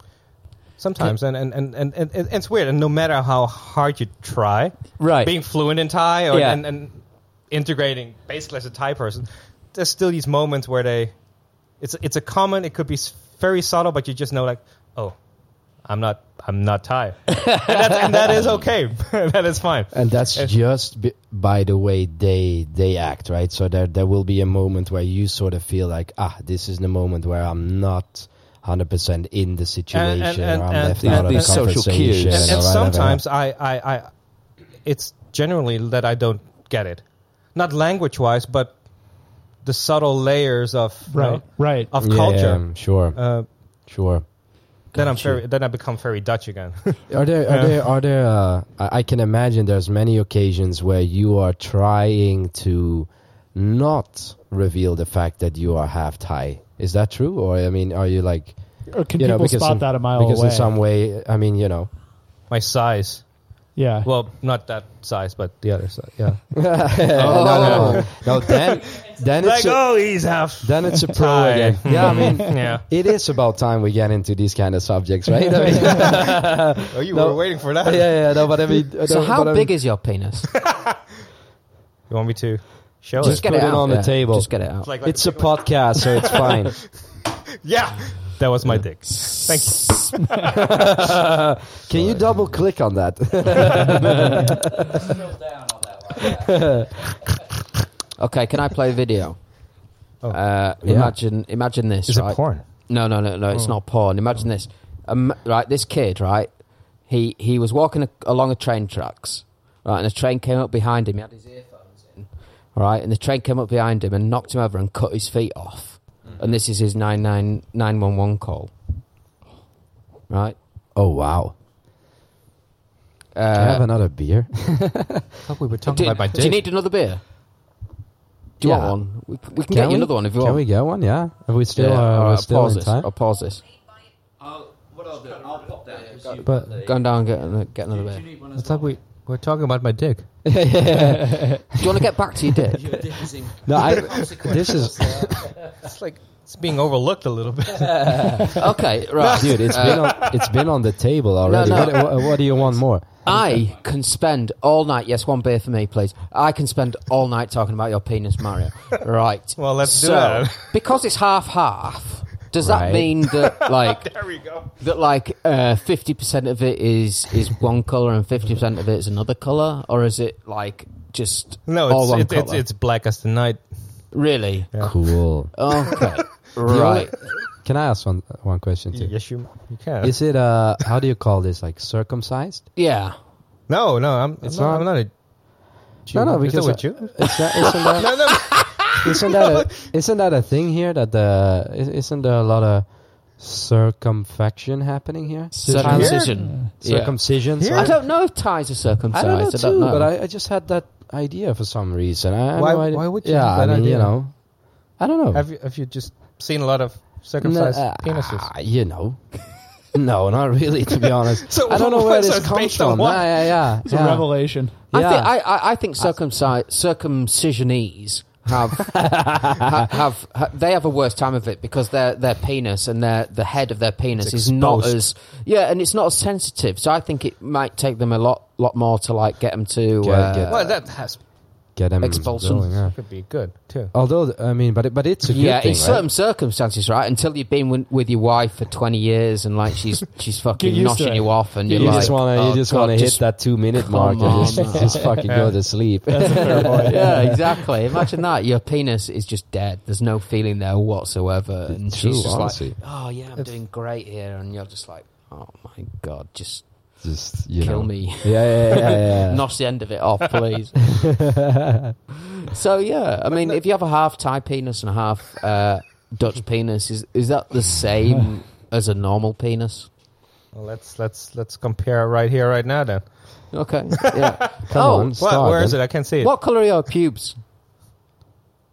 Speaker 6: Sometimes, and and, and, and, and and it's weird. And no matter how hard you try,
Speaker 5: Right.
Speaker 6: being fluent in Thai or
Speaker 5: Yeah.
Speaker 6: and, and integrating basically as a Thai person, there's still these moments where they, it's it's a common. It could be s- very subtle, but you just know like, oh, I'm not I'm not Thai, and, that's, and that is okay. that is fine.
Speaker 7: And that's just b- by the way they they act, right? So there there will be a moment where you sort of feel like, ah, this is the moment where I'm not hundred percent in the situation,
Speaker 6: and-
Speaker 7: or I'm
Speaker 6: and-
Speaker 7: left
Speaker 6: and
Speaker 7: out of the
Speaker 5: these social cues.
Speaker 7: conversation.
Speaker 6: and,
Speaker 7: or
Speaker 6: and
Speaker 7: whatever.
Speaker 6: sometimes I, I, I it's generally that I don't get it, not language wise, but the subtle layers of you
Speaker 4: right,
Speaker 6: know,
Speaker 4: right.
Speaker 6: of
Speaker 7: Yeah,
Speaker 6: culture.
Speaker 7: sure,
Speaker 6: Uh,
Speaker 7: sure.
Speaker 6: then I'm very, then I become very Dutch again.
Speaker 7: Are there are
Speaker 6: Yeah.
Speaker 7: there are there? Uh, I I can imagine there's many occasions where you are trying to not reveal the fact that you are half Thai. Is that true, or I mean, are you like
Speaker 4: or can
Speaker 7: you know
Speaker 4: people
Speaker 7: because
Speaker 4: spot
Speaker 7: in,
Speaker 4: that a mile
Speaker 7: because
Speaker 4: away?
Speaker 7: in some way, I mean, you know,
Speaker 6: My size,
Speaker 4: yeah.
Speaker 6: well, not that size, but the other size. Yeah,
Speaker 1: Oh.
Speaker 7: no, no, no, no. Then then it's
Speaker 6: like
Speaker 7: a,
Speaker 6: oh, he's half.
Speaker 7: then it's a pro
Speaker 6: Thai.
Speaker 7: again. Yeah, I mean.
Speaker 6: yeah.
Speaker 7: It is about time we get into these kind of subjects, right? I mean, yeah,
Speaker 6: Oh, you
Speaker 7: No.
Speaker 6: were waiting for that.
Speaker 7: yeah, no, but I mean,
Speaker 1: so
Speaker 7: no,
Speaker 6: uh,
Speaker 1: how
Speaker 7: but
Speaker 6: um,
Speaker 7: I mean-
Speaker 1: big is your penis?
Speaker 6: You want me to show
Speaker 1: Just
Speaker 6: it?
Speaker 1: get it
Speaker 7: put it
Speaker 1: out
Speaker 7: on the
Speaker 1: there.
Speaker 7: table.
Speaker 1: Just get it out.
Speaker 6: It's like, like
Speaker 7: It's a podcast, so it's fine.
Speaker 6: yeah. That was my dick. Thank you.
Speaker 7: Can you double click on that?
Speaker 1: Okay, can I play video? Uh,
Speaker 7: Yeah.
Speaker 1: Imagine, imagine this.
Speaker 6: Oh. Is it
Speaker 1: right?
Speaker 6: porn? Oh.
Speaker 1: No, no, no, no. It's not porn. Imagine this. Um, right, this kid, right? He he was walking a, along a train tracks, right? And a train came up behind him. He had his earphones in, right? And the train came up behind him and knocked him over and cut his feet off.
Speaker 6: Mm-hmm.
Speaker 1: And this is his nine nine nine one one call, right?
Speaker 7: Oh wow! Can I have
Speaker 1: Uh,
Speaker 7: another beer?
Speaker 6: we were talking
Speaker 1: do,
Speaker 6: about my
Speaker 1: do you
Speaker 6: dick.
Speaker 1: need another beer? Do you
Speaker 7: Yeah.
Speaker 1: want one? We, we can, get
Speaker 7: we?
Speaker 1: you another one if you
Speaker 7: Can
Speaker 1: want.
Speaker 7: we get one? Yeah. Are we still?
Speaker 1: Yeah,
Speaker 7: uh,
Speaker 1: all
Speaker 7: we're
Speaker 1: right,
Speaker 7: still
Speaker 1: pause
Speaker 7: in
Speaker 1: this.
Speaker 7: time.
Speaker 1: I'll pause this.
Speaker 5: what I I'll do it. I'll pop down.
Speaker 6: But
Speaker 1: Go down, get, an- get another beer.
Speaker 5: need one
Speaker 6: it's like we we're talking about my dick.
Speaker 1: Do you want to get back to your dick?
Speaker 7: No, I, this is
Speaker 6: It's like it's being overlooked a little bit.
Speaker 1: okay, right.
Speaker 7: dude. It's been on, it's been on the table already.
Speaker 1: no.
Speaker 7: What, what, what do you want more?
Speaker 1: I can spend all night. Yes, one beer for me, please. I can spend all night talking about your penis, Mario. Right.
Speaker 6: Well, let's do
Speaker 1: So,
Speaker 6: that.
Speaker 1: Because it's half half. Does
Speaker 7: Right.
Speaker 1: that mean that like
Speaker 6: there we go.
Speaker 1: that like uh, fifty percent of it is is one color and fifty percent of it is another color, or is it like just
Speaker 6: No,
Speaker 1: all one
Speaker 6: it's it's, it's
Speaker 1: color?
Speaker 6: it's black as the night.
Speaker 1: really
Speaker 7: Cool.
Speaker 1: okay,
Speaker 7: The only-
Speaker 1: right?
Speaker 7: Can I ask one one question too?
Speaker 6: Yes, you you can.
Speaker 7: Is it uh? How do you call this? Like circumcised?
Speaker 1: Yeah.
Speaker 6: no, no, I'm
Speaker 7: It's not-
Speaker 6: I'm not. I'm not a Jew.
Speaker 7: No, no,
Speaker 6: Is that
Speaker 7: because
Speaker 6: what
Speaker 7: I-
Speaker 6: you?
Speaker 7: Is that, isn't that,
Speaker 6: No, no.
Speaker 7: isn't that a, isn't that a thing here that the is- isn't there a lot of circumfection happening here?
Speaker 1: Circumcision. Yeah.
Speaker 7: Circumcision.
Speaker 6: Here?
Speaker 1: I
Speaker 7: sorry.
Speaker 1: don't know if ties are circumcised.
Speaker 7: I don't know
Speaker 1: I
Speaker 7: too,
Speaker 1: don't know.
Speaker 7: but I, I just had that idea for some reason. I, I
Speaker 6: Why-
Speaker 7: no idea.
Speaker 6: why would you
Speaker 7: Yeah,
Speaker 6: have that
Speaker 7: I mean,
Speaker 6: idea?
Speaker 7: you know, I don't know.
Speaker 6: Have you have you just seen a lot of
Speaker 7: No,
Speaker 6: circumcised
Speaker 7: uh,
Speaker 6: penises?
Speaker 7: ah, you know. No, not really. To be honest,
Speaker 6: So
Speaker 7: I don't know where
Speaker 6: so
Speaker 7: this
Speaker 6: it's
Speaker 7: comes
Speaker 6: based on
Speaker 7: from.
Speaker 6: what?
Speaker 7: Yeah, yeah, yeah.
Speaker 4: It's a
Speaker 7: yeah.
Speaker 4: revelation.
Speaker 1: I think
Speaker 7: Yeah.
Speaker 1: I, I, I think circumci- circumcisionese have, ha- have ha they have a worse time of it because their their penis and their the head of their penis is not as
Speaker 6: exposed.
Speaker 1: yeah and it's not as sensitive. So I think it might take them a lot lot more to like get them to uh,
Speaker 7: get-
Speaker 6: Well, that has
Speaker 7: Get them
Speaker 1: Expulsion.
Speaker 7: going, yeah.
Speaker 6: could be good too.
Speaker 7: Although I mean, but it, but it's a good
Speaker 1: yeah
Speaker 7: thing,
Speaker 1: in
Speaker 7: right?
Speaker 1: certain circumstances right until you've been with, with your wife for twenty years and like she's she's fucking
Speaker 4: used to
Speaker 1: noshing
Speaker 4: it.
Speaker 1: you off and
Speaker 7: You
Speaker 1: you're
Speaker 7: just
Speaker 1: like,
Speaker 7: want to
Speaker 1: "Oh,
Speaker 7: you just
Speaker 1: God,
Speaker 7: want to hit
Speaker 1: just
Speaker 7: that two minute
Speaker 1: come
Speaker 7: mark and just,
Speaker 1: on now."
Speaker 7: just fucking go to sleep.
Speaker 1: yeah, exactly. Imagine that. Your penis is just dead. There's no feeling there whatsoever. And
Speaker 7: True,
Speaker 1: she's just
Speaker 7: honestly.
Speaker 1: like, oh, yeah, I'm doing great here. And you're just like, oh, my God, just
Speaker 7: just you
Speaker 1: kill
Speaker 7: know.
Speaker 1: me.
Speaker 7: Yeah, yeah, yeah, yeah, yeah.
Speaker 1: Nosh the end of it off, please. so, yeah, I mean, if you have a half Thai penis and a half uh, Dutch penis, is, is that the same as a normal penis?
Speaker 6: Well, let's let's let's compare right here, right now. Then
Speaker 1: Okay, yeah.
Speaker 7: Come
Speaker 1: oh,
Speaker 7: on,
Speaker 1: what-
Speaker 6: what?
Speaker 7: start
Speaker 6: Where is
Speaker 7: then.
Speaker 6: it? I can't see it.
Speaker 1: What colour are your pubes?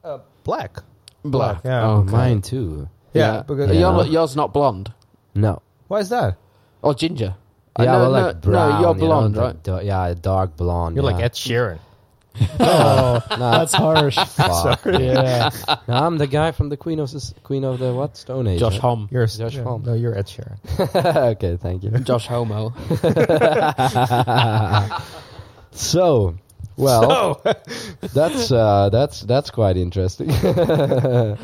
Speaker 6: Uh, black.
Speaker 1: Black.
Speaker 6: yeah.
Speaker 1: Oh,
Speaker 7: Oh,
Speaker 1: okay.
Speaker 7: mine too.
Speaker 6: Yeah, because-
Speaker 1: Are
Speaker 7: Yeah.
Speaker 1: your- yours not blonde?
Speaker 7: No.
Speaker 6: Why is that?
Speaker 1: Or ginger. Uh,
Speaker 7: Yeah,
Speaker 1: no,
Speaker 7: well,
Speaker 1: no,
Speaker 7: like brown.
Speaker 1: No, you're
Speaker 7: you know,
Speaker 1: blonde,
Speaker 7: like
Speaker 1: right?
Speaker 7: da- yeah, dark blonde.
Speaker 6: You're
Speaker 7: yeah.
Speaker 6: like Ed Sheeran.
Speaker 4: Oh,
Speaker 7: No,
Speaker 4: that's harsh.
Speaker 7: fuck.
Speaker 4: Yeah.
Speaker 7: No, I'm the guy from the Queen of the Queen of the what Stone Age.
Speaker 1: Josh
Speaker 7: right?
Speaker 1: Hom.
Speaker 6: You're
Speaker 7: Josh
Speaker 6: yeah,
Speaker 7: Homme.
Speaker 6: No, you're Ed Sheeran.
Speaker 7: okay, thank you.
Speaker 1: Josh Homo.
Speaker 7: So, well,
Speaker 6: Oh,
Speaker 7: that's uh, that's that's quite interesting.
Speaker 1: yeah,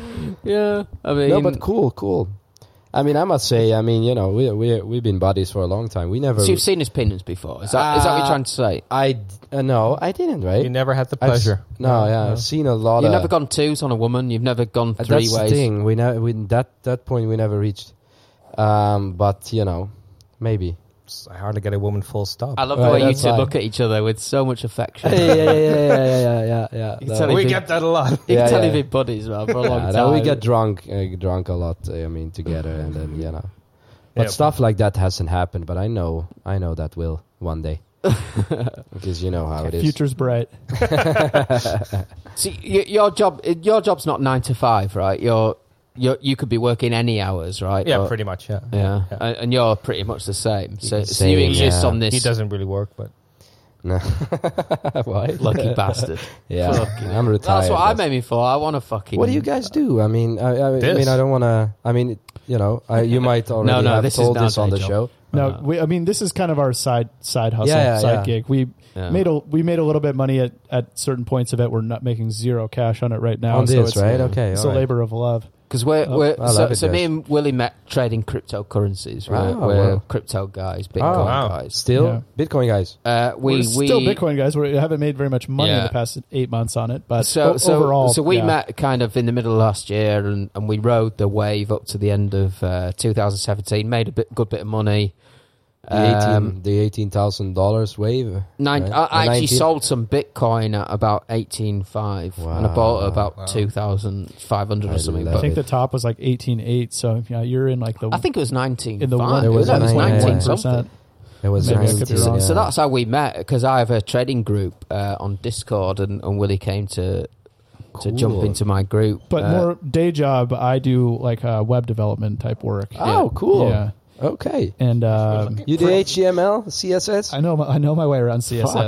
Speaker 1: I mean,
Speaker 7: no, but cool, cool. I mean, I must say, I mean, you know, we we we've been buddies for a long time. We never.
Speaker 1: so you've seen his penis before. Is that, is that what you're
Speaker 7: Uh,
Speaker 1: trying to say?
Speaker 7: I d- uh, no, I didn't. Right?
Speaker 6: you never had the
Speaker 7: I've s-
Speaker 6: pleasure.
Speaker 7: no, yeah, I've seen a lot
Speaker 1: You've
Speaker 7: of.
Speaker 1: never gone twos on a woman. You've never gone
Speaker 7: Uh,
Speaker 1: three
Speaker 7: that's
Speaker 1: ways.
Speaker 7: the thing. We never. We, that that point we never reached. Um, but you know, maybe.
Speaker 6: I hardly get a woman full stop.
Speaker 1: I love
Speaker 7: Right,
Speaker 1: the way you
Speaker 7: that's
Speaker 1: two
Speaker 7: fine.
Speaker 1: look at each other with so much affection.
Speaker 7: yeah, yeah, yeah, yeah, yeah, yeah, yeah.
Speaker 1: You tell
Speaker 7: we,
Speaker 1: it-
Speaker 6: we get that a lot.
Speaker 1: You
Speaker 7: yeah,
Speaker 1: can tell
Speaker 7: yeah.
Speaker 1: you've been buddies man, for a long
Speaker 7: yeah,
Speaker 1: time.
Speaker 7: no, we get drunk, uh, drunk a lot. uh, I mean, together, and then you know, but
Speaker 6: Yeah.
Speaker 7: stuff like that hasn't happened. But I know, I know that will one day, because you know how it is.
Speaker 4: Future's bright.
Speaker 1: See, y- your job, your job's not nine to five, right? You're, you're, you could be working any hours, right?
Speaker 6: Yeah,
Speaker 1: Or-
Speaker 6: pretty much. Yeah.
Speaker 1: Oh. Yeah, and and you're pretty much the same. So, so
Speaker 7: Same,
Speaker 1: you exist
Speaker 7: yeah.
Speaker 1: on this
Speaker 6: He doesn't really work, but
Speaker 7: No. Why?
Speaker 1: lucky bastard.
Speaker 7: Yeah, I'm retired.
Speaker 1: That's what I'm
Speaker 7: that's-
Speaker 1: aiming for. I want to fucking.
Speaker 7: What do you guys do? I mean, I, I
Speaker 6: This?
Speaker 7: mean, I don't want to. I mean, you know, I, you might already
Speaker 1: no,
Speaker 7: have
Speaker 1: this is
Speaker 7: told
Speaker 1: not
Speaker 7: this on
Speaker 1: my
Speaker 7: the
Speaker 1: job.
Speaker 7: show.
Speaker 4: No, we, I mean this is kind of our side side hustle,
Speaker 7: Uh-huh. Yeah, yeah,
Speaker 4: side
Speaker 7: yeah.
Speaker 4: gig. We
Speaker 1: Yeah.
Speaker 4: made a we made a little bit of money at, at certain points of it. We're not making zero cash on it right now.
Speaker 7: on
Speaker 4: so
Speaker 7: this,
Speaker 4: it's,
Speaker 7: right? Okay,
Speaker 4: It's
Speaker 7: all
Speaker 4: a
Speaker 7: right.
Speaker 4: labor of love.
Speaker 1: Because we're, we're
Speaker 7: I love
Speaker 1: so,
Speaker 7: it,
Speaker 1: so me
Speaker 7: guys.
Speaker 1: and Willie met trading cryptocurrencies. Right?
Speaker 7: Wow,
Speaker 1: we're
Speaker 7: wow.
Speaker 1: crypto guys, Bitcoin
Speaker 6: wow.
Speaker 1: guys.
Speaker 7: Still,
Speaker 4: Yeah.
Speaker 7: Bitcoin guys.
Speaker 1: Uh, we
Speaker 4: We're
Speaker 1: we
Speaker 4: still Bitcoin guys. We haven't made very much money in
Speaker 1: Yeah.
Speaker 4: the past eight months on it, but
Speaker 1: So
Speaker 4: o-
Speaker 1: so
Speaker 4: overall,
Speaker 1: so we
Speaker 4: yeah.
Speaker 1: met kind of in the middle of last year, and, and we rode the wave up to the end of uh, 2017. Made a bit good bit of money.
Speaker 7: The
Speaker 1: Um,
Speaker 7: eighteen, the eighteen thousand dollars wave.
Speaker 1: Nine,
Speaker 7: right?
Speaker 1: I, I
Speaker 7: Or
Speaker 1: actually
Speaker 7: 19?
Speaker 1: sold some Bitcoin at about eighteen five, and I
Speaker 7: Wow.
Speaker 1: bought about two thousand five hundred
Speaker 7: I
Speaker 1: or something.
Speaker 4: I
Speaker 7: love
Speaker 1: But
Speaker 4: think the top was like eighteen eight. So yeah, you're in like the
Speaker 1: I think it was nineteen.
Speaker 4: in the
Speaker 1: five.
Speaker 4: one.
Speaker 1: It was,
Speaker 7: was
Speaker 1: it was
Speaker 7: 19,
Speaker 1: nineteen
Speaker 7: yeah.
Speaker 1: something.
Speaker 4: percent.
Speaker 7: It was
Speaker 4: Maybe I could be
Speaker 7: 19,
Speaker 4: wrong.
Speaker 7: yeah.
Speaker 1: So that's how we met because I have a trading group uh, on Discord, and, and Willie came to to jump
Speaker 7: Cool.
Speaker 1: into my group.
Speaker 4: But
Speaker 1: Uh,
Speaker 4: more day job, I do like uh, web development type work.
Speaker 7: Oh, cool.
Speaker 4: Yeah.
Speaker 7: Okay.
Speaker 4: and um,
Speaker 7: You do HTML, CSS.
Speaker 4: I know my, I know my way around CSS.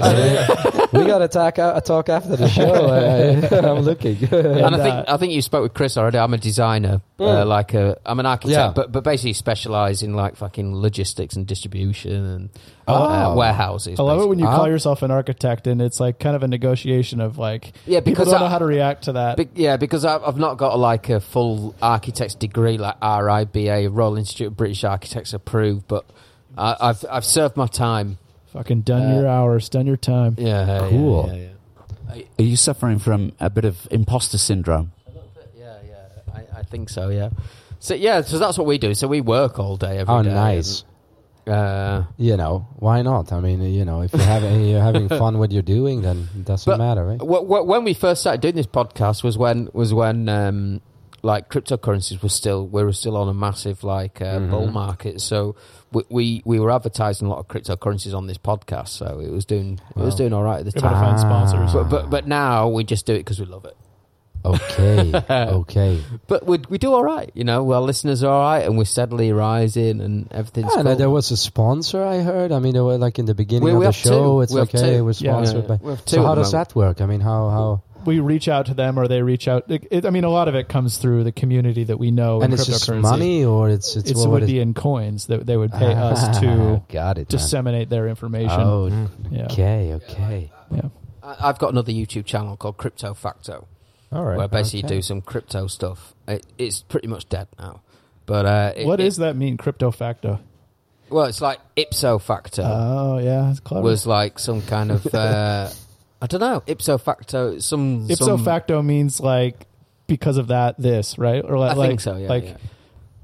Speaker 7: we gotta talk. Uh, talk after the show. I, am looking.
Speaker 1: and I think I think you spoke with Chris already. I'm a designer, uh,
Speaker 4: Mm.
Speaker 1: like a I'm an architect,
Speaker 7: Yeah.
Speaker 1: but but basically specialize in like fucking logistics and distribution and uh,
Speaker 7: Oh.
Speaker 1: warehouses.
Speaker 4: I love it when you
Speaker 7: Ah.
Speaker 4: call yourself an architect, and it's like kind of a negotiation of like,
Speaker 1: Yeah,
Speaker 4: people
Speaker 1: because
Speaker 4: don't
Speaker 1: I-
Speaker 4: know how to react to that.
Speaker 1: Be- yeah, because I, I've not got like a full architect's degree, like RIBA, Royal Institute of British Architects approved, but I, I've I've served my time.
Speaker 4: Fucking
Speaker 1: Uh,
Speaker 4: done your hours, done your time.
Speaker 1: Yeah, yeah,
Speaker 5: Cool.
Speaker 1: Yeah, yeah,
Speaker 5: Are you suffering from a bit of imposter syndrome?
Speaker 1: yeah. yeah. I, I think so. Yeah. So yeah, so that's what we do. So we work all day every day.
Speaker 7: Oh, nice.
Speaker 1: and, Uh,
Speaker 7: You know, why not? I mean, you know, if you have, you're having fun what you're doing, then it doesn't
Speaker 1: But-
Speaker 7: matter, right?
Speaker 1: Wh- wh- when we first started doing this podcast was when was when um, like cryptocurrencies were still we were still on a massive like uh,
Speaker 7: Mm-hmm.
Speaker 1: bull market. So we, we we were advertising a lot of cryptocurrencies on this podcast. So it was doing it was doing all right at the
Speaker 4: We better
Speaker 1: time.
Speaker 4: find sponsors.
Speaker 1: But, but
Speaker 7: Ah.
Speaker 1: but now we just do it because we love it.
Speaker 7: Okay, okay.
Speaker 1: But we we do all right, you know. Our listeners are all right, and we're steadily rising, and everything's.
Speaker 7: Yeah,
Speaker 1: cool.
Speaker 7: Ah, uh, there was a sponsor. I heard. I mean, there were like in the beginning
Speaker 1: We-
Speaker 7: of
Speaker 1: we
Speaker 7: the
Speaker 1: have
Speaker 7: show.
Speaker 1: two.
Speaker 7: It's
Speaker 1: We have
Speaker 7: like, hey,
Speaker 1: two.
Speaker 7: we're
Speaker 4: Yeah.
Speaker 7: sponsored
Speaker 1: Yeah. We
Speaker 7: by.
Speaker 1: have two
Speaker 7: So how
Speaker 1: at the
Speaker 7: does that work? I mean, how how?
Speaker 4: we reach out to them, or they reach out. It, it, I mean, a lot of it comes through the community that we know. in
Speaker 7: And it's just
Speaker 4: cryptocurrency.
Speaker 7: money, or it's it's,
Speaker 4: It's,
Speaker 7: what
Speaker 4: it would
Speaker 7: it- Ah,
Speaker 4: be in coins that they would pay us to
Speaker 7: Got it. man.
Speaker 4: disseminate their information.
Speaker 7: Oh,
Speaker 4: yeah.
Speaker 7: okay, okay.
Speaker 4: yeah.
Speaker 1: I- I've got another YouTube channel called Crypto Facto.
Speaker 6: All right.
Speaker 1: where I basically do some crypto stuff. It, it's pretty much dead now. But uh, it,
Speaker 4: What
Speaker 1: it-
Speaker 4: does that mean, crypto facto?
Speaker 1: Well, it's like ipso facto
Speaker 4: Oh yeah, it's clever.
Speaker 1: Uh, was like some kind of uh, I don't know ipso facto some
Speaker 4: Ipso
Speaker 1: some,
Speaker 4: facto means like because of that, this right? Or
Speaker 1: I
Speaker 4: like,
Speaker 1: think so. Yeah.
Speaker 4: like
Speaker 1: yeah.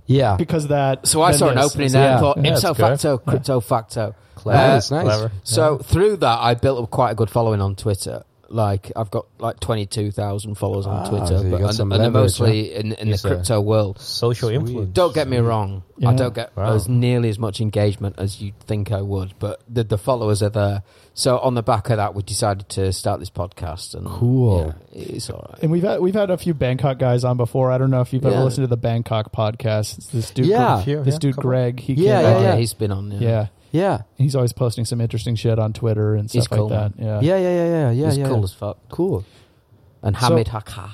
Speaker 7: Yeah.
Speaker 4: because of that.
Speaker 1: So I
Speaker 4: then
Speaker 1: saw an
Speaker 4: this.
Speaker 1: opening
Speaker 4: It's
Speaker 1: there and
Speaker 7: yeah.
Speaker 1: thought
Speaker 6: Yeah,
Speaker 1: ipso
Speaker 6: that's good.
Speaker 1: facto crypto facto. Uh,
Speaker 7: Nice, nice.
Speaker 6: Clever.
Speaker 1: So through that, I built up quite a good following on Twitter. Like I've got like twenty two thousand followers on
Speaker 7: Ah,
Speaker 1: Twitter,
Speaker 7: so you
Speaker 1: but
Speaker 7: got
Speaker 1: and,
Speaker 7: some
Speaker 1: and they're
Speaker 7: leverage,
Speaker 1: mostly in, in the
Speaker 6: Yes, sir.
Speaker 1: crypto world.
Speaker 6: Social
Speaker 7: Sweet.
Speaker 6: influence.
Speaker 1: Don't get me wrong. I
Speaker 4: Yeah.
Speaker 1: don't get
Speaker 6: Wow.
Speaker 1: as nearly as much engagement as you'd think I would, but the, the followers are there. So on the back of that, we decided to start this podcast. And
Speaker 7: Cool.
Speaker 1: yeah, it's all right.
Speaker 4: And we've had we've had a few Bangkok guys on before. I don't know if you've ever
Speaker 1: Yeah.
Speaker 4: listened to the Bangkok podcast. It's this dude,
Speaker 7: Yeah.
Speaker 4: Gre-
Speaker 6: Few,
Speaker 4: this
Speaker 6: yeah,
Speaker 4: dude
Speaker 6: couple.
Speaker 4: Greg. He
Speaker 7: Yeah,
Speaker 4: came
Speaker 1: Yeah,
Speaker 4: back.
Speaker 7: yeah.
Speaker 1: he's been on. Yeah,
Speaker 4: yeah.
Speaker 7: Yeah.
Speaker 4: He's always posting some interesting shit on Twitter and
Speaker 1: He's
Speaker 4: stuff
Speaker 1: cool,
Speaker 4: like that. Yeah.
Speaker 7: Yeah, yeah, yeah, yeah, yeah.
Speaker 1: he's
Speaker 7: yeah.
Speaker 1: cool as fuck.
Speaker 7: Cool.
Speaker 1: And
Speaker 4: So-
Speaker 1: Hamid Hakka.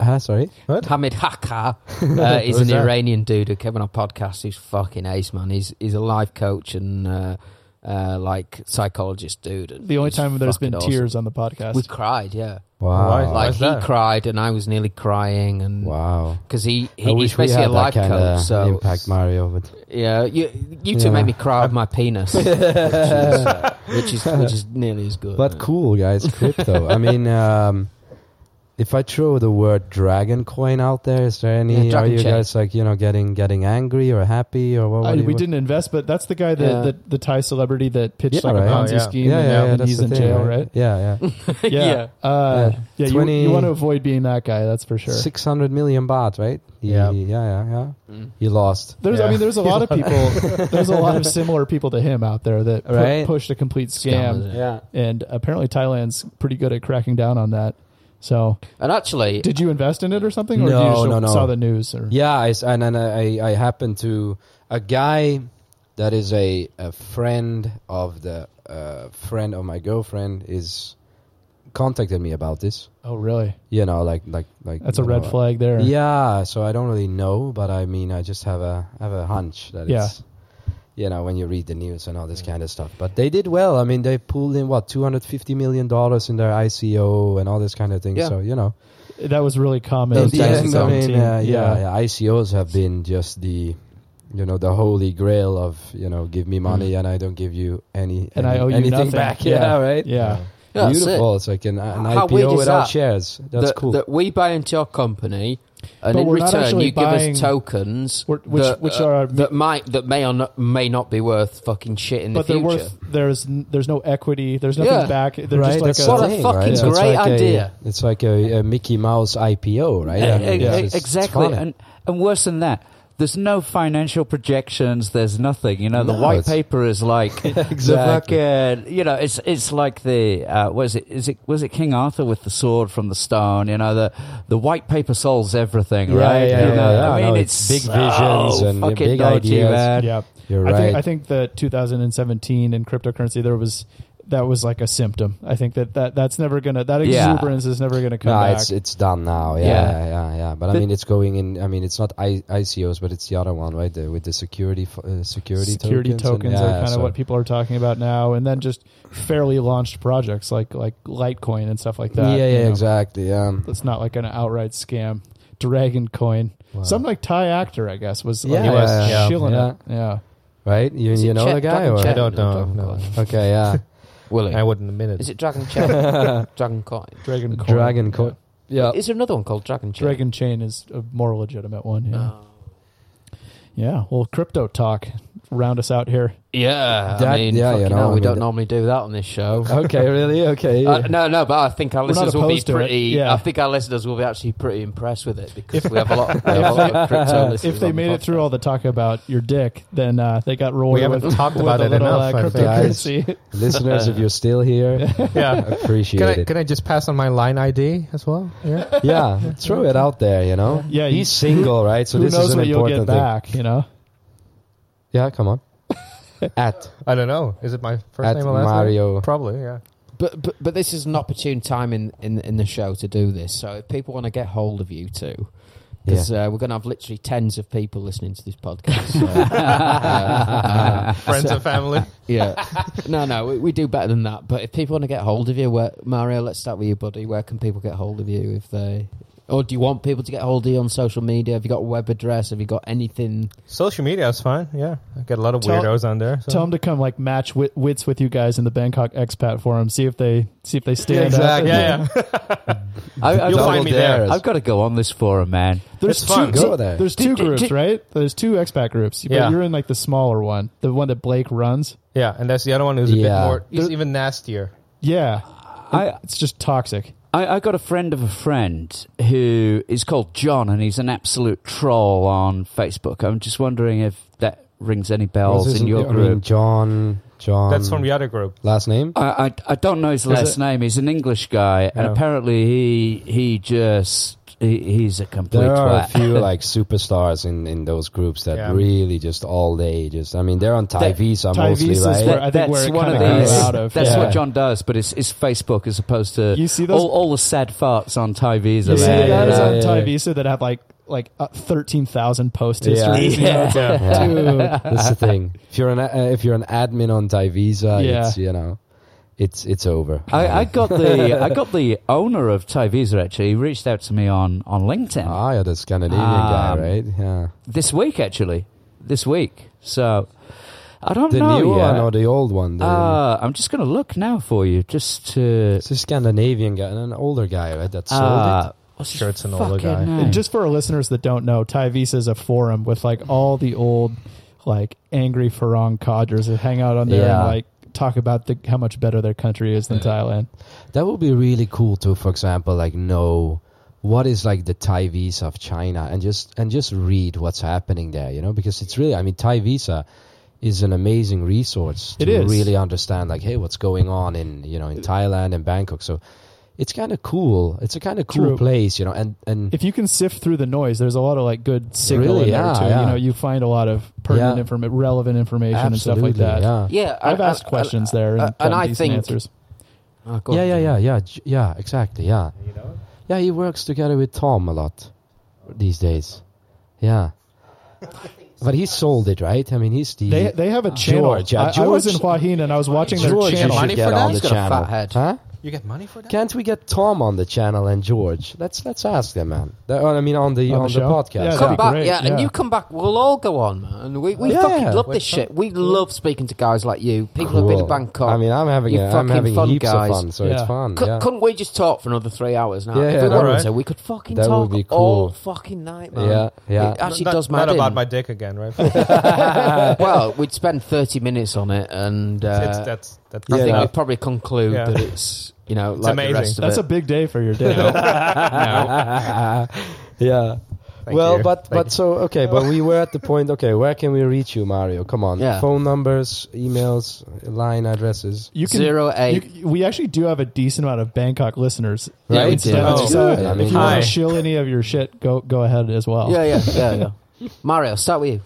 Speaker 7: Ah, sorry.
Speaker 1: Hamid Hakka uh, is an
Speaker 6: Who's that?
Speaker 1: Iranian dude who came on our podcast. He's fucking ace, man. He's he's a life coach and uh, uh, like psychologist dude. and
Speaker 4: The only
Speaker 1: he's
Speaker 4: time there's been
Speaker 1: fucking awesome.
Speaker 4: tears on the podcast.
Speaker 1: we cried. Yeah,
Speaker 7: Wow.
Speaker 6: Why- why
Speaker 1: like
Speaker 6: is
Speaker 1: he
Speaker 6: that?
Speaker 1: cried and I was nearly crying and
Speaker 7: Oh, Wow.
Speaker 1: because he, he
Speaker 7: I
Speaker 1: he's
Speaker 7: wish we
Speaker 1: basically
Speaker 7: had
Speaker 1: a life
Speaker 7: that kind
Speaker 1: coach.
Speaker 7: of
Speaker 1: So
Speaker 7: impact, Mario. But
Speaker 1: yeah, you you two
Speaker 7: Yeah.
Speaker 1: made me cry with my penis, which, is, uh, which is which is nearly as good.
Speaker 7: but cool, guys. Crypto. I mean, um, if I throw the word dragon coin out there, is there
Speaker 1: Yeah,
Speaker 7: any? are
Speaker 1: dragon
Speaker 7: you
Speaker 1: chain.
Speaker 7: guys like you know getting getting angry or happy or what?
Speaker 4: I,
Speaker 7: what do you-
Speaker 4: Oh, we didn't invest, but that's the guy that
Speaker 1: Yeah.
Speaker 4: the, the Thai celebrity that pitched
Speaker 7: Yeah,
Speaker 4: like
Speaker 7: right.
Speaker 4: a Ponzi
Speaker 6: Oh, yeah.
Speaker 4: scheme.
Speaker 7: Yeah, yeah,
Speaker 4: and
Speaker 7: yeah.
Speaker 4: now
Speaker 7: that's
Speaker 4: he's
Speaker 7: the
Speaker 4: in
Speaker 7: thing,
Speaker 4: jail, right?
Speaker 7: Yeah, yeah.
Speaker 4: Yeah. Uh, yeah.
Speaker 7: Yeah.
Speaker 4: you- you,
Speaker 7: 20
Speaker 4: want to avoid being that guy, that's for sure.
Speaker 7: Six hundred million baht, right? He-
Speaker 6: Yeah.
Speaker 7: yeah, yeah, yeah.
Speaker 1: Mm.
Speaker 7: You lost.
Speaker 4: There's, I
Speaker 6: Yeah.
Speaker 4: mean, there's a lot of people. there's a lot of similar people to him out there that pu-
Speaker 7: Right.
Speaker 4: pushed a complete scam,
Speaker 1: Scammers,
Speaker 7: Yeah.
Speaker 4: and apparently Thailand's pretty good at cracking down on that. So,
Speaker 1: and actually,
Speaker 4: did you invest in it or something, or
Speaker 7: No,
Speaker 4: you just
Speaker 7: no, no.
Speaker 4: saw the news? Or
Speaker 7: Yeah, I s and then I, I happen to a guy that is a, a friend of the uh, friend of my girlfriend is contacted me about this.
Speaker 4: oh, really?
Speaker 7: You know, like like like
Speaker 4: That's a
Speaker 7: you
Speaker 4: red
Speaker 7: know,
Speaker 4: flag there.
Speaker 7: Yeah, so I don't really know, but I mean, I just have a have a hunch that
Speaker 4: Yeah.
Speaker 7: it's you know when you read the news and all this kind of stuff. But they did well. I mean, they pulled in what two hundred fifty million dollars in their ICO and all this kind of thing.
Speaker 1: Yeah.
Speaker 7: So you know,
Speaker 4: that was really common.
Speaker 7: in
Speaker 1: Those
Speaker 7: the end, I mean,
Speaker 4: 2017.
Speaker 7: uh, yeah, yeah, ICOs have been just the you know the holy grail of you know give me money and I don't give you any
Speaker 4: Mm. And I
Speaker 7: any-
Speaker 4: owe you
Speaker 7: anything
Speaker 4: nothing.
Speaker 7: back.
Speaker 4: Yeah.
Speaker 7: Yeah, right.
Speaker 4: Yeah.
Speaker 1: Yeah, that's
Speaker 7: Beautiful. It's like an, an
Speaker 1: How weird
Speaker 7: IPO
Speaker 1: is
Speaker 7: without
Speaker 1: that?
Speaker 7: shares. That's
Speaker 1: that,
Speaker 7: cool.
Speaker 1: that we buy into your company, and
Speaker 4: But
Speaker 1: in
Speaker 4: we're not
Speaker 1: return
Speaker 4: actually
Speaker 1: you give
Speaker 4: buying-
Speaker 1: us tokens,
Speaker 4: We're- which-
Speaker 1: that,
Speaker 4: which
Speaker 1: uh,
Speaker 4: are-
Speaker 1: that might that may or not, may not be worth fucking shit in
Speaker 4: But
Speaker 1: the
Speaker 4: they're
Speaker 1: future.
Speaker 4: worth. There's n- there's no equity. There's nothing
Speaker 1: Yeah.
Speaker 4: back. They're
Speaker 7: right?
Speaker 4: just like
Speaker 7: That's
Speaker 4: a,
Speaker 1: What
Speaker 7: the
Speaker 1: a
Speaker 7: thing,
Speaker 1: fucking
Speaker 7: right? So it's
Speaker 1: great
Speaker 7: like a-
Speaker 1: idea.
Speaker 7: it's like a, a Mickey Mouse IPO, right?
Speaker 5: Yeah,
Speaker 7: I
Speaker 5: e-
Speaker 7: mean, it's
Speaker 5: e-
Speaker 7: just- it's
Speaker 5: exactly.
Speaker 7: funny.
Speaker 5: And and worse than that, There's no financial projections. There's nothing. You know, the
Speaker 7: No,
Speaker 5: white
Speaker 7: it's-
Speaker 5: paper is like
Speaker 7: Exactly.
Speaker 5: the fucking- you know, it's it's like the uh, was it is it was it King Arthur with the sword from the stone? You know, the the white paper solves everything,
Speaker 7: Yeah,
Speaker 5: right?
Speaker 7: yeah,
Speaker 5: you
Speaker 7: yeah,
Speaker 5: know,
Speaker 7: yeah,
Speaker 5: I
Speaker 7: I
Speaker 5: mean,
Speaker 7: know,
Speaker 5: it's
Speaker 7: it's big visions
Speaker 5: so
Speaker 7: and
Speaker 5: fucking
Speaker 7: big
Speaker 5: dodgy,
Speaker 7: ideas.
Speaker 5: man.
Speaker 4: Yeah,
Speaker 7: You're
Speaker 4: I think,
Speaker 7: right.
Speaker 4: I think that 2017 in cryptocurrency there was that was like a symptom. I think that, that that's never gonna that
Speaker 5: Yeah.
Speaker 4: exuberance is never gonna come
Speaker 7: No,
Speaker 4: back.
Speaker 7: it's it's done now. Yeah,
Speaker 5: Yeah.
Speaker 7: yeah, yeah. But I
Speaker 4: The-
Speaker 7: mean, it's going in. I mean, it's not I, ICOs, but it's the other one, right? The, with the security f- uh, security
Speaker 4: Security tokens,
Speaker 7: and- yeah,
Speaker 4: are kind
Speaker 7: so-
Speaker 4: of what people are talking about now, and then just fairly launched projects like like Litecoin and stuff like that.
Speaker 7: yeah,
Speaker 4: you
Speaker 7: yeah,
Speaker 4: know.
Speaker 7: exactly. Um,
Speaker 4: It's not like an outright scam. Dragon Coin,
Speaker 7: Wow.
Speaker 4: some like Thai actor, I guess, was like
Speaker 7: Yeah, He
Speaker 6: was, yeah, yeah.
Speaker 4: shilling
Speaker 7: Yeah.
Speaker 4: it. Yeah,
Speaker 7: right? You
Speaker 1: Is it
Speaker 7: you know
Speaker 1: Chet-
Speaker 7: the guy
Speaker 1: Dragon
Speaker 7: or
Speaker 1: Chet?
Speaker 6: I don't know.
Speaker 1: Dragon
Speaker 6: No.
Speaker 1: Coin.
Speaker 7: okay, yeah,
Speaker 1: Willie.
Speaker 6: I wouldn't admit it.
Speaker 1: Is it Dragon Chain? Dragon Coin.
Speaker 4: Dragon Coin.
Speaker 7: Dragon Coin. Yeah,
Speaker 1: Is there another one called Dragon Chain?
Speaker 4: Dragon Chain is a more legitimate one. Yeah.
Speaker 1: Oh.
Speaker 4: Yeah. Well, crypto talk round us out here.
Speaker 1: Yeah, I
Speaker 7: That-
Speaker 1: mean,
Speaker 7: yeah, you
Speaker 1: fucking
Speaker 7: know,
Speaker 1: hell,
Speaker 7: I
Speaker 1: we
Speaker 7: mean,
Speaker 1: don't
Speaker 7: that-
Speaker 1: normally do that on this show.
Speaker 7: okay, really, okay.
Speaker 1: Uh, no, no, but I think our
Speaker 4: not
Speaker 1: listeners will be
Speaker 4: opposed to it,
Speaker 1: pretty.
Speaker 4: yeah.
Speaker 1: I think our listeners will be actually pretty impressed with it because we have a lot, we have a lot of crypto listeners.
Speaker 4: if they
Speaker 1: on the
Speaker 4: made it
Speaker 1: podcast.
Speaker 4: through all the talk about your dick, then uh, they got rolled.
Speaker 6: We haven't
Speaker 4: with,
Speaker 6: talked
Speaker 4: with
Speaker 6: about
Speaker 4: a
Speaker 6: it
Speaker 4: little,
Speaker 6: enough,
Speaker 4: Uh,
Speaker 6: I think.
Speaker 4: cryptocurrency.
Speaker 7: Listeners, if you're still here,
Speaker 6: yeah.
Speaker 7: appreciate
Speaker 6: Can I,
Speaker 7: it.
Speaker 6: can I just pass on my line ID as well? Yeah.
Speaker 7: yeah, throw it out there. You know,
Speaker 4: Yeah, you-
Speaker 7: he's single, right? So
Speaker 4: Who
Speaker 7: this
Speaker 4: knows
Speaker 7: is an
Speaker 4: what you'll
Speaker 7: important
Speaker 4: get
Speaker 7: thing.
Speaker 4: back? You know,
Speaker 7: Yeah, come on. At
Speaker 6: I don't know. Is it my first
Speaker 7: At
Speaker 6: name or last
Speaker 7: Mario.
Speaker 6: name? Probably, yeah.
Speaker 1: But, but but this is an opportune time in, in in the show to do this. So if people want to get hold of you too, because uh, we're going to have literally tens of people listening to this podcast. So, uh,
Speaker 6: Friends and family.
Speaker 1: yeah, no, no, we, we do better than that. But if people want to get hold of you, where, Mario, let's start with you, buddy. Where can people get hold of you if they? Or do you want people to get hold of you on social media? Have you got a web address? Have you got anything?
Speaker 6: Social media is fine. Yeah, I get a lot of
Speaker 4: Tell-
Speaker 6: weirdos on there. So.
Speaker 4: tell them to come like match wit- wits with you guys in the Bangkok expat forum. See if they see if they stand up.
Speaker 7: exactly.
Speaker 6: yeah, yeah.
Speaker 5: I, I've,
Speaker 6: You'll
Speaker 5: got,
Speaker 6: find me there.
Speaker 5: I've got to go on this forum, man.
Speaker 4: There's
Speaker 6: It's
Speaker 4: two.
Speaker 6: fun.
Speaker 7: Go there.
Speaker 4: There's two
Speaker 5: Did- did-
Speaker 4: groups,
Speaker 5: did-
Speaker 4: right? There's two expat groups, but
Speaker 6: Yeah.
Speaker 4: you're in like the smaller one, the one that Blake runs.
Speaker 6: Yeah, and that's the other one who's a
Speaker 7: Yeah.
Speaker 6: bit more. He's even nastier.
Speaker 4: Yeah,
Speaker 5: I-
Speaker 4: it's just toxic.
Speaker 5: I, I got a friend of a friend who is called John, and he's an absolute troll on Facebook. I'm just wondering if that rings any
Speaker 7: What's
Speaker 5: bells
Speaker 7: his
Speaker 5: in your
Speaker 7: name? I mean,
Speaker 5: group.
Speaker 7: John. John.
Speaker 6: That's from the other group.
Speaker 7: last name.
Speaker 5: I, I, I don't know his last
Speaker 4: it-
Speaker 5: name. He's an English guy, and
Speaker 6: Yeah.
Speaker 5: apparently he he just he, he's a complete
Speaker 7: There are a
Speaker 5: twat.
Speaker 7: few like superstars in, in those groups that
Speaker 6: Yeah.
Speaker 7: really just all day just I mean they're on Thai
Speaker 5: That-
Speaker 7: Visa
Speaker 4: Thai
Speaker 7: mostly
Speaker 4: Visa's
Speaker 7: right
Speaker 4: where I think where
Speaker 5: that's
Speaker 4: it
Speaker 5: one of
Speaker 4: kinda grew
Speaker 5: these.
Speaker 4: out of.
Speaker 5: That's
Speaker 7: Yeah.
Speaker 5: what John does, but it's it's Facebook as opposed
Speaker 7: Uh,
Speaker 5: to
Speaker 4: You see
Speaker 7: oh,
Speaker 4: those-
Speaker 5: all, all the sad farts on Thai Visa.
Speaker 4: You see
Speaker 5: man, Uh,
Speaker 4: the
Speaker 7: Yeah,
Speaker 4: guys
Speaker 7: yeah,
Speaker 4: on
Speaker 7: yeah,
Speaker 4: Thai
Speaker 7: yeah.
Speaker 4: Visa that have like like uh, thirteen thousand post
Speaker 7: Yeah.
Speaker 4: histories. you know? It's like,
Speaker 7: Yeah.
Speaker 4: dude,
Speaker 7: that's the thing if you're an uh, if you're an admin on Thai Visa
Speaker 4: Yeah.
Speaker 7: it's you know it's it's over
Speaker 5: I, I got the I got the owner of Thai Visa actually. He reached out to me on on LinkedIn
Speaker 7: ah yeah the Scandinavian guy
Speaker 5: Um,
Speaker 7: right yeah
Speaker 5: this week actually, this week. So I don't
Speaker 7: the
Speaker 5: know
Speaker 7: new
Speaker 5: yet.
Speaker 7: one or the old one the,
Speaker 5: uh, I'm just gonna look now for you, just to.
Speaker 7: it's a Scandinavian guy and an older guy right that sold
Speaker 5: Uh, what's
Speaker 6: Sure,
Speaker 5: his
Speaker 6: it's an older
Speaker 5: fucking
Speaker 6: guy.
Speaker 5: name?
Speaker 4: and just for our listeners that don't know, Thai Visa is a forum with like all the old like angry Farong codgers that hang out on there
Speaker 7: Yeah.
Speaker 4: and like talk about the, how much better their country is than Thailand.
Speaker 7: it that would be really cool to for example like know what is like the Thai Visa of China and just and just read what's happening there you know because it's really I mean Thai Visa is an amazing resource
Speaker 4: It
Speaker 7: to
Speaker 4: is.
Speaker 7: really understand like hey what's going on in you know in Thailand and Bangkok so it's kind of cool it's a kind of cool
Speaker 4: True.
Speaker 7: place you know and and
Speaker 4: If you can sift through the noise, there's a lot of like good signal
Speaker 7: Really,
Speaker 4: in there
Speaker 7: yeah,
Speaker 4: too. You
Speaker 7: yeah.
Speaker 4: know, you find a lot of pertinent
Speaker 7: Yeah.
Speaker 4: informa- relevant information and stuff like that.
Speaker 7: yeah
Speaker 1: Yeah,
Speaker 4: I've asked questions there and, gotten
Speaker 1: I
Speaker 4: decent
Speaker 1: think
Speaker 4: answers.
Speaker 1: Oh, go
Speaker 7: yeah
Speaker 1: on,
Speaker 7: yeah
Speaker 1: Jim.
Speaker 7: yeah yeah j- yeah exactly yeah
Speaker 6: You know?
Speaker 7: yeah he works together with Tom a lot these days yeah but he sold it right I mean he's the
Speaker 4: They they have a channel.
Speaker 7: George, yeah,
Speaker 4: I, I was in
Speaker 7: George-
Speaker 4: Hua Hin and I was watching their
Speaker 7: George,
Speaker 4: channel.
Speaker 7: you should
Speaker 6: Money
Speaker 7: get
Speaker 6: for
Speaker 7: on
Speaker 6: that?
Speaker 7: the
Speaker 1: He's got a
Speaker 7: channel.
Speaker 1: fat head.
Speaker 7: Huh?
Speaker 6: You get money for that?
Speaker 7: Can't we get Tom on the channel and George? Let's let's ask them, man. They're- I mean, on the
Speaker 4: On
Speaker 7: on,
Speaker 4: the show?
Speaker 7: the,
Speaker 4: Yeah,
Speaker 7: podcast.
Speaker 4: that'd
Speaker 1: Come
Speaker 4: be
Speaker 1: back,
Speaker 4: great,
Speaker 1: yeah, and
Speaker 4: yeah.
Speaker 1: you come back. We'll all go on, man. We, we
Speaker 7: Yeah.
Speaker 1: fucking love this
Speaker 6: Wait,
Speaker 1: shit. We love speaking to guys like you. People who've been
Speaker 7: Cool.
Speaker 1: to Bangkok.
Speaker 7: I mean, I'm having
Speaker 1: You
Speaker 7: a, I'm
Speaker 1: fucking
Speaker 7: having
Speaker 1: fun,
Speaker 7: heaps
Speaker 1: guys.
Speaker 7: of fun, so
Speaker 4: Yeah.
Speaker 7: it's fun.
Speaker 1: Cou-
Speaker 7: yeah.
Speaker 1: Couldn't we just talk for another three hours now?
Speaker 7: Yeah,
Speaker 1: if
Speaker 7: yeah,
Speaker 1: we
Speaker 7: that
Speaker 1: wanted
Speaker 6: would-
Speaker 1: to, we could fucking
Speaker 7: that
Speaker 1: talk
Speaker 7: would be
Speaker 1: all
Speaker 7: cool.
Speaker 1: fucking night, man.
Speaker 7: Yeah, yeah.
Speaker 1: It actually
Speaker 6: not,
Speaker 1: does my
Speaker 6: not
Speaker 1: head
Speaker 6: about
Speaker 1: in.
Speaker 6: my dick again, right?
Speaker 1: well, we'd spend thirty minutes on it, and uh,
Speaker 6: it's, that's that's
Speaker 1: I think
Speaker 7: Yeah.
Speaker 1: we'd probably conclude
Speaker 6: Yeah.
Speaker 1: that it's you know like the
Speaker 6: amazing.
Speaker 1: rest of
Speaker 4: That's a
Speaker 1: it.
Speaker 4: big day for your day.
Speaker 7: yeah,
Speaker 1: Thank
Speaker 7: well,
Speaker 1: you.
Speaker 7: but
Speaker 1: Thank
Speaker 7: but so okay, but we were at the point. Okay, where can we reach you, Mario? Come on,
Speaker 1: Yeah.
Speaker 7: phone numbers, emails, line addresses.
Speaker 4: You can
Speaker 1: Zero eight.
Speaker 4: you- we actually do have a decent amount of Bangkok listeners,
Speaker 1: Yeah, we
Speaker 4: right?
Speaker 1: do.
Speaker 4: So-
Speaker 6: Oh,
Speaker 4: so
Speaker 7: good. I mean-
Speaker 4: if you want
Speaker 6: Hi.
Speaker 4: to shill any of your shit, go go ahead as well.
Speaker 1: yeah, yeah, yeah, yeah. Mario, start with you.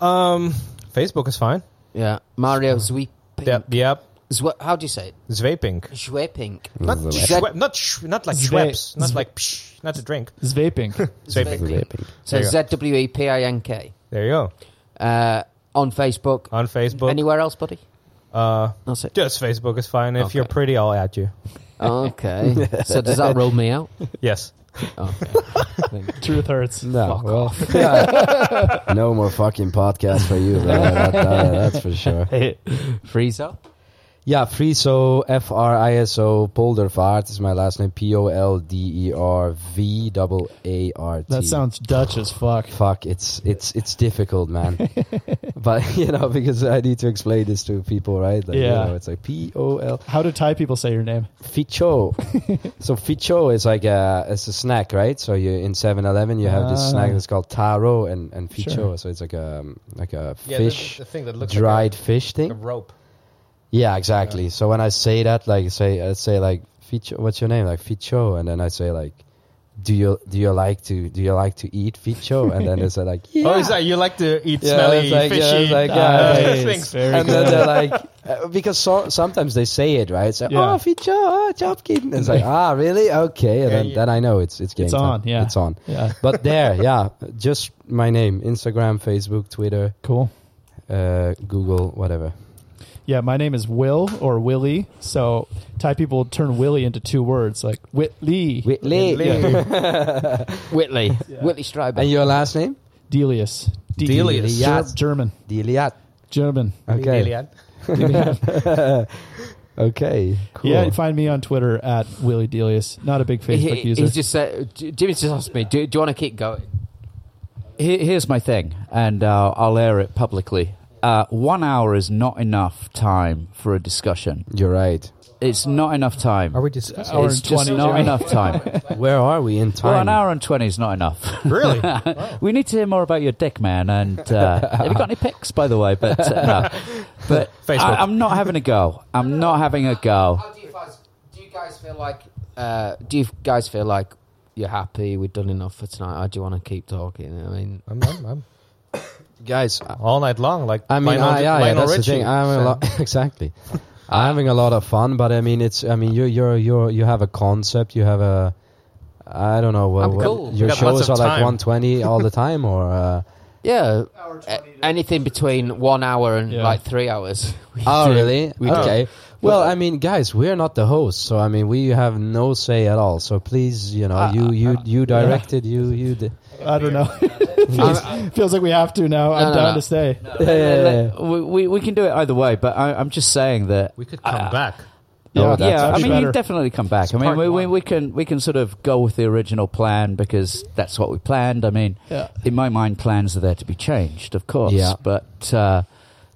Speaker 6: Um, Facebook is fine.
Speaker 1: Yeah, Mario Zwepink.
Speaker 6: Yep, yep.
Speaker 1: Zwe- how do you say it?
Speaker 6: Zwepink.
Speaker 1: Zwepink.
Speaker 6: Not
Speaker 7: Zwepink.
Speaker 6: Schwe- not sh- not like
Speaker 4: Zwe-
Speaker 6: Schweppes. Not
Speaker 4: Zwe-
Speaker 6: like psh, not a drink.
Speaker 4: It's vaping.
Speaker 6: Zwepink.
Speaker 1: So
Speaker 6: There you
Speaker 1: Z W E P I N K.
Speaker 6: There you go.
Speaker 1: Uh, on Facebook.
Speaker 6: On Facebook.
Speaker 1: Anywhere else, buddy?
Speaker 6: uh,
Speaker 1: That's it.
Speaker 6: just Facebook is fine. If you're
Speaker 1: Okay.
Speaker 6: pretty, I'll add you.
Speaker 1: Okay. so does that rule me out? Oh,
Speaker 6: Yes.
Speaker 1: Okay.
Speaker 4: Truth hurts.
Speaker 7: No, well, yeah. no more fucking podcast for you. that- that- that- that's for sure.
Speaker 1: Freeze up.
Speaker 7: Yeah, Friso F R I S O Poldervaart is my last name. P O L D E R V double A R T.
Speaker 4: That sounds Dutch as fuck.
Speaker 7: fuck. It's it's it's difficult, man. but you know, because I need to explain this to people, right? Like,
Speaker 4: Yeah.
Speaker 7: you know, it's like P O L
Speaker 4: How do Thai people say your name?
Speaker 7: Ficho. so ficho is like a it's a snack, right? So you in 7-Eleven you have this snack
Speaker 4: Ah.
Speaker 7: that's called taro and and ficho.
Speaker 4: Sure.
Speaker 7: So it's like a like a
Speaker 6: Yeah,
Speaker 7: fish,
Speaker 6: The, thing that looks
Speaker 7: dried fish thing.
Speaker 6: like a, rope.
Speaker 7: Yeah, exactly. So when I say that, like say I say like Ficho, what's your name? Like Ficho, and then I say like, do you do you like to do you like to eat Ficho? And then they say like, yeah.
Speaker 6: Oh, is that you like to eat
Speaker 7: Yeah,
Speaker 6: smelly,
Speaker 7: it's like- yeah,
Speaker 6: fishy
Speaker 7: it's like,
Speaker 6: uh,
Speaker 7: yeah,
Speaker 4: it's
Speaker 6: things?
Speaker 4: very
Speaker 7: and then they're like, uh, because so, sometimes they say it right. It's like,
Speaker 4: Yeah.
Speaker 7: oh Ficho, oh, Chopkin. And it's like, ah, really? Okay. And
Speaker 6: Yeah,
Speaker 7: then,
Speaker 6: yeah.
Speaker 7: then I know it's it's game
Speaker 4: It's
Speaker 7: time.
Speaker 4: on, yeah.
Speaker 7: it's on.
Speaker 4: Yeah,
Speaker 7: But there, yeah, just my name: Instagram, Facebook, Twitter,
Speaker 4: cool.
Speaker 7: uh, Google, whatever.
Speaker 4: Yeah, my name is Will or Willie. So Thai people turn Willie into two words, like Whitley,
Speaker 7: Whitley.
Speaker 1: Whitley. Whitley Stryber.
Speaker 7: And your last name?
Speaker 4: Delius, D-
Speaker 6: Delius.
Speaker 4: Ger- German,
Speaker 7: Diliat.
Speaker 4: German.
Speaker 7: Okay.
Speaker 6: Alien.
Speaker 7: Okay. Cool.
Speaker 4: Yeah, you find me on Twitter at Willie Delius. Not a big Facebook
Speaker 1: He-
Speaker 4: user.
Speaker 1: He's just said, J- Jimmy's just asked me, do, do you want to keep going?
Speaker 5: Here- Here's my thing, and uh, I'll air it publicly. Uh, one hour is not enough time for a discussion.
Speaker 7: You're right.
Speaker 5: It's not enough time.
Speaker 6: Are we discussing?
Speaker 4: Hour
Speaker 5: it's
Speaker 4: and
Speaker 5: just
Speaker 4: 20,
Speaker 5: not
Speaker 4: Jimmy.
Speaker 5: enough time.
Speaker 7: Where are we in time?
Speaker 5: well, an hour and twenty is not enough.
Speaker 6: Really? Oh.
Speaker 5: we need to hear more about your dick, man. And uh, have you got any pics, by the way? But uh, no. But
Speaker 6: Facebook.
Speaker 5: I, I'm not having a go. I'm not having a go.
Speaker 1: How do you guys, do you guys feel like, uh, do you guys feel like you're happy, we've done enough for tonight, or do you want to keep talking? I mean,
Speaker 6: I'm, I'm, I'm
Speaker 7: Guys, I-
Speaker 6: all night long. Like
Speaker 7: I mean,
Speaker 6: Lionel-
Speaker 7: I, yeah, yeah,
Speaker 6: Lionel
Speaker 7: that's the
Speaker 6: Richie.
Speaker 7: thing. I'm a lot exactly. I'm having a lot of fun, but I mean, it's. I mean, you, you're, you're, you have a concept. You have a. I don't know. What,
Speaker 1: I'm
Speaker 7: what-
Speaker 1: cool.
Speaker 7: Your
Speaker 6: We got lots
Speaker 7: shows are
Speaker 6: of
Speaker 7: like
Speaker 6: time.
Speaker 7: 120 all the time, or. Uh,
Speaker 1: yeah, a- anything between one hour and
Speaker 4: Yeah. Uh,
Speaker 1: like three hours. We
Speaker 7: oh,
Speaker 1: do.
Speaker 7: really?
Speaker 1: We do.
Speaker 6: Oh.
Speaker 7: okay. Well, I mean, guys, we're not the hosts, so I mean, we have no say at all. So please, you know,
Speaker 6: Uh,
Speaker 7: you, you, you directed, you, you. Di-
Speaker 4: I don't know. feels, feels like we have to now. I'm
Speaker 1: no,
Speaker 4: down
Speaker 1: no.
Speaker 4: to stay.
Speaker 5: We, we, we can do it either way, but I, I'm just saying that
Speaker 6: We could come back.
Speaker 7: Oh, that's
Speaker 5: yeah, I
Speaker 4: actually
Speaker 5: mean,
Speaker 4: better.
Speaker 5: you definitely come back. I mean,
Speaker 6: part
Speaker 5: we, we,
Speaker 6: one.
Speaker 5: we can we can sort of go with the original plan because that's what we planned. I mean,
Speaker 4: Yeah.
Speaker 5: in my mind, plans are there to be changed, of course.
Speaker 7: Yeah.
Speaker 5: But uh,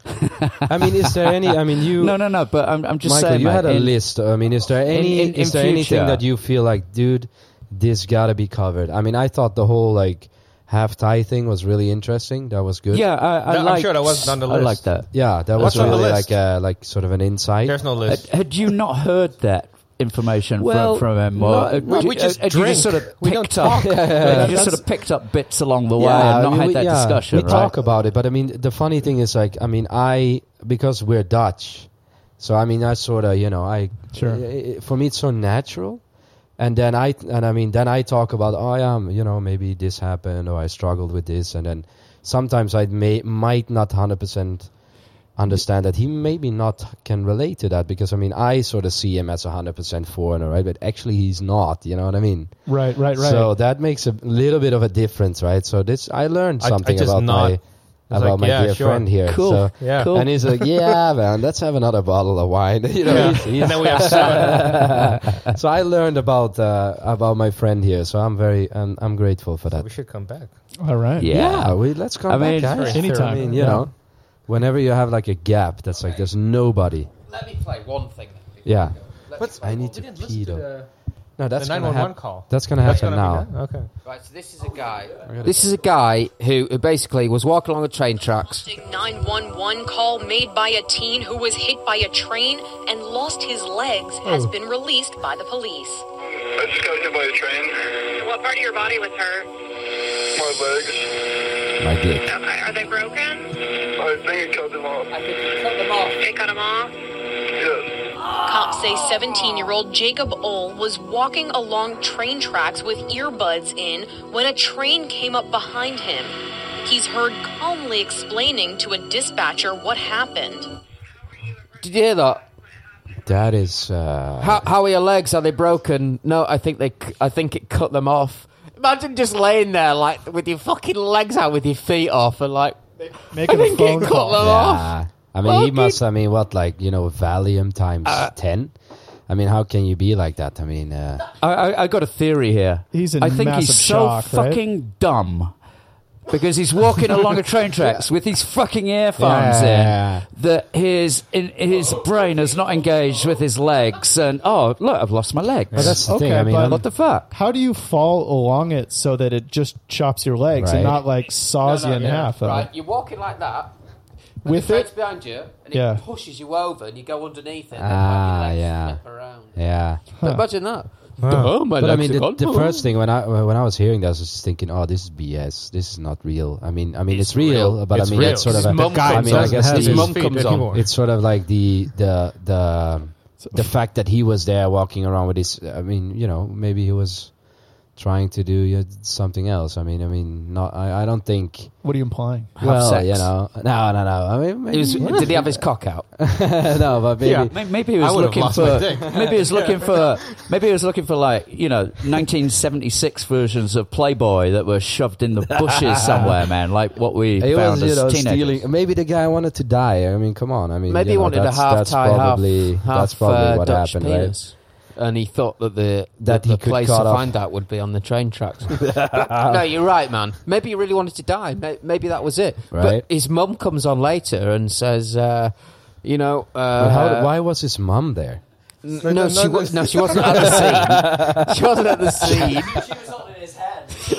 Speaker 7: I mean, is there any? I mean, you.
Speaker 5: no, no, no. But I'm, I'm just
Speaker 7: Michael,
Speaker 5: saying,
Speaker 7: you
Speaker 5: mate,
Speaker 7: had a
Speaker 5: in-
Speaker 7: list. I mean, is there any?
Speaker 5: in- in
Speaker 7: is there anything
Speaker 5: future-
Speaker 7: that you feel like, dude, this gotta be covered? I mean, I thought the whole like half Thai thing was really interesting. That was good.
Speaker 5: Yeah, I, I
Speaker 6: No, I'm
Speaker 5: liked-
Speaker 6: sure that wasn't on the
Speaker 5: I
Speaker 6: list.
Speaker 5: like that.
Speaker 7: yeah, that
Speaker 6: What's
Speaker 7: was
Speaker 6: on the
Speaker 7: really
Speaker 6: list?
Speaker 7: like uh, like sort of an insight.
Speaker 6: There's no
Speaker 5: Had,
Speaker 6: list.
Speaker 5: had you not heard that information
Speaker 7: Well,
Speaker 5: from, from him, or
Speaker 7: no,
Speaker 5: uh,
Speaker 7: we-
Speaker 5: had
Speaker 6: we
Speaker 5: you-
Speaker 6: just
Speaker 5: had you
Speaker 6: drink.
Speaker 5: just sort of
Speaker 6: We don't
Speaker 5: picked up, had you just sort of picked up bits along the way and
Speaker 7: I
Speaker 5: not
Speaker 7: mean,
Speaker 5: had
Speaker 7: we-
Speaker 5: that
Speaker 7: yeah,
Speaker 5: discussion.
Speaker 7: We
Speaker 5: right?
Speaker 7: talk about it, but I mean, the funny thing is, like, I mean, I because we're Dutch, so I mean, I sort of, you know, I
Speaker 4: Sure.
Speaker 7: i- i- for me, it's so natural. And then I and I mean, then I talk about, oh, yeah, um, you know, maybe this happened or I struggled with this, and then sometimes I may might not hundred percent understand that he maybe not can relate to that because I mean, I sort of see him as a hundred percent foreigner, right? But actually, he's not. You know what I mean?
Speaker 4: Right, right, right.
Speaker 7: So that makes a little bit of a difference, right? So this, I learned
Speaker 6: I- I
Speaker 7: something
Speaker 6: just
Speaker 7: about
Speaker 6: nod.
Speaker 7: my
Speaker 6: It's
Speaker 7: about
Speaker 6: like,
Speaker 7: my
Speaker 6: yeah,
Speaker 7: dear
Speaker 6: sure.
Speaker 7: friend here.
Speaker 5: Cool.
Speaker 7: So,
Speaker 6: Yeah.
Speaker 5: Cool.
Speaker 7: And he's like, "Yeah, man, let's have another bottle of wine." you know, he's-
Speaker 6: and then we have seven.
Speaker 7: he's- so I learned about uh, about my friend here. So I'm very I'm, I'm grateful for that.
Speaker 6: we should come back.
Speaker 4: All right.
Speaker 5: Yeah.
Speaker 7: Yeah, we let's come
Speaker 5: I mean,
Speaker 7: back,
Speaker 5: it's
Speaker 4: very
Speaker 7: guys. I
Speaker 4: Anytime.
Speaker 7: mean, you
Speaker 4: Yeah.
Speaker 7: know, whenever you have like a gap, that's like there's nobody.
Speaker 1: Let me play one thing.
Speaker 7: Yeah.
Speaker 1: Let me
Speaker 7: I need to pee though. No, that's
Speaker 6: the
Speaker 7: gonna
Speaker 6: 911
Speaker 7: happen.
Speaker 6: call.
Speaker 7: That's gonna
Speaker 6: That's
Speaker 7: happen now.
Speaker 6: gonna be that? Okay.
Speaker 1: Right, so this is a guy. This is a guy who, who basically was walking along the train tracks.
Speaker 9: 911 call made by a teen who was hit by a train and lost his legs has been released by the police.
Speaker 10: I just got hit by a train.
Speaker 11: What part of your body was hurt? Uh,
Speaker 10: My legs.
Speaker 1: My dick.
Speaker 11: Are are they broken?
Speaker 10: I think it cut them off.
Speaker 11: They cut them off?
Speaker 10: Yes.
Speaker 9: Cops say 17 year old Jacob Ole was walking along train tracks with earbuds in when a train came up behind him. He's heard calmly explaining to a dispatcher what happened.
Speaker 1: Did you hear that?
Speaker 7: That is. Uh,
Speaker 1: How, how are your legs? Are they broken? No, I think they. c- I think it cut them off. Imagine just laying there like with your fucking legs out, with your feet off, and like I
Speaker 4: Making a
Speaker 1: think it
Speaker 4: phone
Speaker 1: cut
Speaker 4: call.
Speaker 1: them off.
Speaker 7: Yeah. I mean, he
Speaker 1: Fucking-
Speaker 7: must. I mean, what like you know, Valium times ten. I mean, how can you be like that? I mean, uh,
Speaker 5: I, I, I got a theory here.
Speaker 4: He's in
Speaker 5: I think
Speaker 4: massive
Speaker 5: he's so
Speaker 4: shock, right?
Speaker 5: fucking dumb because he's walking along the train tracks with his fucking earphones
Speaker 7: Yeah, yeah, yeah.
Speaker 5: in that his in, his brain is not engaged with his legs and oh look I've lost my legs.
Speaker 7: but that's the
Speaker 4: Okay,
Speaker 7: thing. I mean,
Speaker 4: but-
Speaker 7: I'm-
Speaker 5: what the fuck?
Speaker 4: How do you fall along it so that it just chops your legs and
Speaker 7: Right.
Speaker 4: not like saws you in half? though?
Speaker 1: Right, you're walking like that. and
Speaker 4: With
Speaker 1: the train's
Speaker 4: it?
Speaker 1: behind you, and
Speaker 4: Yeah.
Speaker 1: it pushes you over, and you go underneath it. and like
Speaker 7: Ah,
Speaker 1: your legs
Speaker 7: yeah.
Speaker 1: flip around.
Speaker 7: yeah.
Speaker 1: But imagine that.
Speaker 5: Oh my
Speaker 7: But I
Speaker 5: legs
Speaker 7: mean,
Speaker 5: are
Speaker 7: the,
Speaker 5: gone.
Speaker 7: the first thing when I when I was hearing this, I was just thinking, oh, this is BS. This is not real. I mean, I mean, it's, real, but
Speaker 6: It's
Speaker 7: I mean,
Speaker 6: real.
Speaker 7: it's sort
Speaker 6: His
Speaker 7: of. A,
Speaker 6: mum
Speaker 7: I
Speaker 6: comes
Speaker 7: mean, I
Speaker 6: on.
Speaker 7: guess
Speaker 6: His
Speaker 7: it is-
Speaker 6: mum comes on.
Speaker 7: It's sort of like the the the the fact that he was there walking around with his. I mean, you know, maybe he was trying to do yeah, something else. I mean, I mean, not. I, I don't think.
Speaker 4: What are you implying?
Speaker 7: well,
Speaker 1: sex.
Speaker 7: you know, no, no, no. I mean,
Speaker 1: He
Speaker 7: maybe,
Speaker 1: was, did he have his cock out?
Speaker 7: no, but maybe.
Speaker 6: Yeah.
Speaker 5: May- Maybe he was looking for maybe he was looking for maybe he was looking for like you know 1976 versions of Playboy that were shoved in the bushes somewhere, man. Like what we
Speaker 7: He
Speaker 5: found
Speaker 7: was, you
Speaker 5: as
Speaker 7: know,
Speaker 5: teenagers.
Speaker 7: stealing. Maybe the guy wanted to die. I mean, come on. I mean,
Speaker 1: Maybe
Speaker 7: you
Speaker 1: he
Speaker 7: know,
Speaker 1: wanted a
Speaker 7: that's-
Speaker 1: half
Speaker 7: that's
Speaker 1: tie, half-
Speaker 7: probably,
Speaker 1: half,
Speaker 7: That's probably
Speaker 1: uh,
Speaker 7: what
Speaker 1: Dutch
Speaker 7: happened, right?
Speaker 1: penis. And he thought that the
Speaker 7: That
Speaker 1: that
Speaker 7: he
Speaker 1: the
Speaker 7: could
Speaker 1: place to
Speaker 7: cut off.
Speaker 1: find out would be on the train tracks. no, you're right, man. Maybe he really wanted to die. May- Maybe that was it.
Speaker 7: Right.
Speaker 1: But his mum comes on later and says, uh, "You know, uh,
Speaker 7: But how, why was his mom there?
Speaker 1: n- no, she was no, she wasn't at the scene. She wasn't at the scene.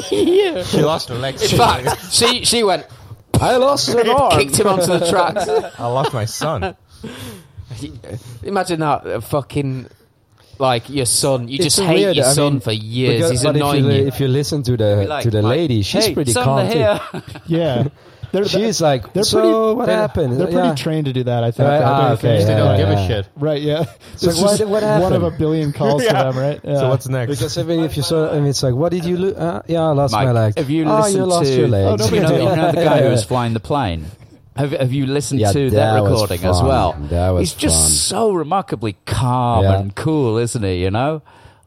Speaker 6: She lost her legs.
Speaker 1: In fact, she she went
Speaker 7: I lost an arm.
Speaker 1: kicked him onto the tracks.
Speaker 6: I lost my son.
Speaker 1: Imagine that uh, fucking like your son. You just
Speaker 7: It's
Speaker 1: hate
Speaker 7: weird,
Speaker 1: your
Speaker 7: I
Speaker 1: son
Speaker 7: mean,
Speaker 1: for years.
Speaker 7: because-
Speaker 1: He's
Speaker 7: but
Speaker 1: annoying
Speaker 7: if you,
Speaker 1: you.
Speaker 7: If you listen to the
Speaker 1: Like,
Speaker 7: to the
Speaker 1: like,
Speaker 7: lady, she's
Speaker 5: Hey,
Speaker 7: pretty
Speaker 5: something
Speaker 7: calm. Too.
Speaker 5: here.
Speaker 4: Yeah, they're,
Speaker 7: She's like,
Speaker 4: they're
Speaker 7: so
Speaker 4: pretty-
Speaker 7: what
Speaker 4: they're-
Speaker 7: happened?
Speaker 4: They're pretty
Speaker 7: Yeah.
Speaker 4: trained to do that. I think.
Speaker 7: Right,
Speaker 4: They're
Speaker 7: ah,
Speaker 4: pretty
Speaker 7: okay,
Speaker 4: trained to
Speaker 7: yeah,
Speaker 4: do
Speaker 7: yeah,
Speaker 4: that.
Speaker 7: yeah.
Speaker 4: uh, Right. Yeah. It's
Speaker 7: like,
Speaker 4: just
Speaker 7: what- what
Speaker 4: One of
Speaker 7: happened?
Speaker 4: a billion calls to them. Right. Yeah.
Speaker 6: So what's next?
Speaker 7: Because even if you saw, I mean, it's like, what did you lose? Uh, yeah, I lost my
Speaker 5: Mike,
Speaker 7: leg.
Speaker 5: have you
Speaker 7: oh,
Speaker 5: listened
Speaker 7: you lost
Speaker 5: to
Speaker 7: your leg.
Speaker 5: you, know, you know the guy who was flying the plane? Have, have you listened
Speaker 7: Yeah,
Speaker 5: to
Speaker 7: that
Speaker 5: that
Speaker 7: was
Speaker 5: recording as
Speaker 7: fun.
Speaker 5: well?
Speaker 7: That was
Speaker 5: He's just
Speaker 7: fun.
Speaker 5: so remarkably calm
Speaker 7: Yeah.
Speaker 5: and cool, isn't he? You know?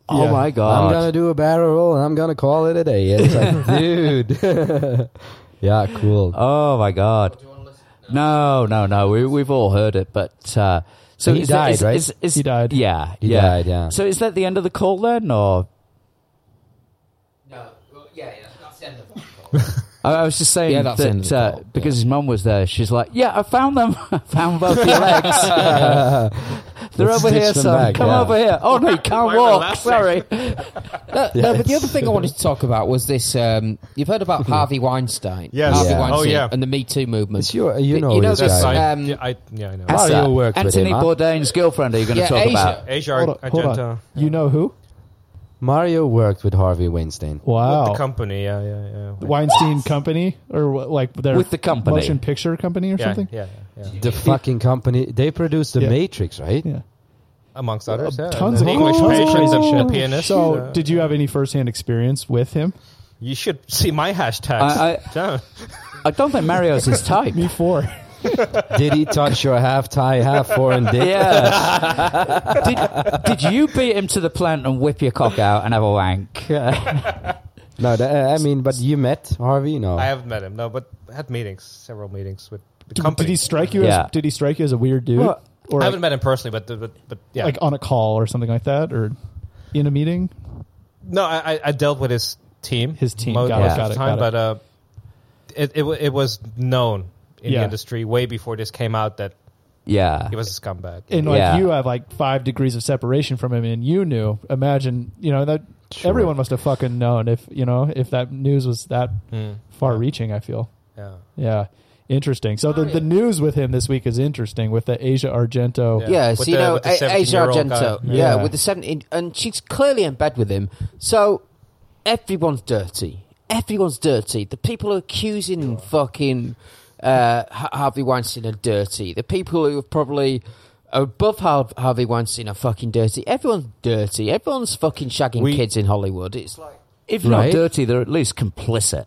Speaker 5: Oh
Speaker 4: Yeah.
Speaker 5: my
Speaker 7: I'm
Speaker 5: god!
Speaker 7: gonna do a barrel roll and I'm gonna call it a day. It's like, dude. yeah, cool.
Speaker 5: Oh my god! No, no, no. We, we've all heard it, but uh, so
Speaker 7: He
Speaker 5: is that-
Speaker 7: died,
Speaker 5: is-
Speaker 7: right?
Speaker 5: is- is-
Speaker 4: He died.
Speaker 5: Yeah,
Speaker 7: He
Speaker 5: yeah.
Speaker 7: died, yeah.
Speaker 5: So is that the end of the call then, or
Speaker 1: No, well, yeah, yeah, that's the end of it.
Speaker 5: I, I was just saying
Speaker 1: Yeah, that's the end of
Speaker 5: that
Speaker 1: the
Speaker 5: uh,
Speaker 1: call,
Speaker 5: because his mum was there. She's like, "Yeah, I found them. I found both your legs. They're
Speaker 7: Let's
Speaker 5: over here,
Speaker 7: stitch them
Speaker 5: son.
Speaker 7: back,
Speaker 5: Come
Speaker 7: yeah.
Speaker 5: over here. Oh no, you can't
Speaker 6: were
Speaker 5: walk.
Speaker 6: laughing?
Speaker 5: Sorry."
Speaker 1: No, but the other thing I wanted to talk about was this. Um, you've heard about Harvey Weinstein,
Speaker 6: Yes.
Speaker 1: Harvey
Speaker 7: Yeah.
Speaker 1: Weinstein,
Speaker 6: Oh, yeah.
Speaker 1: and the Me Too movement.
Speaker 7: It's your- you know this
Speaker 1: this,
Speaker 7: guy.
Speaker 6: I,
Speaker 1: um,
Speaker 6: yeah, I, yeah, I know.
Speaker 7: What's
Speaker 5: Asia,
Speaker 7: that? Oh, worked with
Speaker 5: Anthony
Speaker 7: him, huh?
Speaker 5: Bourdain's girlfriend. Are you going to
Speaker 1: Yeah,
Speaker 5: talk
Speaker 1: Asia.
Speaker 5: about?
Speaker 6: Asia
Speaker 4: Hold on, hold
Speaker 6: Argenta.
Speaker 4: on. You know who?
Speaker 7: Mario worked with Harvey Weinstein.
Speaker 4: Wow.
Speaker 6: The company, yeah, yeah, yeah.
Speaker 4: Weinstein Company or what, like their
Speaker 5: With the company.
Speaker 4: motion picture company or
Speaker 6: yeah,
Speaker 4: something.
Speaker 6: Yeah, yeah, yeah.
Speaker 7: The fucking company. They produced The
Speaker 4: Yeah.
Speaker 7: Matrix, right?
Speaker 4: Yeah.
Speaker 6: Amongst others, yeah.
Speaker 4: Uh, Tons
Speaker 6: the
Speaker 4: of
Speaker 6: English
Speaker 4: tons of
Speaker 6: patient,
Speaker 4: crazy
Speaker 6: the,
Speaker 4: shit.
Speaker 6: the pianist.
Speaker 4: So,
Speaker 6: uh,
Speaker 4: did you have any first-hand experience with him?
Speaker 6: you should see my hashtags.
Speaker 5: I- I-
Speaker 6: Damn.
Speaker 5: I don't think Mario's his type.
Speaker 4: Me four.
Speaker 7: Did he touch your half Thai, half foreign dick?
Speaker 5: Yeah. did, did you beat him to the plant and whip your cock out and have a wank?
Speaker 7: No, that, I mean, but you met Harvey? No.
Speaker 6: I haven't met him, no, but had meetings, several meetings with the
Speaker 4: Did,
Speaker 6: company.
Speaker 4: did he strike you?
Speaker 5: Yeah.
Speaker 4: As, did he strike you as a weird dude,
Speaker 5: Well,
Speaker 4: or like,
Speaker 6: I haven't met him personally, but but, but yeah.
Speaker 4: like on a call or something like that, or in a meeting?
Speaker 6: no, I, I- I dealt with his team.
Speaker 4: His team,
Speaker 6: mo- most,
Speaker 4: got it,
Speaker 6: of
Speaker 4: got
Speaker 6: the
Speaker 4: it,
Speaker 6: time,
Speaker 4: got
Speaker 6: but uh, it, it wa- it was known in
Speaker 4: Yeah.
Speaker 6: the industry way before this came out that
Speaker 5: Yeah.
Speaker 6: He was a scumbag.
Speaker 4: and like
Speaker 5: Yeah.
Speaker 4: you have like five degrees of separation from him, and you knew. Imagine, you know that everyone must have fucking known if you know if that news was that far-reaching. I feel,
Speaker 6: Yeah.
Speaker 4: yeah, interesting. So the, the news with him this week is interesting with the Asia Argento.
Speaker 6: Yeah.
Speaker 12: Yeah,
Speaker 6: With
Speaker 12: so you
Speaker 6: the-
Speaker 12: know,
Speaker 6: with the
Speaker 12: A- Asia
Speaker 6: 17-year-old guy.
Speaker 12: Argento.
Speaker 4: Yeah.
Speaker 12: Yeah. with the 17. And she's clearly in bed with him. So everyone's dirty. Everyone's dirty. The people who are accusing fucking uh, Ha- Harvey Weinstein are dirty. The people who are probably above Har- Harvey Weinstein are fucking dirty. Everyone's dirty. Everyone's fucking shagging
Speaker 6: We-
Speaker 12: kids in Hollywood. It's like,
Speaker 5: If not
Speaker 7: Right.
Speaker 5: dirty, they're at least complicit.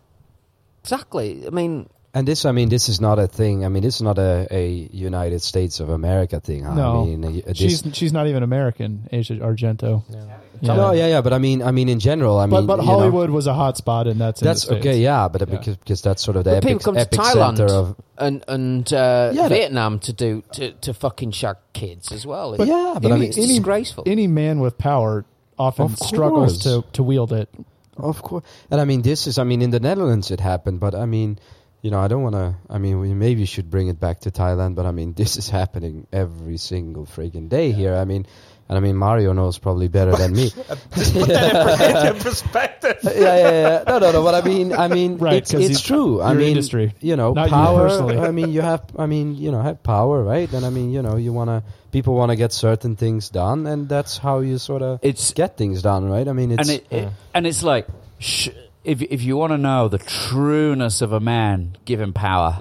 Speaker 12: exactly. I mean,
Speaker 7: And this, I mean, this is not a thing. I mean, this is not a, a United States of America thing. huh?
Speaker 4: No,
Speaker 7: I mean, uh, this,
Speaker 4: she's she's not even American. Asia Argento. Yeah.
Speaker 7: no, yeah, yeah. But I mean, I mean, in general, I
Speaker 4: but
Speaker 7: mean,
Speaker 4: but
Speaker 7: you know,
Speaker 4: Hollywood was a hot spot, and that's in the
Speaker 7: that's
Speaker 4: States.
Speaker 7: okay, yeah. But uh,
Speaker 4: Yeah.
Speaker 7: Because, because that's sort of the
Speaker 12: But people
Speaker 7: epic,
Speaker 12: come to
Speaker 7: epic
Speaker 12: Thailand
Speaker 7: center of
Speaker 12: and and uh,
Speaker 7: Yeah, that-
Speaker 12: Vietnam to do to, to fucking shag kids as well. It's-
Speaker 7: yeah. But I
Speaker 12: it's
Speaker 7: mean,
Speaker 4: any-
Speaker 12: disgraceful.
Speaker 4: Any man with power often
Speaker 7: Of
Speaker 4: struggles to
Speaker 7: course.
Speaker 4: to wield it.
Speaker 7: Of course, and I mean this is. I mean, in the Netherlands it happened, but I mean, you know, I don't want to. I mean, we maybe should bring it back to Thailand, but I mean, this is happening every single freaking day here. I mean, and I mean, Mario knows probably better than me. Uh,
Speaker 6: Put that in- in perspective.
Speaker 7: yeah, yeah, yeah. No, no, no. But I mean, I mean,
Speaker 4: Right,
Speaker 7: it's,
Speaker 4: 'cause
Speaker 7: it's
Speaker 4: you-
Speaker 7: true. I
Speaker 4: your
Speaker 7: mean,
Speaker 4: industry,
Speaker 7: you know,
Speaker 4: not you
Speaker 7: power.
Speaker 4: personally.
Speaker 7: I mean, you have. I mean, you know, have power, right? And I mean, you know, you wanna. People wanna get certain things done, and that's how you sort of
Speaker 5: It's-
Speaker 7: get things done, right? I mean, it's
Speaker 5: and it, it- and it's like sh- if if you want to know the trueness of a man given power,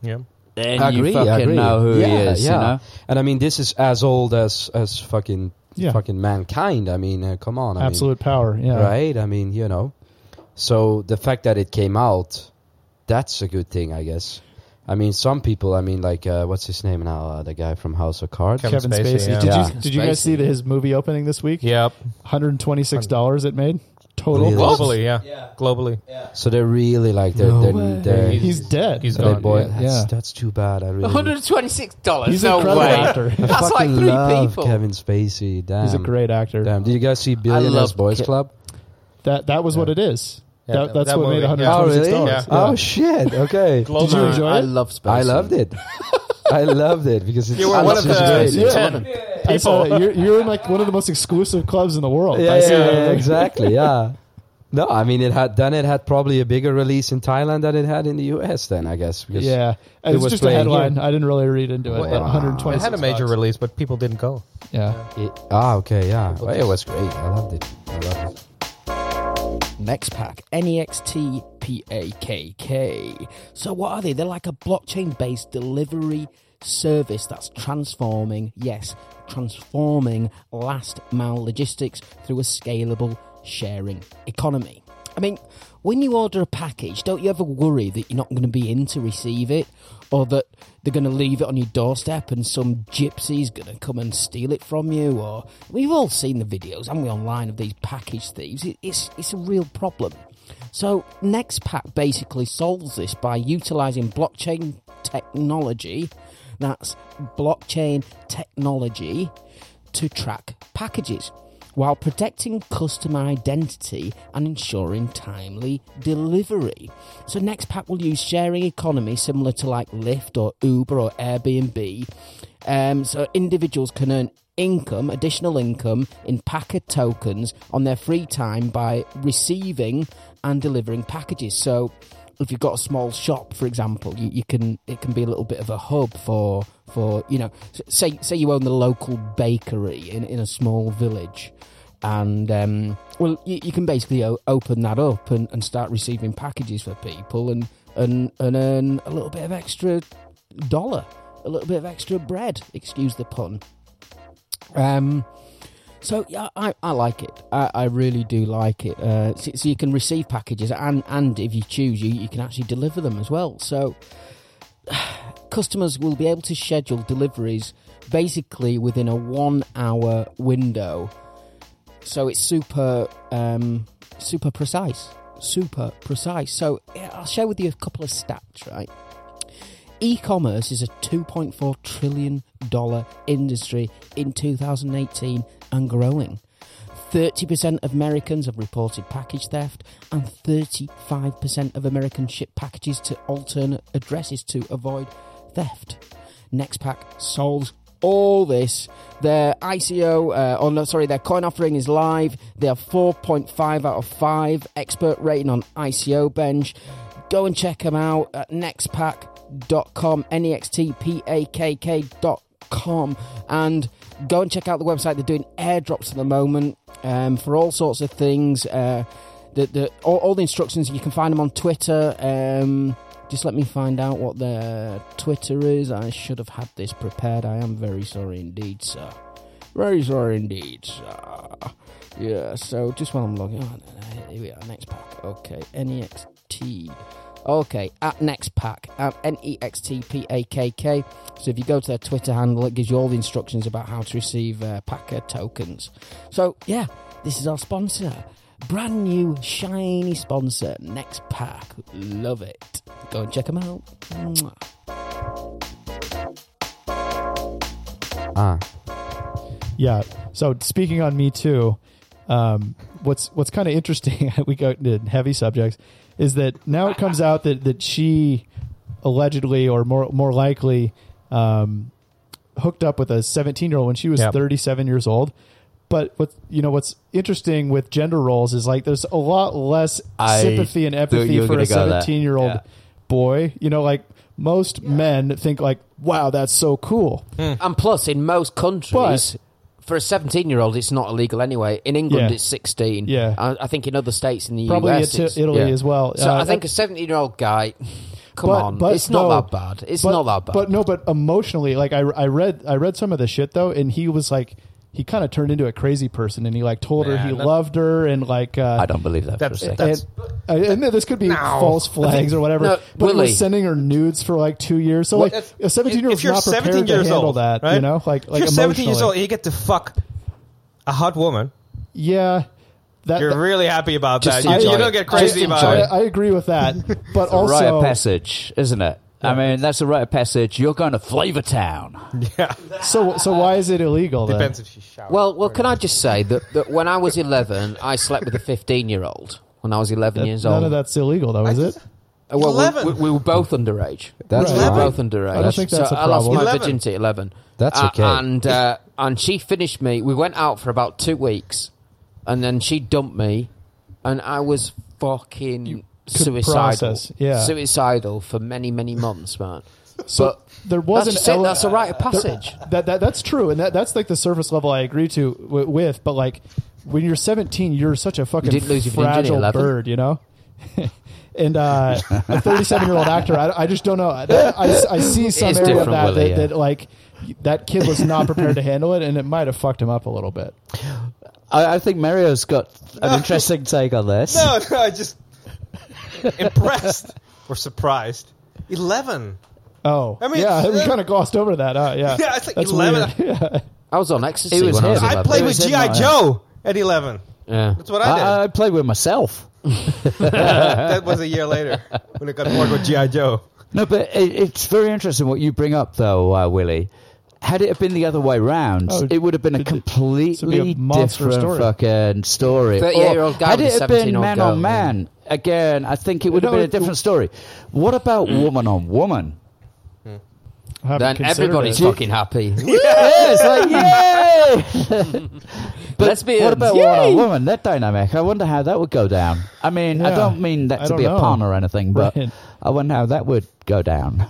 Speaker 6: Yeah.
Speaker 5: then
Speaker 7: I
Speaker 5: you fucking
Speaker 7: I agree.
Speaker 5: know who he is. You know,
Speaker 7: And I mean, this is as old as as fucking
Speaker 4: Yeah.
Speaker 7: fucking mankind. I mean, uh, come on, I mean,
Speaker 4: Absolute power. Yeah.
Speaker 7: right? I mean, you know. So the fact that it came out, that's a good thing, I guess. I mean, some people. I mean, like uh, what's his name now? Uh, the guy from House of Cards.
Speaker 6: Kevin
Speaker 4: Kevin Spacey.
Speaker 6: Spacey, yeah.
Speaker 4: Did
Speaker 7: Yeah.
Speaker 4: you did you guys see that his movie opening this week?
Speaker 6: Yep.
Speaker 4: Hundred and twenty six dollars it made total.
Speaker 7: Really? What?
Speaker 6: Globally, yeah. Globally.
Speaker 7: So they're really like they're they're, they're,
Speaker 4: He's dead.
Speaker 6: He's
Speaker 7: they
Speaker 6: gone.
Speaker 7: boy.
Speaker 6: yeah.
Speaker 7: That's,
Speaker 4: Yeah.
Speaker 7: that's too bad. I really.
Speaker 12: $126.
Speaker 4: He's an
Speaker 12: no
Speaker 4: incredible
Speaker 12: way.
Speaker 4: actor.
Speaker 7: I
Speaker 12: That's like
Speaker 7: fucking
Speaker 12: three
Speaker 7: love
Speaker 12: people.
Speaker 7: Kevin Spacey. Damn.
Speaker 4: He's a great actor.
Speaker 7: Damn. Did you guys see Billionaires
Speaker 12: love
Speaker 7: Boys
Speaker 12: Ke-
Speaker 7: Club?
Speaker 4: That that was what it is.
Speaker 6: Yeah,
Speaker 4: that,
Speaker 6: that-
Speaker 4: that's
Speaker 6: that
Speaker 4: what made
Speaker 6: movie.
Speaker 4: one hundred
Speaker 6: Yeah.
Speaker 7: Oh
Speaker 4: twenty
Speaker 7: really?
Speaker 4: six dollars.
Speaker 6: Yeah.
Speaker 7: Oh shit. Okay.
Speaker 6: Globally.
Speaker 4: Did you enjoy
Speaker 12: I
Speaker 4: it?
Speaker 12: love Spacey.
Speaker 7: I loved it. I loved it because it's
Speaker 6: You were one
Speaker 7: it's
Speaker 6: of the
Speaker 7: just great.
Speaker 4: Yeah.
Speaker 6: ten.
Speaker 4: I saw that. You're, you're in like one of the most exclusive clubs in the world.
Speaker 7: Yeah,
Speaker 4: I
Speaker 7: yeah,
Speaker 4: see that.
Speaker 7: yeah, exactly. Yeah. No, I mean it had then it had probably a bigger release in Thailand than it had in the US then I guess. because-
Speaker 4: Yeah,
Speaker 7: It
Speaker 4: it was
Speaker 7: was
Speaker 4: just a
Speaker 7: playing
Speaker 4: headline.
Speaker 7: here.
Speaker 4: I didn't really read into it.
Speaker 6: Well,
Speaker 4: but
Speaker 6: it-
Speaker 4: 126
Speaker 6: It had a major
Speaker 4: bucks.
Speaker 6: release, but people didn't go.
Speaker 4: Yeah.
Speaker 7: It- ah, okay, yeah. Well, it was great. I loved it. I loved it.
Speaker 1: Next pack, NEXTPAKK. So, what are they? They're like a blockchain based delivery service that's transforming, yes, transforming last mile logistics through a scalable sharing economy. I mean, when you order a package, don't you ever worry that you're not going to be in to receive it or that they're going to leave it on your doorstep and some gypsy's going to come and steal it from you? Or we've all seen the videos, haven't we, online of these package thieves? It- It's, it's a real problem. So, NextPack basically solves this by utilizing blockchain technology that's blockchain technology to track packages while protecting customer identity and ensuring timely delivery. So NextPack will use sharing economy similar to like Lyft or Uber or Airbnb. Um, so individuals can earn income, additional income in packer tokens on their free time by receiving and delivering packages. So if you've got a small shop, for example, you, you can it can be a little bit of a hub for for you know s- say say you own the local bakery in, in a small village, and um, well you, you can basically o- open that up and, and start receiving packages for people and and and earn a little bit of extra dollar, a little bit of extra bread. Excuse the pun. Um, so yeah, I, I like it. I, I really do like it. Uh, so, so you can receive packages, and and if you choose, you, you can actually deliver them as well. So customers will be able to schedule deliveries basically within a one-hour window. So it's super um, super precise, super precise. So yeah, I'll share with you a couple of stats, right? E-commerce is a 2.4 trillion dollar industry in 2018 and growing. 30% of Americans have reported package theft and 35% of Americans ship packages to alternate addresses to avoid theft. Nextpack solves all this. Their ICO, uh, oh no, sorry, their coin offering is live. They have 4.5 out of 5 expert rating on ICO bench. Go and check them out at nextpack.com, N E X T P A K K.com. And go and check out the website. They're doing airdrops at the moment um, for all sorts of things. Uh, the, the, all, all the instructions, you can find them on Twitter. Um, just let me find out what their Twitter is. I should have had this prepared. I am very sorry indeed, sir. Very sorry indeed, sir. Yeah, so just while I'm logging on, uh, here we are, next pack. Okay, NEXT. Okay, at next pack, at N E X T P A K K. So if you go to their Twitter handle, it gives you all the instructions about how to receive uh, Packer tokens. So yeah, this is our sponsor. Brand new, shiny sponsor, Next Pack. Love it. Go and check them out. Mwah.
Speaker 7: Ah.
Speaker 4: Yeah. So speaking on Me Too, um, what's what's kind of interesting, we go into heavy subjects, is that now it comes out that, that she allegedly or more more likely um, hooked up with a 17 year old when she was
Speaker 6: Yep.
Speaker 4: 37 years old. But what you know, what's interesting with gender roles is like there's a lot less
Speaker 5: I
Speaker 4: sympathy and
Speaker 5: thought
Speaker 4: empathy
Speaker 5: you were
Speaker 4: for a
Speaker 5: gonna go there.
Speaker 4: 17 year old
Speaker 5: Yeah.
Speaker 4: boy. You know, like most men think like, "Wow, that's so cool."
Speaker 13: And plus, in most countries, for a 17 year old, it's not illegal anyway. In England,
Speaker 4: Yeah.
Speaker 13: it's 16.
Speaker 4: Yeah.
Speaker 13: I, I think in other states in the
Speaker 4: Probably
Speaker 13: US.
Speaker 4: Ita- Italy as well.
Speaker 13: So
Speaker 4: Uh,
Speaker 13: I think a 17 year old guy, come on, it's not
Speaker 4: though-
Speaker 13: that bad. It's
Speaker 4: but-
Speaker 13: not that bad.
Speaker 4: But no, but emotionally, like I, I read, I read some of the shit though, and he was like, he kind of turned into a crazy person, and he like told her
Speaker 6: Nah,
Speaker 4: he
Speaker 6: that-
Speaker 4: loved her, and like, uh,
Speaker 5: I don't believe that
Speaker 6: That's-
Speaker 5: for a second.
Speaker 4: and, uh, and this could be false flags or whatever.
Speaker 13: No,
Speaker 4: but he
Speaker 13: Willie.
Speaker 4: was sending her nudes for like two years. So like,
Speaker 6: That's-
Speaker 4: a seventeen year
Speaker 6: if
Speaker 4: old's
Speaker 6: you're
Speaker 4: not prepared to handle that.
Speaker 6: right?
Speaker 4: You know, like,
Speaker 6: if
Speaker 4: like
Speaker 6: you're 17 years
Speaker 4: emotionally.
Speaker 6: old, and you get to fuck a hot woman.
Speaker 4: Yeah, that.
Speaker 6: You're
Speaker 4: that-
Speaker 6: really happy about
Speaker 14: Just
Speaker 6: that. You,
Speaker 14: enjoy
Speaker 6: you don't
Speaker 14: it.
Speaker 6: get
Speaker 14: Just
Speaker 6: crazy about
Speaker 14: enjoy
Speaker 4: I,
Speaker 6: it.
Speaker 14: it.
Speaker 4: I agree with that, but
Speaker 14: a rite
Speaker 4: also
Speaker 14: of passage, isn't it? I mean, that's a rite of passage. You're going to Flavor Town.
Speaker 4: so so why is it illegal? Then?
Speaker 6: Depends if she showers.
Speaker 13: well, well, can I just say that, that when I was 11, I slept with a 15 year old. When I was 11 years
Speaker 4: None
Speaker 13: old.
Speaker 4: of that's illegal though, is it?
Speaker 13: Uh, well, we-
Speaker 6: 11.
Speaker 13: We, we were both underage.
Speaker 7: That's
Speaker 13: We were
Speaker 7: fine.
Speaker 13: both underage.
Speaker 4: I don't think that's
Speaker 13: so
Speaker 4: a
Speaker 13: I lost
Speaker 4: problem.
Speaker 13: my
Speaker 6: 11.
Speaker 13: virginity at 11.
Speaker 7: That's
Speaker 13: Uh,
Speaker 7: okay.
Speaker 13: and uh, and she finished me. We went out for about two weeks, and then she dumped me, and I was fucking suicidal.
Speaker 4: process, yeah.
Speaker 13: Suicidal for many many months, man.
Speaker 4: So there
Speaker 13: That's,
Speaker 4: wasn't.
Speaker 13: just it, that's a rite of passage.
Speaker 4: that, that that's true, and that, that's like the surface level I agree to w- with. But like when you're 17, you're such a fucking
Speaker 13: didn't lose your virginity at
Speaker 4: fragile
Speaker 13: 11.
Speaker 4: bird, you know. and uh, a 37 year old actor, I, I just don't know. That- I, I see some
Speaker 13: is
Speaker 4: area of
Speaker 13: different,
Speaker 4: that
Speaker 13: Willie,
Speaker 4: that,
Speaker 13: yeah.
Speaker 4: that like that kid was not prepared to handle it, and it might have fucked him up a little bit.
Speaker 5: I, I think Mario's got an interesting take on this.
Speaker 6: No, no, I just impressed or surprised. Eleven.
Speaker 4: Oh,
Speaker 6: I mean,
Speaker 4: yeah, we
Speaker 6: uh,
Speaker 4: kind of glossed over that. Uh, yeah,
Speaker 6: Yeah, it's like
Speaker 4: That's
Speaker 6: 11.
Speaker 4: weird. Yeah.
Speaker 13: I was on ecstasy
Speaker 5: was
Speaker 13: when I
Speaker 5: him.
Speaker 13: was 11.
Speaker 6: I played with
Speaker 5: in
Speaker 6: GI
Speaker 5: my-
Speaker 6: Joe at eleven.
Speaker 13: yeah.
Speaker 6: That's what I did.
Speaker 5: I, I played with myself.
Speaker 6: that was a year later when I got bored with GI Joe.
Speaker 5: No, but it, it's very interesting what you bring up, though, uh, Willie. Had it have been the other way round,
Speaker 4: Oh,
Speaker 5: it would have been a
Speaker 4: it- it-
Speaker 5: completely
Speaker 4: it'd be a monster
Speaker 5: different
Speaker 4: story.
Speaker 5: fucking story. Or
Speaker 13: 38-year-old guy
Speaker 5: had
Speaker 13: with
Speaker 5: it
Speaker 13: a
Speaker 5: have been
Speaker 13: 17-year-old
Speaker 5: man
Speaker 13: girl,
Speaker 5: on
Speaker 13: yeah.
Speaker 5: man, again, I think it would have
Speaker 4: No,
Speaker 5: been a
Speaker 4: it-
Speaker 5: different story. What about woman on woman?
Speaker 4: I haven't
Speaker 13: Then
Speaker 4: considered
Speaker 13: everybody's
Speaker 4: it.
Speaker 13: fucking happy.
Speaker 5: Yeah, it's like, yay! but
Speaker 13: Lesbians,
Speaker 5: what about
Speaker 13: yay!
Speaker 5: woman on woman? That dynamic, I wonder how that would go down. I mean, I
Speaker 4: Yeah,
Speaker 5: don't mean
Speaker 4: I
Speaker 5: that to
Speaker 4: don't
Speaker 5: be
Speaker 4: know.
Speaker 5: a pun or anything, but
Speaker 4: Right.
Speaker 5: I wonder how that would go down.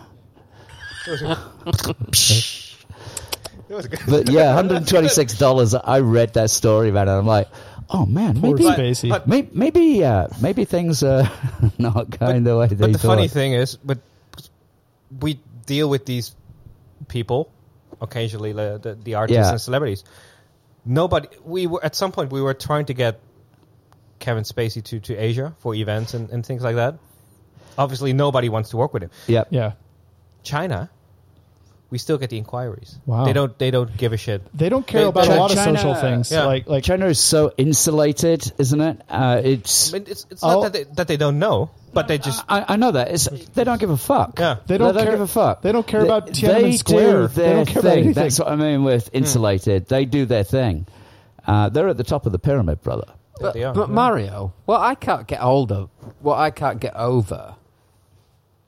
Speaker 5: but yeah, $126. I read that story, man, and I'm like, oh man,
Speaker 4: Poor
Speaker 5: maybe.
Speaker 4: Spacey.
Speaker 6: but-
Speaker 5: Maybe maybe, uh, maybe things are not going the way they
Speaker 6: But the
Speaker 5: thought.
Speaker 6: funny thing is, but we deal with these people occasionally, the the, the artists
Speaker 5: Yeah.
Speaker 6: and celebrities. Nobody. We were at some point we were trying to get Kevin Spacey to, to Asia for events and, and things like that. Obviously, nobody wants to work with him.
Speaker 5: Yep.
Speaker 4: Yeah,
Speaker 6: China, we still get the inquiries.
Speaker 4: Wow.
Speaker 6: They don't. They don't give a shit.
Speaker 4: they don't care
Speaker 6: They-
Speaker 4: about a
Speaker 6: China-
Speaker 4: lot of
Speaker 5: China-
Speaker 4: social things.
Speaker 6: yeah.
Speaker 4: Like like
Speaker 5: China is so insulated, isn't it? Uh, it's
Speaker 6: I mean, it's it's
Speaker 4: Oh.
Speaker 6: not that they, that they don't know, but they just
Speaker 5: I, I know that. It's, they don't give a fuck.
Speaker 6: Yeah.
Speaker 4: They don't care-
Speaker 5: give a fuck.
Speaker 4: they don't care about Tiananmen
Speaker 5: they
Speaker 4: Square.
Speaker 5: Do
Speaker 4: They
Speaker 5: their
Speaker 4: don't care about
Speaker 5: thing.
Speaker 4: anything.
Speaker 5: That's what I mean with insulated. They do their thing. Uh, they're at the top of the pyramid, brother.
Speaker 13: But,
Speaker 6: they are,
Speaker 13: but
Speaker 6: yeah.
Speaker 13: Mario, what I can't get hold of, what I can't get over,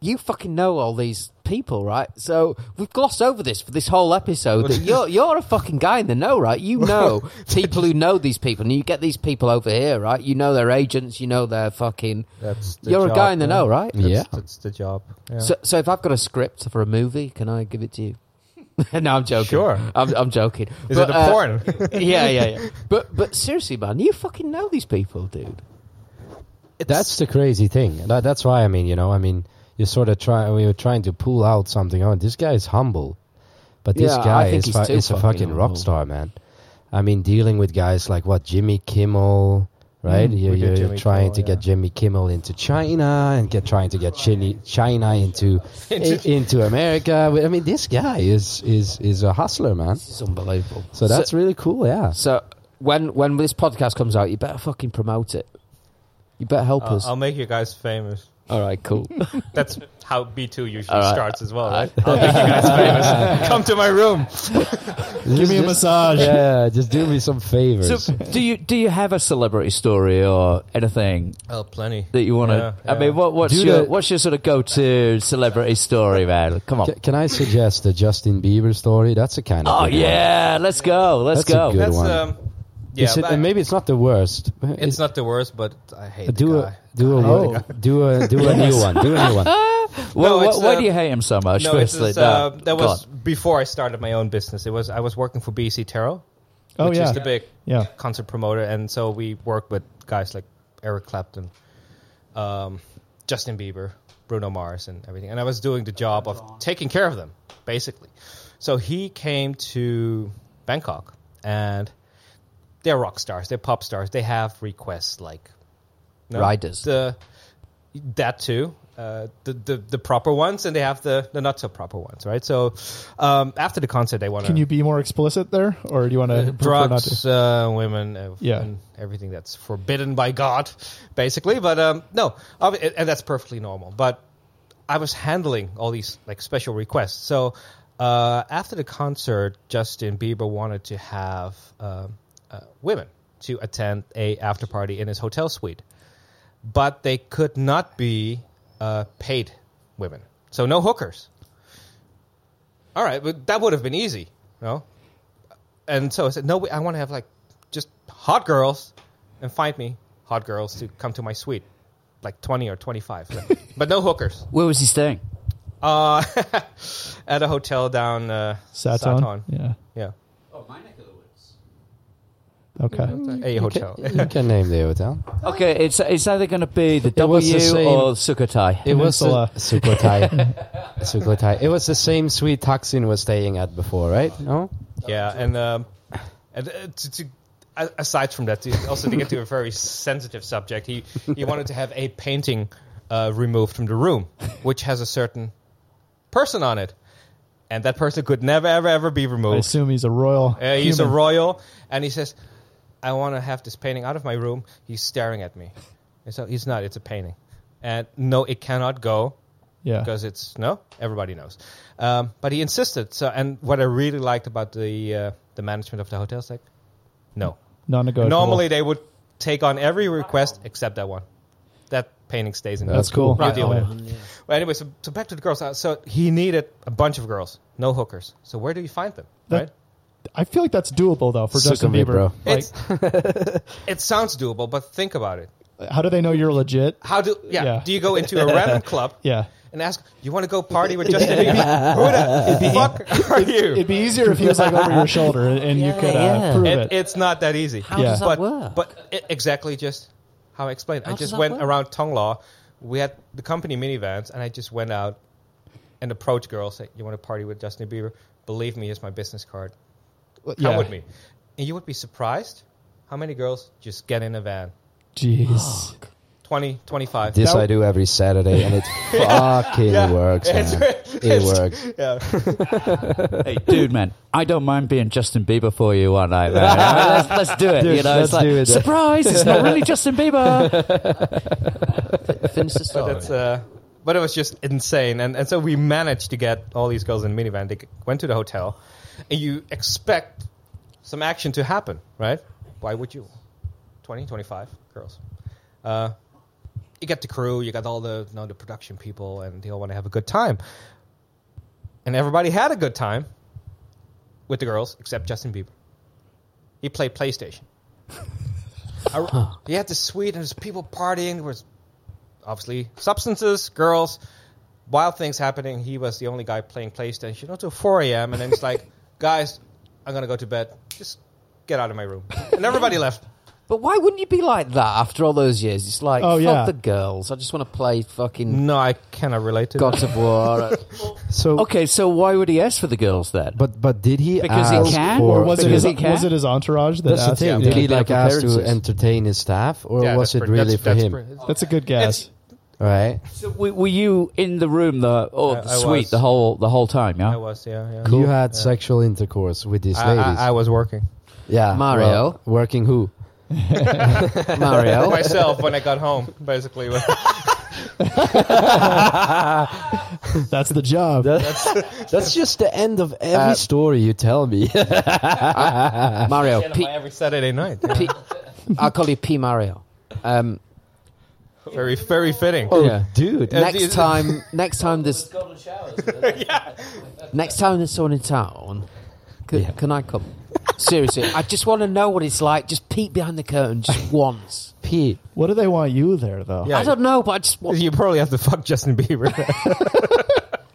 Speaker 8: you fucking know all these people, right? So we've glossed over this for this whole episode. That you're you're a fucking guy in the know, right? You know people who know these people, and you get these people over here, right? You know their agents, you know their fucking.
Speaker 6: That's the
Speaker 8: you're a
Speaker 6: job,
Speaker 8: guy in the
Speaker 6: yeah.
Speaker 8: know, right?
Speaker 6: That's- that's the job. Yeah.
Speaker 8: So, so if I've got a script for a movie, can I give it to you? no, I'm joking.
Speaker 6: Sure.
Speaker 8: I'm, I'm joking. uh,
Speaker 6: Is it a porn?
Speaker 8: yeah, yeah, yeah. But but seriously, man, you fucking know these people, dude.
Speaker 7: that's the crazy thing. That, that's why I mean, you know, I mean, you sort of try. We were trying to pull out something. Oh, this guy is humble, but this
Speaker 8: Yeah, I
Speaker 7: guy
Speaker 8: think
Speaker 7: is
Speaker 8: he's
Speaker 7: fu-
Speaker 8: too
Speaker 7: is a
Speaker 8: fucking
Speaker 7: fucking rock
Speaker 8: humble.
Speaker 7: star, man. I mean, dealing with guys like what Jimmy Kimmel, right?
Speaker 6: Mm,
Speaker 7: you,
Speaker 6: we did
Speaker 7: you're
Speaker 6: Jimmy
Speaker 7: trying
Speaker 6: Kimmel,
Speaker 7: to get Jimmy Kimmel into China and get trying to get Chini- China into i- into America. I mean, this guy is is is a hustler, man.
Speaker 8: It's unbelievable.
Speaker 7: So that's really cool. Yeah.
Speaker 8: So when when this podcast comes out, you better fucking promote it. You better help
Speaker 6: Uh,
Speaker 5: Uh,
Speaker 6: I'll,
Speaker 8: us.
Speaker 5: um,
Speaker 6: I'll make you guys famous.
Speaker 8: All right, cool.
Speaker 6: That's how B2 usually
Speaker 8: All right.
Speaker 6: starts as well. Right? I'll make you guys famous. Come to my room.
Speaker 4: Give me a massage.
Speaker 7: Yeah, just do me some favors.
Speaker 5: So, do you do you have a celebrity story or anything
Speaker 6: Oh, plenty.
Speaker 5: that you want to?
Speaker 6: Yeah,
Speaker 5: I mean,
Speaker 6: yeah.
Speaker 5: what, what's
Speaker 7: Do
Speaker 5: your
Speaker 7: the-
Speaker 5: what's your sort of go to celebrity story, man? Come on.
Speaker 7: Ca can I suggest the Justin Bieber story? That's a kind of.
Speaker 5: Oh
Speaker 7: good one.
Speaker 5: yeah, let's go, let's
Speaker 7: That's a
Speaker 5: go.
Speaker 7: good
Speaker 6: That's
Speaker 7: one.
Speaker 6: um, yeah.
Speaker 7: Is it-
Speaker 6: but
Speaker 7: and maybe it's not the worst.
Speaker 6: it's not the worst, but I hate
Speaker 7: Do
Speaker 6: the
Speaker 7: a
Speaker 6: guy.
Speaker 7: do a
Speaker 4: Oh.
Speaker 7: do a do a new one. Do a new one.
Speaker 5: Well,
Speaker 6: No,
Speaker 5: why-
Speaker 6: it's,
Speaker 5: why
Speaker 6: uh,
Speaker 5: do you hate him so much?
Speaker 6: No, it's
Speaker 5: firstly,
Speaker 6: just,
Speaker 5: No,
Speaker 6: uh, that
Speaker 5: go
Speaker 6: was
Speaker 5: on.
Speaker 6: before I started my own business. It was I was working for BC Tarot,
Speaker 4: Oh
Speaker 6: which
Speaker 4: yeah.
Speaker 6: is the big
Speaker 4: Yeah.
Speaker 6: concert promoter, and so we work with guys like Eric Clapton, um, Justin Bieber, Bruno Mars, and everything. And I was doing the job of taking care of them, basically. So he came to Bangkok, and they're rock stars, they're pop stars, they have requests like no,
Speaker 8: Riders.
Speaker 6: the that too. Uh, the, the the proper ones and they have the, the not so proper ones, right? So um, after the concert, they want to
Speaker 4: Can you be more explicit there, or do you want to prefer not
Speaker 6: drugs,
Speaker 4: to?
Speaker 6: uh, women, uh,
Speaker 4: Yeah.
Speaker 6: and everything that's forbidden by God, basically. But um, no, ob- and and that's perfectly normal. But I was handling all these like special requests. So uh, after the concert, Justin Bieber wanted to have um uh, women to attend a after party in his hotel suite, but they could not be uh, paid women. So no hookers. All right, but that would have been easy, no? and so I said, no, we- I want to have like just hot girls and find me hot girls to come to my suite, like 20 or 25, but no hookers.
Speaker 5: Where was he staying?
Speaker 6: Uh, at a hotel down uh,
Speaker 4: Saton?
Speaker 6: Saton.
Speaker 4: Yeah.
Speaker 6: Yeah.
Speaker 4: Okay.
Speaker 6: A hotel.
Speaker 7: You can name the hotel.
Speaker 5: Okay, it's uh, it's either going to be the W
Speaker 7: was the same-
Speaker 5: or Sukhothai.
Speaker 7: It was the-
Speaker 4: Peninsula.
Speaker 7: Sukhothai. Sukhothai. It was the same suite Taksin was staying at before, right? No.
Speaker 6: yeah, and um, and uh, to, to, a- aside from that, to- also to get to a very sensitive subject, he he wanted to have a painting uh, removed from the room, which has a certain person on it, and that person could never ever ever be
Speaker 4: I
Speaker 6: removed.
Speaker 4: assume he's a royal.
Speaker 6: Uh, he's a
Speaker 4: human.
Speaker 6: royal, and he says, "I want to have this painting out of my room." He's staring at me. And so he's not. It's a painting, and no, it cannot go
Speaker 4: Yeah.
Speaker 6: because it's no. Everybody knows, um, but he insisted. So, and what I really liked about the uh, the management of the hotel is like, no.
Speaker 4: Non-negotiable.
Speaker 6: Normally they would take on every request except that one. That painting stays in. the
Speaker 4: That's cool.
Speaker 6: hotel. You
Speaker 4: Right
Speaker 6: deal with
Speaker 4: on.
Speaker 6: it. Well, anyway, so, so back to the girls. Uh, So he needed a bunch of girls, no hookers. So where do you find them?
Speaker 4: That-
Speaker 6: right.
Speaker 4: I feel like that's doable though for
Speaker 7: Suck
Speaker 4: Justin
Speaker 7: on me,
Speaker 4: Bieber.
Speaker 7: bro.
Speaker 4: Like,
Speaker 6: It's- it sounds doable, but think about it.
Speaker 4: how do they know you're legit?
Speaker 6: How do yeah,
Speaker 4: Yeah.
Speaker 6: Do you go into a random club
Speaker 4: Yeah.
Speaker 6: and ask, "You want to go party with Justin Bieber? Who the fuck are you?"
Speaker 4: It'd be easier if he was like over your shoulder and, and you could uh,
Speaker 8: yeah.
Speaker 4: prove
Speaker 6: It-
Speaker 4: it.
Speaker 6: it's not that easy. How
Speaker 4: does that
Speaker 6: but,
Speaker 8: work?
Speaker 6: But it, exactly just how I explained. I
Speaker 8: does
Speaker 6: just
Speaker 8: that
Speaker 6: went
Speaker 8: work?
Speaker 6: around Tongla. We had the company minivans, and I just went out and approached girls. Say, "You want to party with Justin Bieber? Believe me, here's my business card. Come
Speaker 4: Yeah.
Speaker 6: with me." And you would be surprised how many girls just get in a van.
Speaker 4: Jeez.
Speaker 6: 20, 25.
Speaker 7: This
Speaker 4: That-
Speaker 7: I do every Saturday, and it fucking works, man. it works.
Speaker 5: hey, dude, man, I don't mind being Justin Bieber for you one night, man. I mean, let's, let's do it.
Speaker 7: Dude,
Speaker 5: you know,
Speaker 7: let's
Speaker 5: it's like
Speaker 7: do it.
Speaker 5: surprise. It's not really Justin Bieber.
Speaker 8: Finish the story.
Speaker 6: That's uh, but it was just insane, and and so we managed to get all these girls in the minivan. They went to the hotel, and you expect some action to happen, right? Why would you? 20, 25 girls. Uh, you got the crew, you got all the you know, the production people, and they all want to have a good time. And everybody had a good time with the girls, except Justin Bieber. He played PlayStation. I, he had the suite, and there's people partying. There was obviously substances, girls, wild things happening. He was the only guy playing PlayStation until 4 a.m. And then he's like, guys, I'm going to go to bed. Just get out of my room. And everybody left.
Speaker 1: But why wouldn't you be like that after all those years? It's like,
Speaker 4: Oh,
Speaker 1: fuck
Speaker 4: yeah.
Speaker 1: the girls. I just want to play fucking
Speaker 6: No, I cannot relate to
Speaker 1: God
Speaker 6: that.
Speaker 1: of War.
Speaker 4: So
Speaker 5: Okay, so why would he ask for the girls then?
Speaker 7: But but did he
Speaker 5: Because he
Speaker 7: ask
Speaker 5: can?
Speaker 7: for-
Speaker 4: or was it
Speaker 5: Because
Speaker 4: his,
Speaker 5: he can?
Speaker 4: was it his entourage that
Speaker 7: that's the
Speaker 4: asked
Speaker 7: thing.
Speaker 4: him?
Speaker 7: Did he
Speaker 4: Yeah.
Speaker 7: like ask to
Speaker 5: appearances.
Speaker 7: entertain his staff, or
Speaker 6: Yeah,
Speaker 7: was
Speaker 6: that's
Speaker 7: it
Speaker 6: pretty-
Speaker 7: really
Speaker 6: that's-
Speaker 7: for
Speaker 6: that's
Speaker 7: him?
Speaker 6: pretty-
Speaker 4: That's a good guess.
Speaker 7: Right.
Speaker 5: So were, were you in the room the or
Speaker 6: I-
Speaker 5: the
Speaker 6: I
Speaker 5: suite
Speaker 6: was.
Speaker 5: the whole the whole time? Yeah.
Speaker 6: I was, yeah, yeah.
Speaker 7: You had sexual intercourse with these
Speaker 6: I,
Speaker 7: ladies.
Speaker 6: I, I was working
Speaker 7: yeah,
Speaker 1: Mario.
Speaker 7: well, working who? Oh.
Speaker 1: Mario.
Speaker 6: myself when I got home. Basically, was-
Speaker 4: That's the job.
Speaker 7: That's just the end of every story you tell me.
Speaker 1: Mario. P-
Speaker 6: every Saturday night. yeah.
Speaker 1: P- I'll call you P. Mario. Um,
Speaker 6: Very, very fitting.
Speaker 7: Oh.
Speaker 1: yeah. Uh,
Speaker 7: Dude,
Speaker 1: Next
Speaker 6: dude.
Speaker 1: time, next time there's next time there's someone in town, can, can I come? Seriously, I just want to know what it's like. Just peek behind the curtain just once.
Speaker 7: Pete.
Speaker 4: What do they want you there though?
Speaker 6: Yeah.
Speaker 1: I don't know, but I just want.
Speaker 6: You probably have to fuck Justin Bieber.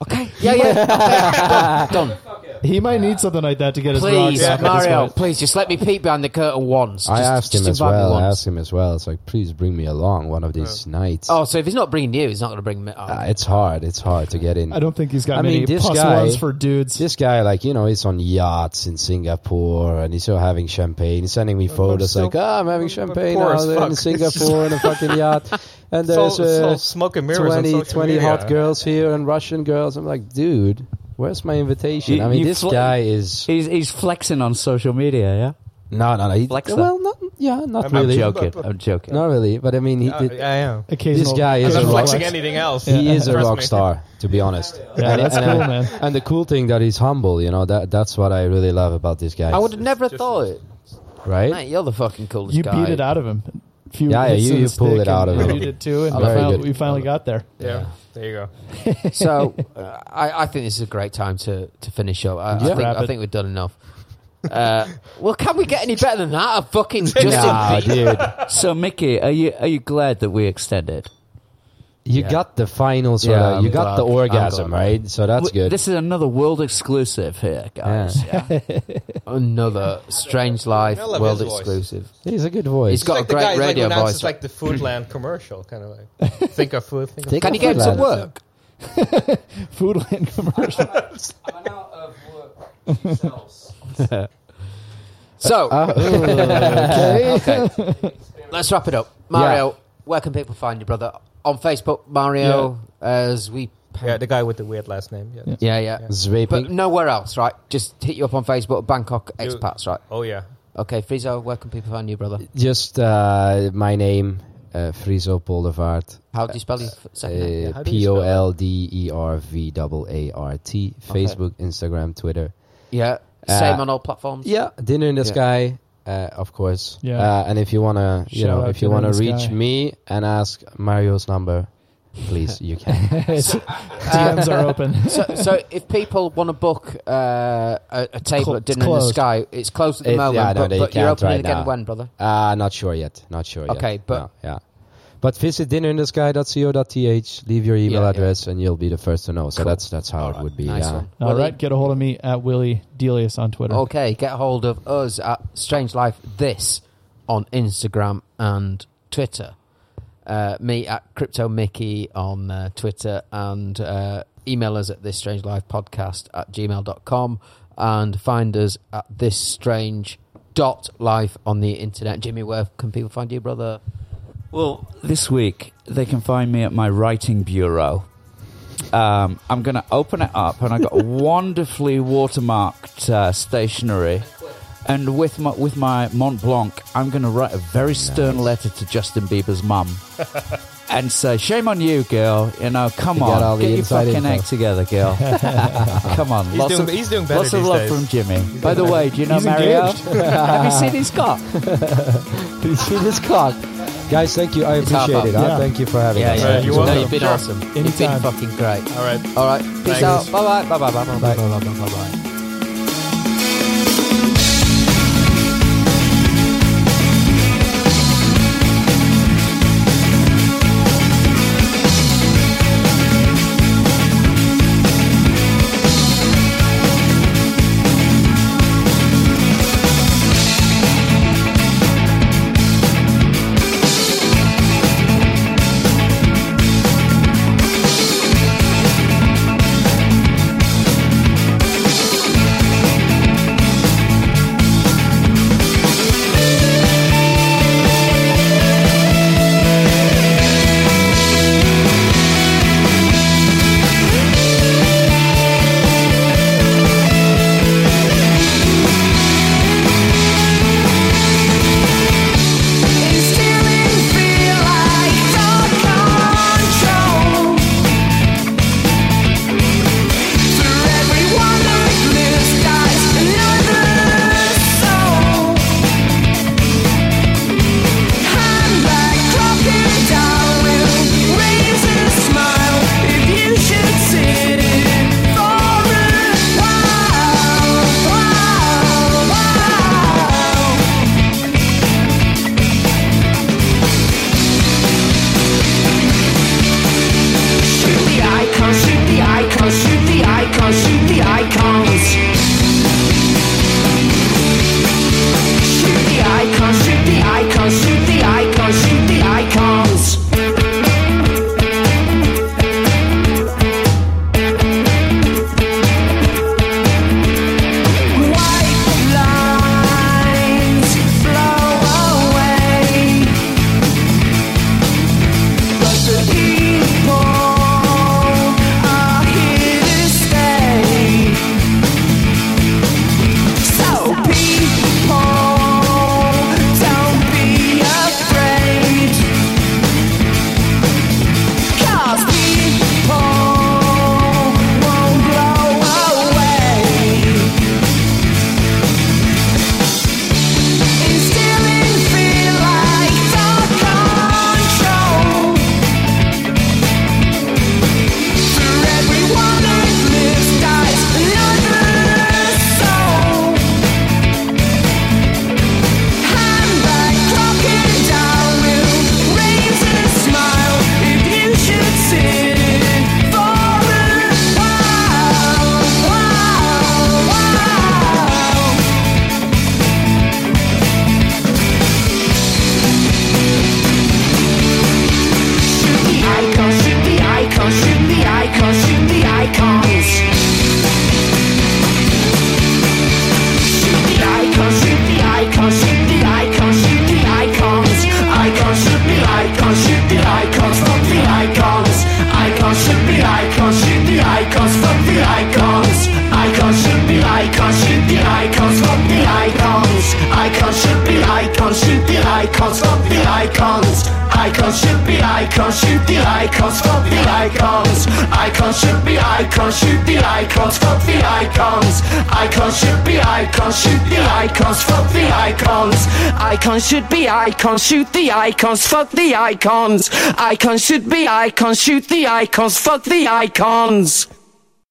Speaker 1: Okay, yeah, yeah, okay, done. done.
Speaker 4: He might need something like that to get his rocks
Speaker 1: Please,
Speaker 4: off at this
Speaker 1: Mario,
Speaker 4: point.
Speaker 1: please just let me peek behind the curtain once.
Speaker 7: I
Speaker 1: Just-
Speaker 7: asked
Speaker 1: just
Speaker 7: him as
Speaker 1: invite me
Speaker 7: well. I
Speaker 1: once.
Speaker 7: asked him as well. It's like, please bring me along one of these nights.
Speaker 1: Oh, so if he's not bringing you, he's not going to bring me. Oh.
Speaker 7: Uh, it's hard. It's hard to get in.
Speaker 4: I don't think he's got
Speaker 7: I mean,
Speaker 4: many
Speaker 7: this
Speaker 4: plus
Speaker 7: guy-
Speaker 4: ones for dudes.
Speaker 7: This guy, like, you know, he's on yachts in Singapore and he's still having champagne. He's sending me photos
Speaker 6: so-
Speaker 7: like, ah, I'm having
Speaker 6: but- but
Speaker 7: champagne
Speaker 6: poor
Speaker 7: out
Speaker 6: as
Speaker 7: there in
Speaker 6: fuck.
Speaker 7: Singapore in a fucking yacht. And
Speaker 6: It's all-
Speaker 7: there's
Speaker 6: it's all
Speaker 7: uh,
Speaker 6: smoke and mirrors on
Speaker 7: 20,
Speaker 6: social
Speaker 7: 20
Speaker 6: media.
Speaker 7: hot girls here and Russian girls. I'm like, dude, where's my invitation?
Speaker 5: You-
Speaker 7: I mean,
Speaker 5: you
Speaker 7: this
Speaker 5: fl-
Speaker 7: guy is.
Speaker 5: He's he's flexing on social media. Yeah.
Speaker 7: No, no, no. He,
Speaker 5: Flexer.
Speaker 7: well, not, yeah, not
Speaker 6: I'm
Speaker 7: really.
Speaker 5: Joking. I'm joking.
Speaker 7: Not really. But I mean, he
Speaker 6: I, I
Speaker 7: did.
Speaker 6: am.
Speaker 4: Occasional-
Speaker 7: this guy is
Speaker 6: I'm
Speaker 7: a
Speaker 4: occasional
Speaker 7: rock-
Speaker 6: not flexing
Speaker 4: flex.
Speaker 6: anything else.
Speaker 7: He is a
Speaker 6: Trust
Speaker 7: rock
Speaker 6: me.
Speaker 7: star, to be honest.
Speaker 4: Yeah, that's
Speaker 7: and,
Speaker 4: cool, man.
Speaker 7: and the cool thing that he's humble, you know, that that's what I really love about this guy.
Speaker 1: I would have never thought it.
Speaker 7: right?
Speaker 1: Mate, you're the fucking coolest
Speaker 4: You
Speaker 1: guy.
Speaker 4: beat it out of him. Few
Speaker 7: Yeah, yeah,
Speaker 4: hits
Speaker 7: you-
Speaker 4: to the
Speaker 7: you pulled
Speaker 4: stick
Speaker 7: it out
Speaker 4: and-
Speaker 7: of
Speaker 4: and
Speaker 7: him.
Speaker 4: You did too, and we
Speaker 7: Very
Speaker 4: finally,
Speaker 7: good.
Speaker 4: we finally got there.
Speaker 6: Yeah. There you go.
Speaker 1: So uh, I, I think this is a great time to, to finish up. I, I, think,
Speaker 4: Wrap
Speaker 1: I
Speaker 4: it.
Speaker 1: think we've done enough. Uh, well, can we get any better than that? I fucking just
Speaker 7: Nah, dude,
Speaker 5: So Mickey, are you are you glad that we extended?
Speaker 7: you got the final sort
Speaker 5: Yeah,
Speaker 7: of, you
Speaker 5: I'm
Speaker 7: got the
Speaker 5: glad.
Speaker 7: orgasm,
Speaker 5: I'm
Speaker 7: right? So that's
Speaker 5: W-
Speaker 7: good.
Speaker 5: This is another world exclusive here, guys. Yeah.
Speaker 1: another Strange Life
Speaker 6: I love
Speaker 1: world
Speaker 6: his voice.
Speaker 1: exclusive.
Speaker 7: He's a good voice.
Speaker 1: He's got
Speaker 6: like
Speaker 1: a
Speaker 6: the
Speaker 1: great
Speaker 6: guy,
Speaker 1: radio
Speaker 6: like, when
Speaker 1: voice.
Speaker 6: It's like the Foodland commercial, kind of like. Think of food. Think of
Speaker 7: Think
Speaker 1: Can
Speaker 7: of
Speaker 1: you get him
Speaker 7: Foodland.
Speaker 1: to work?
Speaker 4: Foodland commercial.
Speaker 1: So
Speaker 4: Oh.
Speaker 7: okay.
Speaker 1: let's wrap it up. Mario, where can people find you, brother? On Facebook, Mario, as we.
Speaker 6: Yeah, the guy with the weird last name. Yeah.
Speaker 1: Yeah, yeah. But
Speaker 7: Zwaping.
Speaker 1: nowhere else, right? Just hit you up on Facebook, Bangkok Expats, right?
Speaker 6: Oh yeah.
Speaker 1: Okay, Frizo, where can people find you, brother?
Speaker 7: Just uh, my name, uh, Friso Poldervaart.
Speaker 1: How do you spell your f- second name?
Speaker 6: how
Speaker 7: Uh,
Speaker 6: do you
Speaker 7: P
Speaker 6: spell
Speaker 7: O
Speaker 6: that?
Speaker 7: L D E R V double A R T.
Speaker 1: Okay.
Speaker 7: Facebook, Instagram, Twitter.
Speaker 1: Yeah.
Speaker 7: Uh,
Speaker 1: Same on all platforms.
Speaker 7: Yeah, dinner in the
Speaker 1: Yeah.
Speaker 7: sky, uh, of course.
Speaker 4: Yeah.
Speaker 7: Uh, and if you wanna, you
Speaker 4: Shout
Speaker 7: know,
Speaker 4: out
Speaker 7: if you
Speaker 4: Dinner in
Speaker 7: wanna
Speaker 4: the
Speaker 7: reach
Speaker 4: Sky.
Speaker 7: me and ask Mario's number, please, you can.
Speaker 4: DMs are open.
Speaker 1: so, so if people want to book uh, a, a table
Speaker 4: Clo-
Speaker 1: at dinner
Speaker 4: it's
Speaker 1: in the
Speaker 4: closed.
Speaker 1: sky, it's closed at the
Speaker 7: It-
Speaker 1: moment.
Speaker 7: yeah, no,
Speaker 1: but
Speaker 7: they
Speaker 1: but you're
Speaker 7: can't
Speaker 1: opening
Speaker 7: right
Speaker 1: again
Speaker 7: now.
Speaker 1: when, brother?
Speaker 7: uh, not sure yet. Not sure yet.
Speaker 1: Okay, but-
Speaker 7: No, yeah. But visit dinnerinthesky.co.th, leave your email
Speaker 1: Yeah, yeah.
Speaker 7: address, and you'll be the first to know. So that's that's how it would be.
Speaker 1: Nice
Speaker 7: yeah.
Speaker 1: one.
Speaker 4: All right, get a hold of me at Willie Delius on Twitter.
Speaker 1: Okay, get hold of us at Strange Life This on Instagram and Twitter. Uh, me at Crypto Mickey on uh, Twitter and uh, email us at this strange life podcast at gmail.com and find us at this strange dot life on the internet. Jimmy, where can people find you, brother?
Speaker 5: Well, this week they can find me at my writing bureau. Um, I'm going to open it up, and I got wonderfully watermarked uh, stationery. And with my with my Mont Blanc, I'm going to write a very stern letter to Justin Bieber's mum, and say, "Shame on you, girl. You know, come
Speaker 7: You got all
Speaker 5: on,
Speaker 7: the
Speaker 5: get your
Speaker 7: inside
Speaker 5: fucking
Speaker 7: info."
Speaker 5: act together, girl. come on."
Speaker 6: He's doing, he's doing better
Speaker 5: Lots of
Speaker 6: these
Speaker 5: love
Speaker 6: days.
Speaker 5: from Jimmy. By the way, do you know
Speaker 4: He's
Speaker 5: Mario?
Speaker 4: engaged.
Speaker 5: Have you seen his cock?
Speaker 7: You see this cock? Guys, thank you. I
Speaker 1: It's half up.
Speaker 7: appreciate it. huh?
Speaker 1: Yeah.
Speaker 7: Thank you for having
Speaker 1: Yeah,
Speaker 7: us.
Speaker 1: yeah.
Speaker 7: Thank
Speaker 1: You're
Speaker 7: so
Speaker 1: welcome. No,
Speaker 7: much.
Speaker 1: you've been
Speaker 7: Sure.
Speaker 1: awesome. You've been fucking great.
Speaker 6: All right.
Speaker 1: All right. Peace
Speaker 7: Thanks.
Speaker 1: out. Bye bye. Bye bye. Bye bye. Bye bye. Bye bye.
Speaker 15: Shoot the icon, shoot the icon, shoot the icon, shoot the icons. Shoot the icon, shoot the icon, shoot the icon, shoot the icons. White lines blow away. But the people are here to stay. So people, don't be afraid. 'Cause people won't blow away. Instilling fear like thought control. For everyone that lives dies another soul. Hand back crocodile will raise a smile if you should sit in for a while, while, while. Shoot the icon, shoot the icon, shoot the icon, shoot the icons. Shoot the icon, shoot the icon, shoot the icon, shoot the icons. Icon, shoot the icon, shoot the icons, fuck the icons. Icon, shoot the icon, shoot the icons, fuck the icons. Icon, shoot the icon, shoot the icons, fuck the icons. Icon, shoot the icon, shoot the icons, fuck the icons. Icon should be icon, shoot the icons, fuck the icons. Icon should be icon, shoot the icons, fuck the icons. Icon should be icon, shoot the icons, fuck the icons. Icon should be icon, shoot the icons, fuck the icons. Icon should be icon, shoot the icons, fuck the icons.